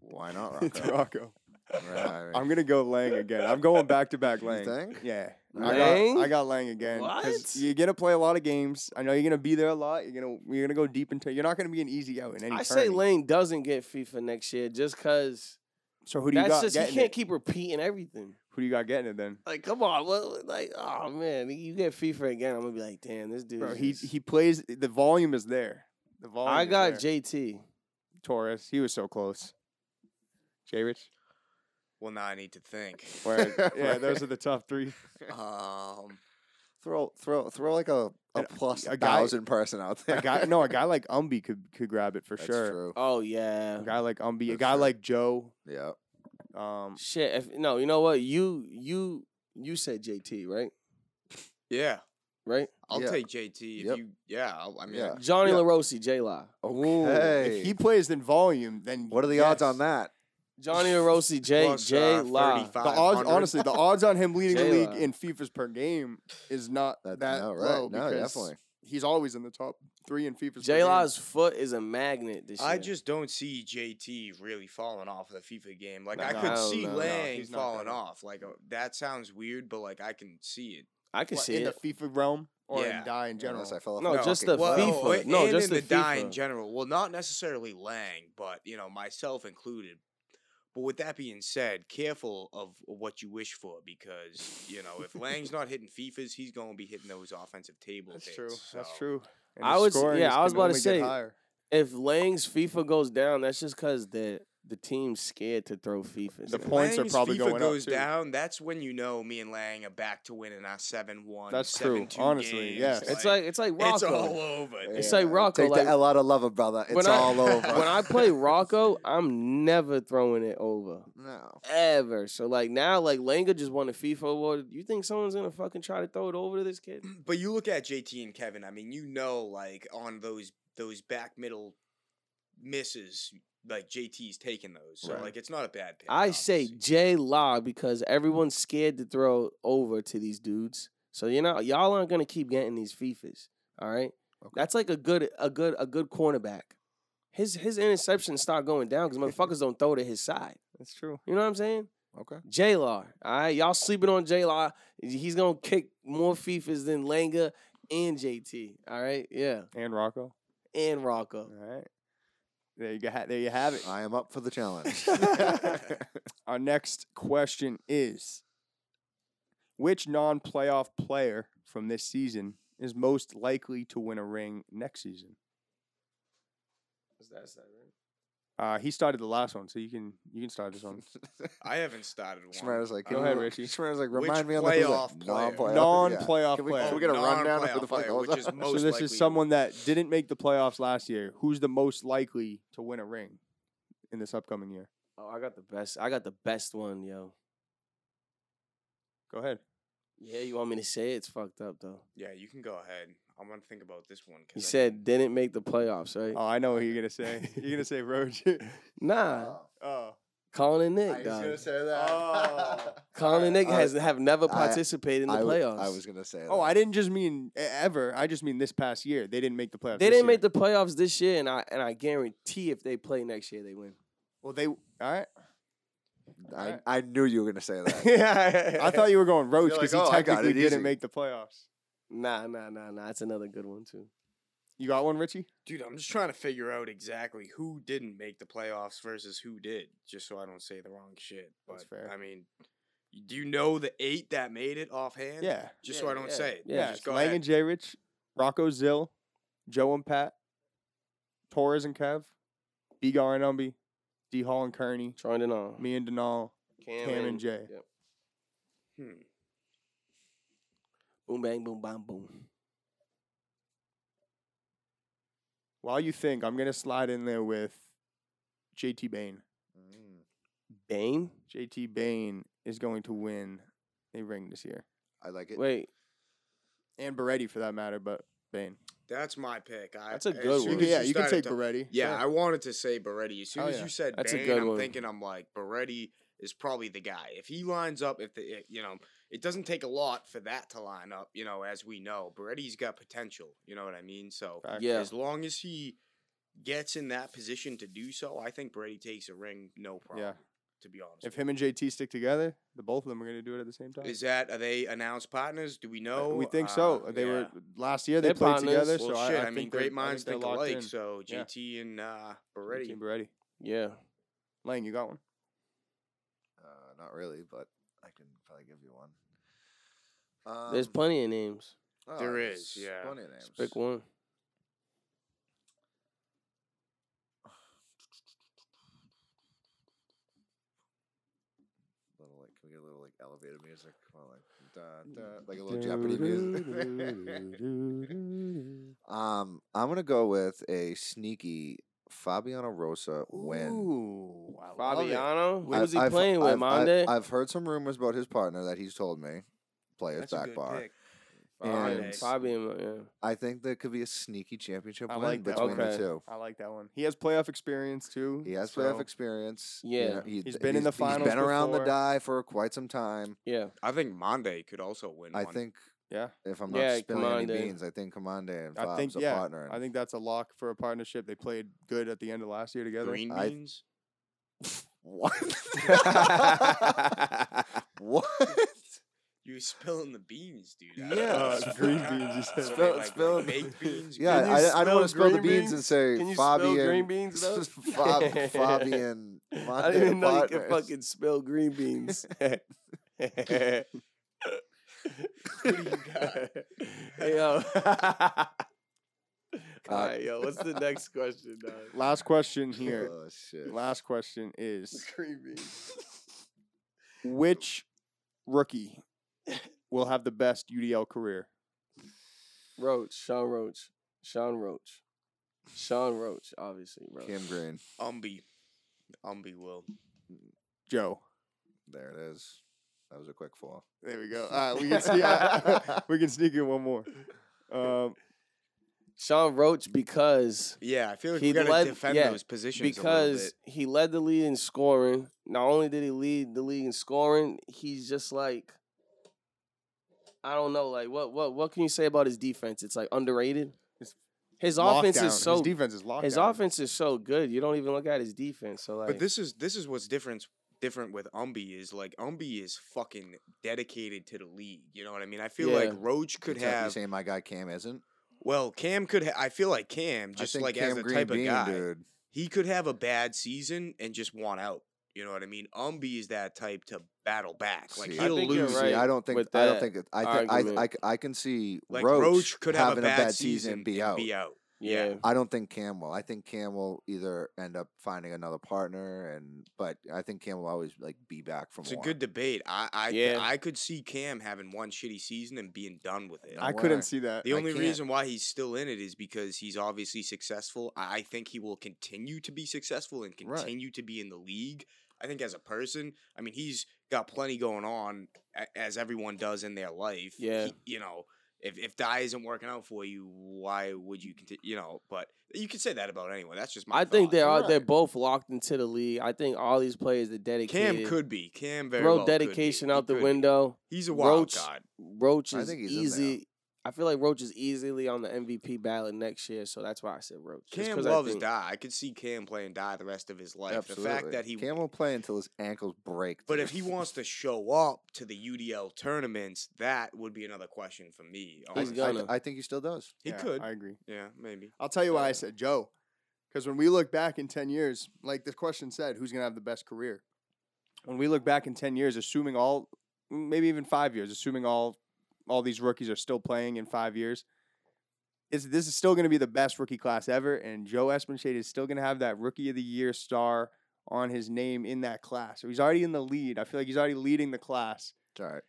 [SPEAKER 3] Why not
[SPEAKER 1] it's
[SPEAKER 3] Rocco?
[SPEAKER 1] Rocco.
[SPEAKER 3] Right, right.
[SPEAKER 1] I'm gonna go Lang again. I'm going back to back
[SPEAKER 3] You
[SPEAKER 1] Lang.
[SPEAKER 3] think?
[SPEAKER 1] Yeah. I
[SPEAKER 2] Lang?
[SPEAKER 1] got I got Lang again. 'cause
[SPEAKER 2] What?
[SPEAKER 1] You're gonna play a lot of games. I know you're gonna be there a lot. You're gonna you're gonna go deep into. You're not gonna be an easy out in any.
[SPEAKER 2] I say
[SPEAKER 1] tourney.
[SPEAKER 2] Lane doesn't get FIFA next year just because
[SPEAKER 1] So who do you
[SPEAKER 2] that's
[SPEAKER 1] got
[SPEAKER 2] just he
[SPEAKER 1] getting
[SPEAKER 2] can't
[SPEAKER 1] it?
[SPEAKER 2] keep repeating everything.
[SPEAKER 1] Who do you got getting it then?
[SPEAKER 2] Like, come on, what, like, oh man, you get FIFA again, I'm gonna be like, damn, this dude.
[SPEAKER 1] Bro,
[SPEAKER 2] is
[SPEAKER 1] he
[SPEAKER 2] just-
[SPEAKER 1] he plays. The volume is there. The volume.
[SPEAKER 2] I
[SPEAKER 1] is
[SPEAKER 2] got
[SPEAKER 1] there.
[SPEAKER 2] JT.
[SPEAKER 1] Torres. He was so close. J Rich.
[SPEAKER 4] Well, now I need to think.
[SPEAKER 1] Word. yeah, those are the top three.
[SPEAKER 4] um,
[SPEAKER 3] Throw throw throw like a, a
[SPEAKER 1] And
[SPEAKER 3] plus
[SPEAKER 1] a guy-
[SPEAKER 3] thousand person out there.
[SPEAKER 1] A guy, no, a guy like Umby could could grab it for
[SPEAKER 3] That's
[SPEAKER 1] sure.
[SPEAKER 3] true.
[SPEAKER 2] Oh
[SPEAKER 1] A
[SPEAKER 2] yeah.
[SPEAKER 1] guy like Umby. A
[SPEAKER 3] That's
[SPEAKER 1] guy
[SPEAKER 3] true.
[SPEAKER 1] like Joe.
[SPEAKER 3] Yeah.
[SPEAKER 1] Um,
[SPEAKER 2] Shit. If, no, you know what? You you you said JT, right?
[SPEAKER 4] yeah,
[SPEAKER 2] Right?
[SPEAKER 4] I'll
[SPEAKER 3] Yeah.
[SPEAKER 4] take JT if
[SPEAKER 3] Yep.
[SPEAKER 4] you. Yeah, I'll, I mean,
[SPEAKER 1] Uh,
[SPEAKER 3] Yeah.
[SPEAKER 2] Johnny
[SPEAKER 3] Yeah.
[SPEAKER 2] LaRosi, J La. Oh,
[SPEAKER 1] ooh,
[SPEAKER 3] Hey.
[SPEAKER 1] if he plays in volume, then
[SPEAKER 3] What are the odds on
[SPEAKER 1] yes.
[SPEAKER 3] that?
[SPEAKER 2] Johnny LaRosi, J
[SPEAKER 4] Plus,
[SPEAKER 2] J
[SPEAKER 4] uh,
[SPEAKER 2] La.
[SPEAKER 4] 35.
[SPEAKER 1] The odds,
[SPEAKER 4] 500.
[SPEAKER 1] honestly, the odds on him leading the league
[SPEAKER 2] Jayla.
[SPEAKER 1] in FIFA's per game is not that,
[SPEAKER 3] That, no, right?
[SPEAKER 1] low
[SPEAKER 3] no,
[SPEAKER 1] because
[SPEAKER 3] definitely.
[SPEAKER 1] he's always in the top three in FIFA's.
[SPEAKER 2] J
[SPEAKER 1] per game.
[SPEAKER 2] La's foot is a magnet this year.
[SPEAKER 4] I just don't see JT really falling off of the FIFA game. Like
[SPEAKER 2] Nah,
[SPEAKER 4] I
[SPEAKER 2] nah,
[SPEAKER 4] could
[SPEAKER 2] I don't
[SPEAKER 4] see
[SPEAKER 2] know. No,
[SPEAKER 4] Lang
[SPEAKER 1] he's not
[SPEAKER 4] falling
[SPEAKER 1] gonna.
[SPEAKER 4] off. Like uh, that sounds weird, but like I can see it.
[SPEAKER 2] I can
[SPEAKER 1] What,
[SPEAKER 2] see
[SPEAKER 1] in
[SPEAKER 2] it.
[SPEAKER 1] the FIFA realm or
[SPEAKER 4] Yeah.
[SPEAKER 1] in die in general.
[SPEAKER 3] Unless I fell off
[SPEAKER 2] No,
[SPEAKER 3] my
[SPEAKER 2] just the
[SPEAKER 3] fucking bike.
[SPEAKER 2] FIFA.
[SPEAKER 4] and-
[SPEAKER 2] No,
[SPEAKER 4] and
[SPEAKER 2] just
[SPEAKER 4] in the
[SPEAKER 2] the
[SPEAKER 4] die in
[SPEAKER 2] FIFA.
[SPEAKER 4] general. Well, not necessarily Lang, but you know myself included. But with that being said, careful of what you wish for because you know if Lang's not hitting FIFAs, he's going to be hitting those offensive table. hits, so-
[SPEAKER 1] That's true.
[SPEAKER 2] I
[SPEAKER 1] his
[SPEAKER 2] would s-
[SPEAKER 1] scoring
[SPEAKER 2] yeah,
[SPEAKER 1] just
[SPEAKER 2] I was
[SPEAKER 1] can
[SPEAKER 2] about to
[SPEAKER 1] only get
[SPEAKER 2] say,
[SPEAKER 1] higher.
[SPEAKER 2] If Lang's FIFA goes down, that's just because the the team's scared to throw FIFAs.
[SPEAKER 1] The
[SPEAKER 2] in.
[SPEAKER 4] If
[SPEAKER 1] point- points are
[SPEAKER 4] Lang's
[SPEAKER 1] probably
[SPEAKER 4] FIFA
[SPEAKER 1] going up,
[SPEAKER 4] goes
[SPEAKER 1] too.
[SPEAKER 4] down. That's when you know me and Lang are back to winning our seven one.
[SPEAKER 1] That's true, honestly, yes.
[SPEAKER 2] It's like it's like
[SPEAKER 4] it's all
[SPEAKER 2] Rocco.
[SPEAKER 4] over.
[SPEAKER 2] It's like Rocco,
[SPEAKER 3] Take
[SPEAKER 2] like-
[SPEAKER 3] that L out of lover, brother. It's
[SPEAKER 2] when I-
[SPEAKER 3] all over.
[SPEAKER 2] when I play Rocco, I'm never throwing it over.
[SPEAKER 3] no.
[SPEAKER 2] Ever. So like now, like Langa just won a FIFA award. You think someone's gonna fucking try to throw it over to this kid?
[SPEAKER 4] But you look at JT and Kevin. I mean, you know, like on those those back middle misses, like JT's taking those. So
[SPEAKER 3] Right.
[SPEAKER 4] like, it's not a bad pick.
[SPEAKER 2] I say
[SPEAKER 4] obviously.
[SPEAKER 2] J La because everyone's scared to throw over to these dudes. So you know y'all aren't gonna keep getting these FIFAs. All right,
[SPEAKER 3] Okay.
[SPEAKER 2] that's like a good a good a good cornerback. His his interceptions start going down because motherfuckers don't throw to his side.
[SPEAKER 1] That's true.
[SPEAKER 2] You know what I'm saying?
[SPEAKER 3] Okay.
[SPEAKER 2] J Law. All right, y'all sleeping on J Law. He's gonna kick more FIFAs than Langa and JT. All right, yeah,
[SPEAKER 1] And Rocco.
[SPEAKER 2] and Rocco.
[SPEAKER 1] All right. There you go. There you have it.
[SPEAKER 3] I am up for the challenge.
[SPEAKER 1] Our next question is Which non playoff player from this season is most likely to win a ring next season? Uh, he started the last one, so you can you can start this one.
[SPEAKER 4] I haven't started one.
[SPEAKER 3] Schmerz like,
[SPEAKER 1] Go
[SPEAKER 3] give me
[SPEAKER 1] ahead,
[SPEAKER 3] the-
[SPEAKER 1] Richie.
[SPEAKER 3] Schmerz like,
[SPEAKER 4] Which
[SPEAKER 3] remind me on the who's
[SPEAKER 4] playoff
[SPEAKER 3] that?
[SPEAKER 4] player?
[SPEAKER 3] Non-playoff-
[SPEAKER 1] Non
[SPEAKER 3] yeah.
[SPEAKER 1] playoff
[SPEAKER 3] Can we-
[SPEAKER 1] player.
[SPEAKER 3] can we get a rundown of
[SPEAKER 4] Non-playoff
[SPEAKER 3] who the fuck
[SPEAKER 4] player,
[SPEAKER 3] goes
[SPEAKER 4] which is
[SPEAKER 3] up?
[SPEAKER 4] most
[SPEAKER 1] so this
[SPEAKER 4] likely
[SPEAKER 1] is someone that didn't make the playoffs last year. Who's the most likely to win a ring in this upcoming year?
[SPEAKER 2] Oh, I got the best. I got the best one, yo.
[SPEAKER 1] Go ahead.
[SPEAKER 2] Yeah, you want me to say it? it's fucked up though.
[SPEAKER 4] Yeah, you can go ahead. I'm gonna think about this one. 'cause
[SPEAKER 2] He
[SPEAKER 4] I-
[SPEAKER 2] said didn't make the playoffs, right?
[SPEAKER 1] Oh, I know what you're gonna say. you're gonna say Roach.
[SPEAKER 2] Nah,
[SPEAKER 1] oh,
[SPEAKER 2] Colin and
[SPEAKER 3] I
[SPEAKER 2] Nick,
[SPEAKER 3] was gonna
[SPEAKER 2] dog.
[SPEAKER 3] say that.
[SPEAKER 1] Oh.
[SPEAKER 2] Colin and Nick
[SPEAKER 3] I-
[SPEAKER 2] has have never
[SPEAKER 3] I-
[SPEAKER 2] participated in the
[SPEAKER 3] I w-
[SPEAKER 2] playoffs.
[SPEAKER 3] I was gonna say.
[SPEAKER 1] oh,
[SPEAKER 3] that.
[SPEAKER 1] I didn't just mean e- ever. I just mean this past year. They didn't make the playoffs.
[SPEAKER 2] they
[SPEAKER 1] this
[SPEAKER 2] didn't
[SPEAKER 1] year.
[SPEAKER 2] make the playoffs this year, and I and I guarantee if they play next year, they win.
[SPEAKER 1] Well, they all right.
[SPEAKER 3] I, I knew you were gonna say that.
[SPEAKER 1] yeah, I thought you were going Roach
[SPEAKER 3] You're
[SPEAKER 1] because
[SPEAKER 3] like, "Oh, I
[SPEAKER 1] he
[SPEAKER 3] got it
[SPEAKER 1] technically didn't
[SPEAKER 3] easy."
[SPEAKER 1] make the playoffs.
[SPEAKER 2] Nah, nah, nah, nah. That's another good one too.
[SPEAKER 1] You got one, Richie?
[SPEAKER 4] dude, I'm just trying to figure out exactly who didn't make the playoffs versus who did, just so I don't say the wrong shit. But
[SPEAKER 1] That's fair.
[SPEAKER 4] I mean, y- do you know the eight that made it offhand?
[SPEAKER 1] Yeah,
[SPEAKER 4] Just
[SPEAKER 2] Yeah,
[SPEAKER 4] so I don't
[SPEAKER 2] yeah,
[SPEAKER 4] say it.
[SPEAKER 2] yeah.
[SPEAKER 1] yeah.
[SPEAKER 4] Just
[SPEAKER 1] it's
[SPEAKER 4] go
[SPEAKER 1] Lang
[SPEAKER 4] ahead.
[SPEAKER 1] and J. Rich, Rocco Zill, Joe and Pat, Torres and Kev, Bigar and Umby, D Hall and Kearney,
[SPEAKER 2] Trying it on.
[SPEAKER 1] me and Denal, Cam, and Jay.
[SPEAKER 2] yep.
[SPEAKER 4] Hmm.
[SPEAKER 2] Boom, bang, boom, bam, boom.
[SPEAKER 1] While you think, I'm gonna slide in there with JT Bain.
[SPEAKER 3] Mm.
[SPEAKER 2] Bane.
[SPEAKER 1] JT Bain is going to win a ring this year,
[SPEAKER 3] I like it.
[SPEAKER 2] Wait,
[SPEAKER 1] and Beretti for that matter, but Bain.
[SPEAKER 4] That's my pick. I,
[SPEAKER 2] That's a
[SPEAKER 4] as
[SPEAKER 2] good
[SPEAKER 4] soon
[SPEAKER 2] one.
[SPEAKER 4] as
[SPEAKER 1] yeah, you can
[SPEAKER 4] started
[SPEAKER 1] take
[SPEAKER 4] to-
[SPEAKER 1] Beretti.
[SPEAKER 4] Yeah,
[SPEAKER 1] sure.
[SPEAKER 4] I wanted to say Beretti. As soon
[SPEAKER 1] Oh,
[SPEAKER 4] as
[SPEAKER 1] yeah.
[SPEAKER 4] you said
[SPEAKER 2] That's a
[SPEAKER 4] Bane,
[SPEAKER 2] good
[SPEAKER 4] I'm
[SPEAKER 2] one.
[SPEAKER 4] thinking I'm like Beretti is probably the guy. If he lines up, if the it- you know, it doesn't take a lot for that to line up. You know, as we know, Beretti's got potential. You know what I mean? So
[SPEAKER 1] Fact.
[SPEAKER 2] Yeah.
[SPEAKER 4] as long as he gets in that position to do so, I think Beretti takes a ring, no problem.
[SPEAKER 1] Yeah.
[SPEAKER 4] To be honest,
[SPEAKER 1] If
[SPEAKER 4] with
[SPEAKER 1] him and JT stick together, the both of them are going to do it at the same
[SPEAKER 4] you.
[SPEAKER 1] time.
[SPEAKER 4] is that are they announced partners? Do we know?
[SPEAKER 1] we think
[SPEAKER 4] Uh,
[SPEAKER 1] so. They were
[SPEAKER 4] yeah.
[SPEAKER 1] last year. They
[SPEAKER 2] They're
[SPEAKER 1] played
[SPEAKER 2] partners.
[SPEAKER 1] together.
[SPEAKER 4] Well,
[SPEAKER 1] so
[SPEAKER 4] shit.
[SPEAKER 1] I, I
[SPEAKER 4] I, mean,
[SPEAKER 1] think they're-
[SPEAKER 4] great
[SPEAKER 1] I
[SPEAKER 4] minds
[SPEAKER 1] think
[SPEAKER 4] think
[SPEAKER 1] they're locked
[SPEAKER 4] alike.
[SPEAKER 1] in.
[SPEAKER 4] So
[SPEAKER 1] Yeah.
[SPEAKER 4] JT and uh,
[SPEAKER 1] Beretti.
[SPEAKER 4] Beretti.
[SPEAKER 1] Beretti.
[SPEAKER 2] yeah.
[SPEAKER 1] Lang, you got one.
[SPEAKER 3] Uh, not really, but I can probably give you one. Um,
[SPEAKER 2] There's plenty of names.
[SPEAKER 3] oh,
[SPEAKER 4] There
[SPEAKER 3] there's
[SPEAKER 4] is, yeah.
[SPEAKER 3] Plenty of names.
[SPEAKER 2] Pick one.
[SPEAKER 3] Little like, can we get a little like elevator music? Come on, like, da, da, like a little Jeopardy music.
[SPEAKER 2] Mm-hmm.
[SPEAKER 3] um, I'm gonna go with a sneaky Fabiano Rosa win.
[SPEAKER 1] Ooh, I love it.
[SPEAKER 2] Fabiano. Who
[SPEAKER 3] I-
[SPEAKER 2] was he
[SPEAKER 3] I've-
[SPEAKER 2] playing with?
[SPEAKER 3] I've- I've-
[SPEAKER 2] Monde.
[SPEAKER 3] I've heard some rumors about his partner that he's told me. Players
[SPEAKER 4] That's a
[SPEAKER 3] back
[SPEAKER 4] good
[SPEAKER 3] bar.
[SPEAKER 4] pick.
[SPEAKER 3] And-
[SPEAKER 4] Monday.
[SPEAKER 2] Fabiano. Yeah.
[SPEAKER 3] I think there could be a sneaky championship
[SPEAKER 1] I
[SPEAKER 3] win
[SPEAKER 1] like that.
[SPEAKER 3] between
[SPEAKER 2] Okay.
[SPEAKER 3] the two.
[SPEAKER 1] I like that one. He has playoff experience too.
[SPEAKER 3] He has
[SPEAKER 1] so-
[SPEAKER 3] playoff experience. you
[SPEAKER 2] Yeah.
[SPEAKER 3] know, he,
[SPEAKER 1] He's been in the finals
[SPEAKER 3] He's been around the
[SPEAKER 1] before.
[SPEAKER 3] die for quite some time.
[SPEAKER 2] Yeah.
[SPEAKER 4] I think Monday could also win.
[SPEAKER 3] I
[SPEAKER 4] one.
[SPEAKER 3] think
[SPEAKER 1] Yeah,
[SPEAKER 3] if I'm not
[SPEAKER 2] Yeah,
[SPEAKER 3] spilling
[SPEAKER 2] Commande.
[SPEAKER 3] any beans, I think Commande and
[SPEAKER 1] I
[SPEAKER 3] Fob's
[SPEAKER 1] think-
[SPEAKER 3] are
[SPEAKER 1] yeah,
[SPEAKER 3] partnering.
[SPEAKER 1] I think that's a lock for a partnership. They played good at the end of last year together.
[SPEAKER 4] green
[SPEAKER 3] I-
[SPEAKER 4] beans.
[SPEAKER 3] what? what?
[SPEAKER 4] you spilling the beans, dude. I
[SPEAKER 1] Yeah,
[SPEAKER 4] don't know.
[SPEAKER 1] uh, green beans, you said.
[SPEAKER 4] What are
[SPEAKER 3] Spill-
[SPEAKER 4] they, like,
[SPEAKER 3] spill-
[SPEAKER 4] like baked beans.
[SPEAKER 3] Yeah,
[SPEAKER 2] Can you
[SPEAKER 3] I, I don't want to
[SPEAKER 2] spill
[SPEAKER 3] spill the
[SPEAKER 2] green
[SPEAKER 3] beans and
[SPEAKER 2] beans?
[SPEAKER 3] say
[SPEAKER 2] Can you
[SPEAKER 3] Fabi
[SPEAKER 2] smell green
[SPEAKER 3] and
[SPEAKER 2] beans though?
[SPEAKER 3] Fob, Fabi and
[SPEAKER 2] I
[SPEAKER 3] among
[SPEAKER 2] didn't
[SPEAKER 3] their
[SPEAKER 2] even know you could
[SPEAKER 3] partners.
[SPEAKER 2] fucking smell green beans. hey yo. All right, yo, what's the next question, dog?
[SPEAKER 1] Last question here.
[SPEAKER 3] Oh shit!
[SPEAKER 1] Last question is
[SPEAKER 2] Green beans.
[SPEAKER 1] which rookie will have the best UDL career?
[SPEAKER 2] Roach, Sean Roach, Sean Roach, Sean Roach, obviously, bro.
[SPEAKER 3] Cam Green.
[SPEAKER 4] Umby. Umby will.
[SPEAKER 1] Joe.
[SPEAKER 3] There it is. That was a quick fall.
[SPEAKER 1] There we go. All right, we can sneak, we can sneak in one more. Um,
[SPEAKER 2] Sean Roach because
[SPEAKER 4] Yeah, I feel like
[SPEAKER 2] He
[SPEAKER 4] we gotta
[SPEAKER 2] led-
[SPEAKER 4] defend
[SPEAKER 2] yeah,
[SPEAKER 4] those positions a little
[SPEAKER 2] because
[SPEAKER 4] bit.
[SPEAKER 2] he led the lead in scoring. Not only did he lead the league in scoring, he's just like I don't know, like what what what can you say about his defense? It's like underrated.
[SPEAKER 1] His
[SPEAKER 2] His offense
[SPEAKER 1] lockdown.
[SPEAKER 2] is so
[SPEAKER 1] His defense is locked.
[SPEAKER 2] his offense is so good. You don't even look at his defense. So like
[SPEAKER 4] But this is this is what's different different with Umby is like Umby is fucking dedicated to the league. You know what I mean? I feel like
[SPEAKER 2] Yeah.
[SPEAKER 4] Roach could
[SPEAKER 3] You're
[SPEAKER 4] have
[SPEAKER 3] saying my guy Cam isn't?
[SPEAKER 4] well, Cam could ha- I feel like Cam
[SPEAKER 3] I
[SPEAKER 4] just
[SPEAKER 3] think
[SPEAKER 4] like
[SPEAKER 3] Cam
[SPEAKER 4] as a
[SPEAKER 3] Green
[SPEAKER 4] type
[SPEAKER 3] being,
[SPEAKER 4] of guy.
[SPEAKER 3] dude.
[SPEAKER 4] He could have a bad season and just want out. You know what I mean? Umby is that type to battle back. Like
[SPEAKER 3] See, I
[SPEAKER 4] he'll
[SPEAKER 2] think you're
[SPEAKER 4] lose.
[SPEAKER 2] right.
[SPEAKER 3] See, I don't think.
[SPEAKER 2] with
[SPEAKER 3] I don't
[SPEAKER 2] that
[SPEAKER 3] think. it- I think. I,
[SPEAKER 2] argument.
[SPEAKER 3] I c- I can see
[SPEAKER 4] Like
[SPEAKER 3] Roach,
[SPEAKER 4] Roach, could have a
[SPEAKER 3] having
[SPEAKER 4] bad,
[SPEAKER 3] season,
[SPEAKER 4] season
[SPEAKER 3] and be out.
[SPEAKER 4] and be out.
[SPEAKER 2] yeah.
[SPEAKER 4] yeah.
[SPEAKER 3] I don't think Cam will. I think Cam will either end up finding another partner, and but I think Cam will always like be back from.
[SPEAKER 4] It's a
[SPEAKER 3] war.
[SPEAKER 4] good debate. I I,
[SPEAKER 2] Yeah.
[SPEAKER 4] I could see Cam having one shitty season and being done with it.
[SPEAKER 1] I
[SPEAKER 3] No way.
[SPEAKER 1] couldn't see that.
[SPEAKER 4] The
[SPEAKER 3] I
[SPEAKER 4] only
[SPEAKER 3] can't.
[SPEAKER 4] reason why he's still in it is because he's obviously successful. I I think he will continue to be successful and
[SPEAKER 3] Right.
[SPEAKER 4] continue to be in the league. I think as a person, I mean, he's got plenty going on a- as everyone does in their life. He-
[SPEAKER 2] Yeah.
[SPEAKER 4] you know, if if die isn't working out for you, why would you continue? You know, but you could say that about anyone. That's just my.
[SPEAKER 2] I think
[SPEAKER 4] thought.
[SPEAKER 2] they're all, they're
[SPEAKER 1] Right.
[SPEAKER 2] both locked into the league. I think all these players are dedicated.
[SPEAKER 4] Cam could be Cam very
[SPEAKER 2] throw
[SPEAKER 4] well could be.
[SPEAKER 2] dedication
[SPEAKER 4] He
[SPEAKER 2] out the
[SPEAKER 4] could be.
[SPEAKER 2] window.
[SPEAKER 4] He's a wild
[SPEAKER 2] Roach-
[SPEAKER 4] card.
[SPEAKER 2] Roach
[SPEAKER 3] I
[SPEAKER 2] is
[SPEAKER 3] think he's in there.
[SPEAKER 2] easy. I feel like Roach is easily on the MVP ballot next year, so that's why I said Roach. Just
[SPEAKER 4] Cam
[SPEAKER 2] 'cause I
[SPEAKER 4] loves
[SPEAKER 2] think-
[SPEAKER 4] die. I could see Cam playing die the rest of his life.
[SPEAKER 3] Absolutely.
[SPEAKER 4] The fact that he
[SPEAKER 3] Cam will play until his ankles break.
[SPEAKER 4] But
[SPEAKER 3] dude.
[SPEAKER 4] if he wants to show up to the UDL tournaments, that would be another question for me.
[SPEAKER 3] I,
[SPEAKER 2] He's
[SPEAKER 4] honestly.
[SPEAKER 3] I-
[SPEAKER 2] gonna.
[SPEAKER 3] I think he still does.
[SPEAKER 4] He
[SPEAKER 1] Yeah,
[SPEAKER 4] could.
[SPEAKER 1] I agree.
[SPEAKER 4] yeah, maybe.
[SPEAKER 1] I'll tell you why I
[SPEAKER 2] Yeah.
[SPEAKER 1] said Joe. Because when we look back in 10 years, like the question said, who's going to have the best career? When we look back in 10 years, assuming all, maybe even five years, assuming all, all these rookies are still playing in five years, is this is still going to be the best rookie class ever. And Joe Espenshade is still going to have that rookie of the year star on his name in that class. So he's already in the lead. I feel like he's already leading the class
[SPEAKER 3] It's all right.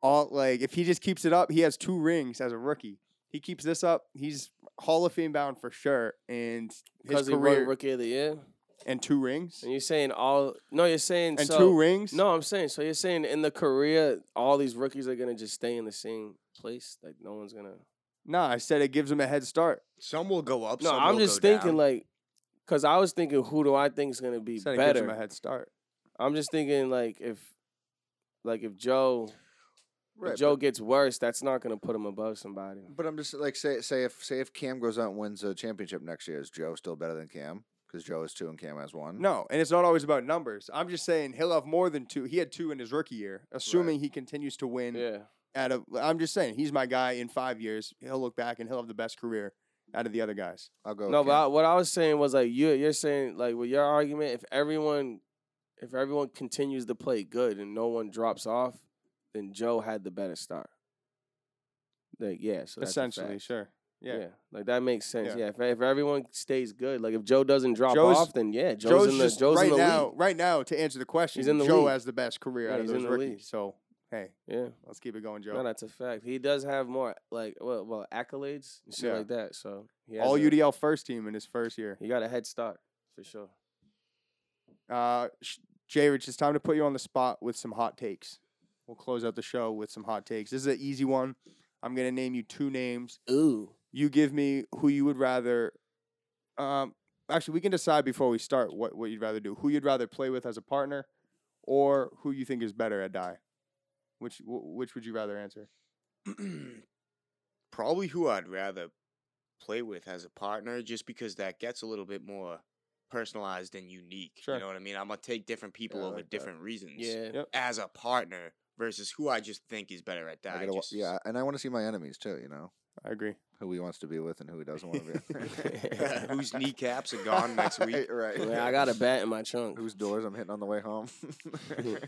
[SPEAKER 1] all like if he just keeps it up, he has two rings as a rookie. He keeps this up, he's Hall of Fame bound for sure, and his
[SPEAKER 2] because he won
[SPEAKER 1] career
[SPEAKER 2] Rookie of the Year.
[SPEAKER 1] and two rings
[SPEAKER 2] And you're saying all? No, you're saying
[SPEAKER 1] and,
[SPEAKER 2] so.
[SPEAKER 1] two rings.
[SPEAKER 2] No, I'm saying so. You're saying in the career, all these rookies are gonna just stay in the same place. Like no one's gonna.
[SPEAKER 1] nah, I said it gives him a head start.
[SPEAKER 4] Some will go up.
[SPEAKER 2] No,
[SPEAKER 4] some
[SPEAKER 2] I'm
[SPEAKER 4] will
[SPEAKER 2] just
[SPEAKER 4] go
[SPEAKER 2] thinking
[SPEAKER 4] down.
[SPEAKER 2] like, because I was thinking, who do I think is gonna be
[SPEAKER 1] Said it gives him a
[SPEAKER 2] better?
[SPEAKER 1] head start.
[SPEAKER 2] I'm just thinking like if, like if Joe, if
[SPEAKER 3] Right,
[SPEAKER 2] Joe gets worse, that's not gonna put him above somebody.
[SPEAKER 3] But I'm just like say say if say if Cam goes out and wins a championship next year, is Joe still better than Cam? Because Joe is two and Cam has one.
[SPEAKER 1] No, and it's not always about numbers. I'm just saying he'll have more than two. He had two in his rookie year, assuming he continues to win
[SPEAKER 2] Yeah.
[SPEAKER 1] out of I'm just saying he's my guy in five years. He'll look back and he'll have the best career out of the other guys.
[SPEAKER 3] I'll go. with
[SPEAKER 2] No, but I,
[SPEAKER 3] Cam.
[SPEAKER 2] what I was saying was like you you're saying like with your argument, if everyone if everyone continues to play good and no one drops off, then Joe had the better start. Like yeah, so that's a
[SPEAKER 1] Essentially,
[SPEAKER 2] fact.
[SPEAKER 1] sure. Yeah.
[SPEAKER 2] Yeah. like that makes sense.
[SPEAKER 1] Yeah.
[SPEAKER 2] Yeah, if, if everyone stays good, like if Joe doesn't drop
[SPEAKER 1] Joe's-
[SPEAKER 2] off, then yeah, Joe's,
[SPEAKER 1] Joe's,
[SPEAKER 2] in the
[SPEAKER 1] just
[SPEAKER 2] Joe's
[SPEAKER 1] right
[SPEAKER 2] in the
[SPEAKER 1] now.
[SPEAKER 2] league.
[SPEAKER 1] Right now, to answer the question,
[SPEAKER 2] in the
[SPEAKER 1] Joe
[SPEAKER 2] league.
[SPEAKER 1] has the best career
[SPEAKER 2] Yeah,
[SPEAKER 1] out of
[SPEAKER 2] he's in
[SPEAKER 1] those
[SPEAKER 2] the
[SPEAKER 1] rookies.
[SPEAKER 2] league.
[SPEAKER 1] So hey,
[SPEAKER 2] Yeah,
[SPEAKER 1] let's keep it going, Joe.
[SPEAKER 2] no, that's a fact. He does have more like well, well accolades and shit
[SPEAKER 1] Yeah.
[SPEAKER 2] like that. So he has
[SPEAKER 1] All
[SPEAKER 2] a-
[SPEAKER 1] UDL first team in his first year.
[SPEAKER 2] he got a head start for sure.
[SPEAKER 1] Uh, sh- Jay Rich, it's time to put you on the spot with some hot takes. We'll close out the show with some hot takes. This is an easy one. I'm gonna name you two names.
[SPEAKER 2] Ooh,
[SPEAKER 1] You give me who you would rather. Um, actually, we can decide before we start what what you'd rather do. Who you'd rather play with as a partner, or who you think is better at die. Which wh- which would you rather answer?
[SPEAKER 4] Probably who I'd rather play with as a partner, just because that gets a little bit more personalized and unique.
[SPEAKER 1] Sure.
[SPEAKER 4] You know what I mean? I'm gonna take different people
[SPEAKER 3] Yeah, I
[SPEAKER 4] over
[SPEAKER 3] like that.
[SPEAKER 4] different reasons.
[SPEAKER 2] yeah.
[SPEAKER 1] Yep.
[SPEAKER 4] As a partner versus who I just think is better at
[SPEAKER 3] I
[SPEAKER 4] that.
[SPEAKER 3] gotta wa- yeah, and I want to see my enemies too. You know,
[SPEAKER 1] I agree.
[SPEAKER 3] who he wants to be with and who he doesn't want to be. with.
[SPEAKER 4] Whose kneecaps are gone next week?
[SPEAKER 3] right?
[SPEAKER 2] Man, I got a bat in my trunk.
[SPEAKER 3] Whose doors I'm hitting on the way home?
[SPEAKER 1] All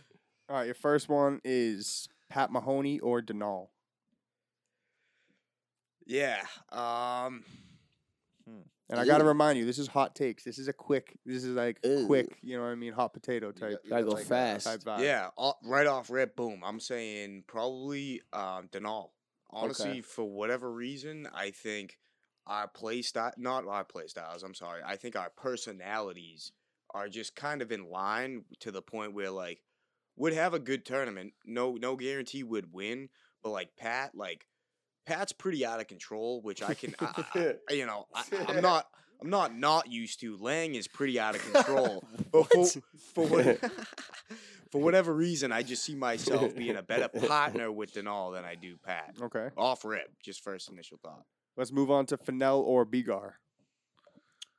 [SPEAKER 1] right, your first one is Pat Mahoney or Denal.
[SPEAKER 4] Yeah. Um.
[SPEAKER 1] And I got to
[SPEAKER 2] Ew.
[SPEAKER 1] remind you, this is hot takes. This is a quick. This is like
[SPEAKER 2] Ew.
[SPEAKER 1] quick. You know what I mean? Hot potato
[SPEAKER 3] You got-
[SPEAKER 1] type.
[SPEAKER 3] you
[SPEAKER 2] Gotta
[SPEAKER 3] got,
[SPEAKER 2] go
[SPEAKER 3] like, a-
[SPEAKER 2] fast.
[SPEAKER 1] type vibe.
[SPEAKER 4] Yeah. o- right off rip, boom. I'm saying probably um, Denal. Honestly, for whatever reason, I think our play style, not our play styles. I'm sorry. I think our personalities are just kind of in line to the point where like would have a good tournament. No, no guarantee would win, but like Pat, like Pat's pretty out of control, which I can, I, I- I- you know, I, I'm not. I'm not not used to. Lang is pretty out of control, but for, for what, for whatever reason, I just see myself being a better partner with Denal than I do Pat.
[SPEAKER 1] Okay.
[SPEAKER 4] Off rip, just first initial thought.
[SPEAKER 1] Let's move on to Fennell or Bigar.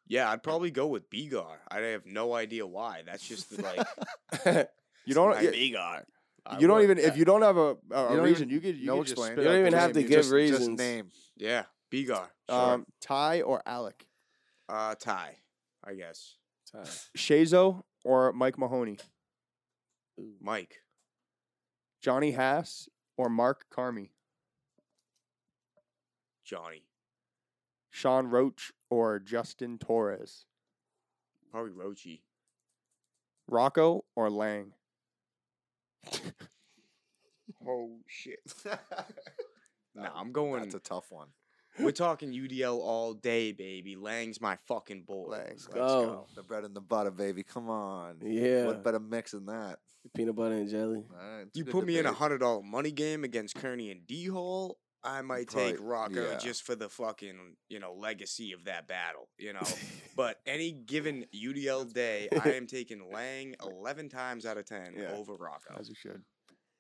[SPEAKER 4] Yeah, I'd probably go with Bigar. I have no idea why. That's just the, like
[SPEAKER 1] You don't.
[SPEAKER 4] my
[SPEAKER 1] You,
[SPEAKER 4] Bigar. I
[SPEAKER 1] you don't
[SPEAKER 4] would,
[SPEAKER 1] even. If
[SPEAKER 4] yeah.
[SPEAKER 1] you don't have a, a, a
[SPEAKER 3] You don't
[SPEAKER 1] reason, you could. You
[SPEAKER 3] no
[SPEAKER 1] could just
[SPEAKER 3] explain.
[SPEAKER 1] spit
[SPEAKER 2] You don't
[SPEAKER 1] out
[SPEAKER 2] even
[SPEAKER 1] the
[SPEAKER 2] have to
[SPEAKER 1] name.
[SPEAKER 2] give
[SPEAKER 1] Just-
[SPEAKER 3] Just
[SPEAKER 2] reasons.
[SPEAKER 3] name.
[SPEAKER 4] yeah, Bigar. Sure.
[SPEAKER 1] Um, Ty or Alec,
[SPEAKER 4] uh, Ty, I guess.
[SPEAKER 1] Shazo or Mike Mahoney,
[SPEAKER 4] Mike.
[SPEAKER 1] Johnny Hass or Mark Carmi,
[SPEAKER 4] Johnny.
[SPEAKER 1] Sean Roach or Justin Torres,
[SPEAKER 4] Probably Rochi.
[SPEAKER 1] Rocco or Lang.
[SPEAKER 4] Oh shit. nah, I'm going.
[SPEAKER 3] That's a tough one.
[SPEAKER 4] we're talking UDL all day, baby. Lang's my fucking boy.
[SPEAKER 1] Lang.
[SPEAKER 3] Let's
[SPEAKER 2] go.
[SPEAKER 3] The bread and the butter, baby. Come on.
[SPEAKER 2] Yeah,
[SPEAKER 3] What better mix than that?
[SPEAKER 2] peanut butter and jelly.
[SPEAKER 3] All right, it's
[SPEAKER 4] You
[SPEAKER 3] good
[SPEAKER 4] put me in a
[SPEAKER 3] debate.
[SPEAKER 4] hundred dollar money game against Kearney and D Hole. I might take
[SPEAKER 3] Probably-
[SPEAKER 4] Rocco
[SPEAKER 3] yeah.
[SPEAKER 4] just for the fucking you know legacy of that battle, you know. but any given UDL day, I am taking Lang eleven times out of ten
[SPEAKER 1] Yeah.
[SPEAKER 4] over Rocco
[SPEAKER 1] As you should.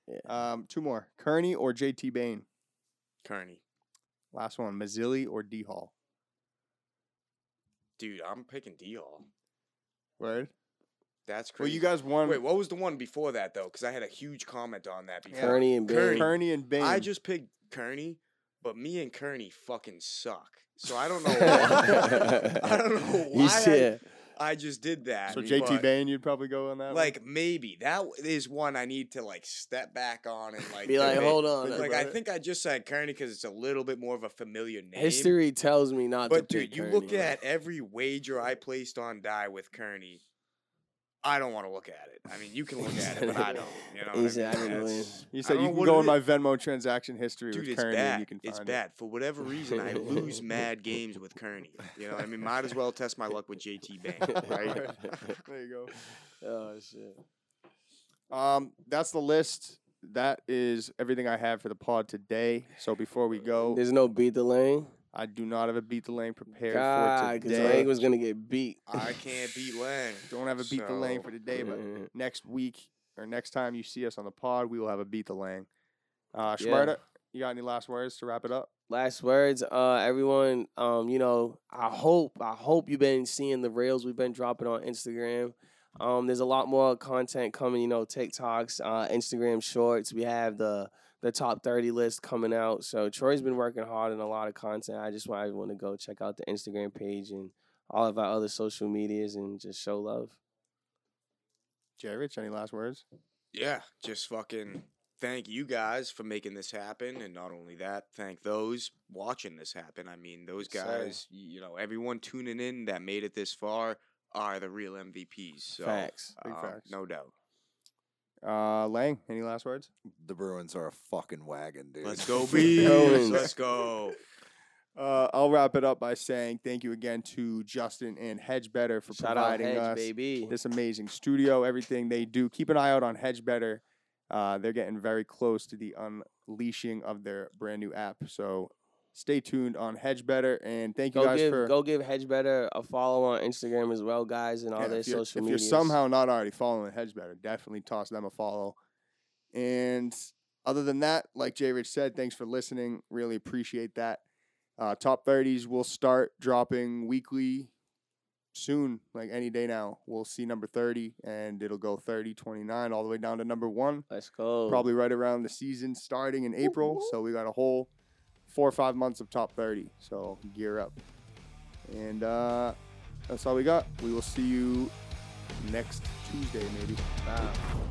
[SPEAKER 2] Yeah.
[SPEAKER 1] Um, two more. Kearney or JT Bain.
[SPEAKER 4] Kearney.
[SPEAKER 1] Last one. Mazzilli or D Hall.
[SPEAKER 4] Dude, I'm picking D Hall.
[SPEAKER 1] Word.
[SPEAKER 4] That's
[SPEAKER 1] Well,
[SPEAKER 4] crazy.
[SPEAKER 1] you um guys won.
[SPEAKER 4] Wait, what was the one before that though? Because I had a huge comment on that before.
[SPEAKER 2] Kearney and
[SPEAKER 4] Kearney.
[SPEAKER 2] Barry.
[SPEAKER 1] Kearney and Bain.
[SPEAKER 4] I just picked Kearney, but me and Kearney fucking suck. So I don't know. Why, I don't know
[SPEAKER 2] You
[SPEAKER 4] why I,
[SPEAKER 2] said
[SPEAKER 4] I just did that.
[SPEAKER 1] so
[SPEAKER 4] but-
[SPEAKER 1] JT Bain, you'd probably go on that. one?
[SPEAKER 4] like maybe that w- is one I need to like step back on and like
[SPEAKER 2] be like,
[SPEAKER 4] debate.
[SPEAKER 2] hold on.
[SPEAKER 1] Think
[SPEAKER 4] Like
[SPEAKER 1] about
[SPEAKER 4] I
[SPEAKER 1] it.
[SPEAKER 4] think I just said Kearney because it's a little bit more of a familiar name.
[SPEAKER 2] History tells me not
[SPEAKER 4] but
[SPEAKER 2] to.
[SPEAKER 4] dude,
[SPEAKER 2] pick
[SPEAKER 4] you
[SPEAKER 2] Kearney.
[SPEAKER 4] look at every wager I placed on die with Kearney. I don't want to look at it. I mean, you can look at it, but I don't. You know, what I
[SPEAKER 2] He said,
[SPEAKER 4] mean?
[SPEAKER 2] "I didn't win."
[SPEAKER 4] That's-
[SPEAKER 1] You
[SPEAKER 4] I
[SPEAKER 1] said
[SPEAKER 4] don't
[SPEAKER 1] you
[SPEAKER 4] know
[SPEAKER 1] can
[SPEAKER 4] what
[SPEAKER 1] go
[SPEAKER 4] it
[SPEAKER 1] in
[SPEAKER 4] is.
[SPEAKER 1] my Venmo transaction history
[SPEAKER 4] Dude,
[SPEAKER 1] with
[SPEAKER 4] it's
[SPEAKER 1] Kearney
[SPEAKER 4] bad.
[SPEAKER 1] and you can find
[SPEAKER 4] it's bad. For whatever reason, I lose mad games with Kearney. You know, I mean, might as well test my luck with JT Bank, right?
[SPEAKER 1] it. There you
[SPEAKER 2] oh shit.
[SPEAKER 1] go. Um, that's the list. That is everything I have for the pod today. So before we go,
[SPEAKER 2] There's no beat the lane.
[SPEAKER 1] I do not have a beat the lane prepared
[SPEAKER 2] God,
[SPEAKER 1] for
[SPEAKER 2] because
[SPEAKER 1] today.
[SPEAKER 2] Lang was gonna get beat.
[SPEAKER 4] I can't beat Lang.
[SPEAKER 1] Don't have a beat the lane
[SPEAKER 4] So-
[SPEAKER 1] for today, but next week or next time you see us on the pod, we will have a beat the lane. Uh,
[SPEAKER 2] Yeah.
[SPEAKER 1] Shmarda, you got any last words to wrap it up?
[SPEAKER 2] last words uh everyone um you know i hope i hope you've been seeing the reels we've been dropping on instagram um there's a lot more content coming you know tiktoks uh instagram shorts we have the the top 30 list coming out so troy's been working hard on a lot of content i just want everyone to go check out the instagram page and all of our other social medias and just show love
[SPEAKER 1] Jay Rich, any last words?
[SPEAKER 4] yeah, just fucking thank you guys for making this happen. And not only that, thank those watching this happen. I mean, those
[SPEAKER 2] Yes, sir.
[SPEAKER 4] guys, y- you know, everyone tuning in that made it this far are the real MVPs. So,
[SPEAKER 2] facts
[SPEAKER 1] Big
[SPEAKER 4] um,
[SPEAKER 1] facts.
[SPEAKER 4] no doubt.
[SPEAKER 1] Uh, Lang, any last words?
[SPEAKER 3] The Bruins are a fucking wagon, dude.
[SPEAKER 4] Let's go,
[SPEAKER 2] Bruins.
[SPEAKER 4] Bees. Let's go.
[SPEAKER 1] Uh, I'll wrap it up by saying thank you again to Justin and Hedge Better for
[SPEAKER 2] shout out
[SPEAKER 1] providing
[SPEAKER 2] hedge
[SPEAKER 1] us
[SPEAKER 2] baby
[SPEAKER 1] this amazing studio, everything they do. Keep an eye out on Hedge Better. Uh, they're getting very close to the unleashing of their brand new app. So stay tuned on Hedge Better. And thank you
[SPEAKER 2] Go
[SPEAKER 1] guys
[SPEAKER 2] give,
[SPEAKER 1] for
[SPEAKER 2] go give Hedge Better a follow on Instagram as well, guys, and all
[SPEAKER 1] Yeah,
[SPEAKER 2] their
[SPEAKER 1] if you're-
[SPEAKER 2] social
[SPEAKER 1] If
[SPEAKER 2] media.
[SPEAKER 1] you're somehow not already following Hedge Better, definitely toss them a follow. And other than that, like Jay Rich said, thanks for listening. Really appreciate that. Uh, top 30s will start dropping weekly soon, like any day now. We'll see number 30, and it'll go 30, 29, all the way down to number one
[SPEAKER 2] let's go.
[SPEAKER 1] probably right around the season starting in April. So we got a whole four or five months of top 30. So gear up. And uh, that's all we got. We will see you next Tuesday, maybe.
[SPEAKER 3] Nah.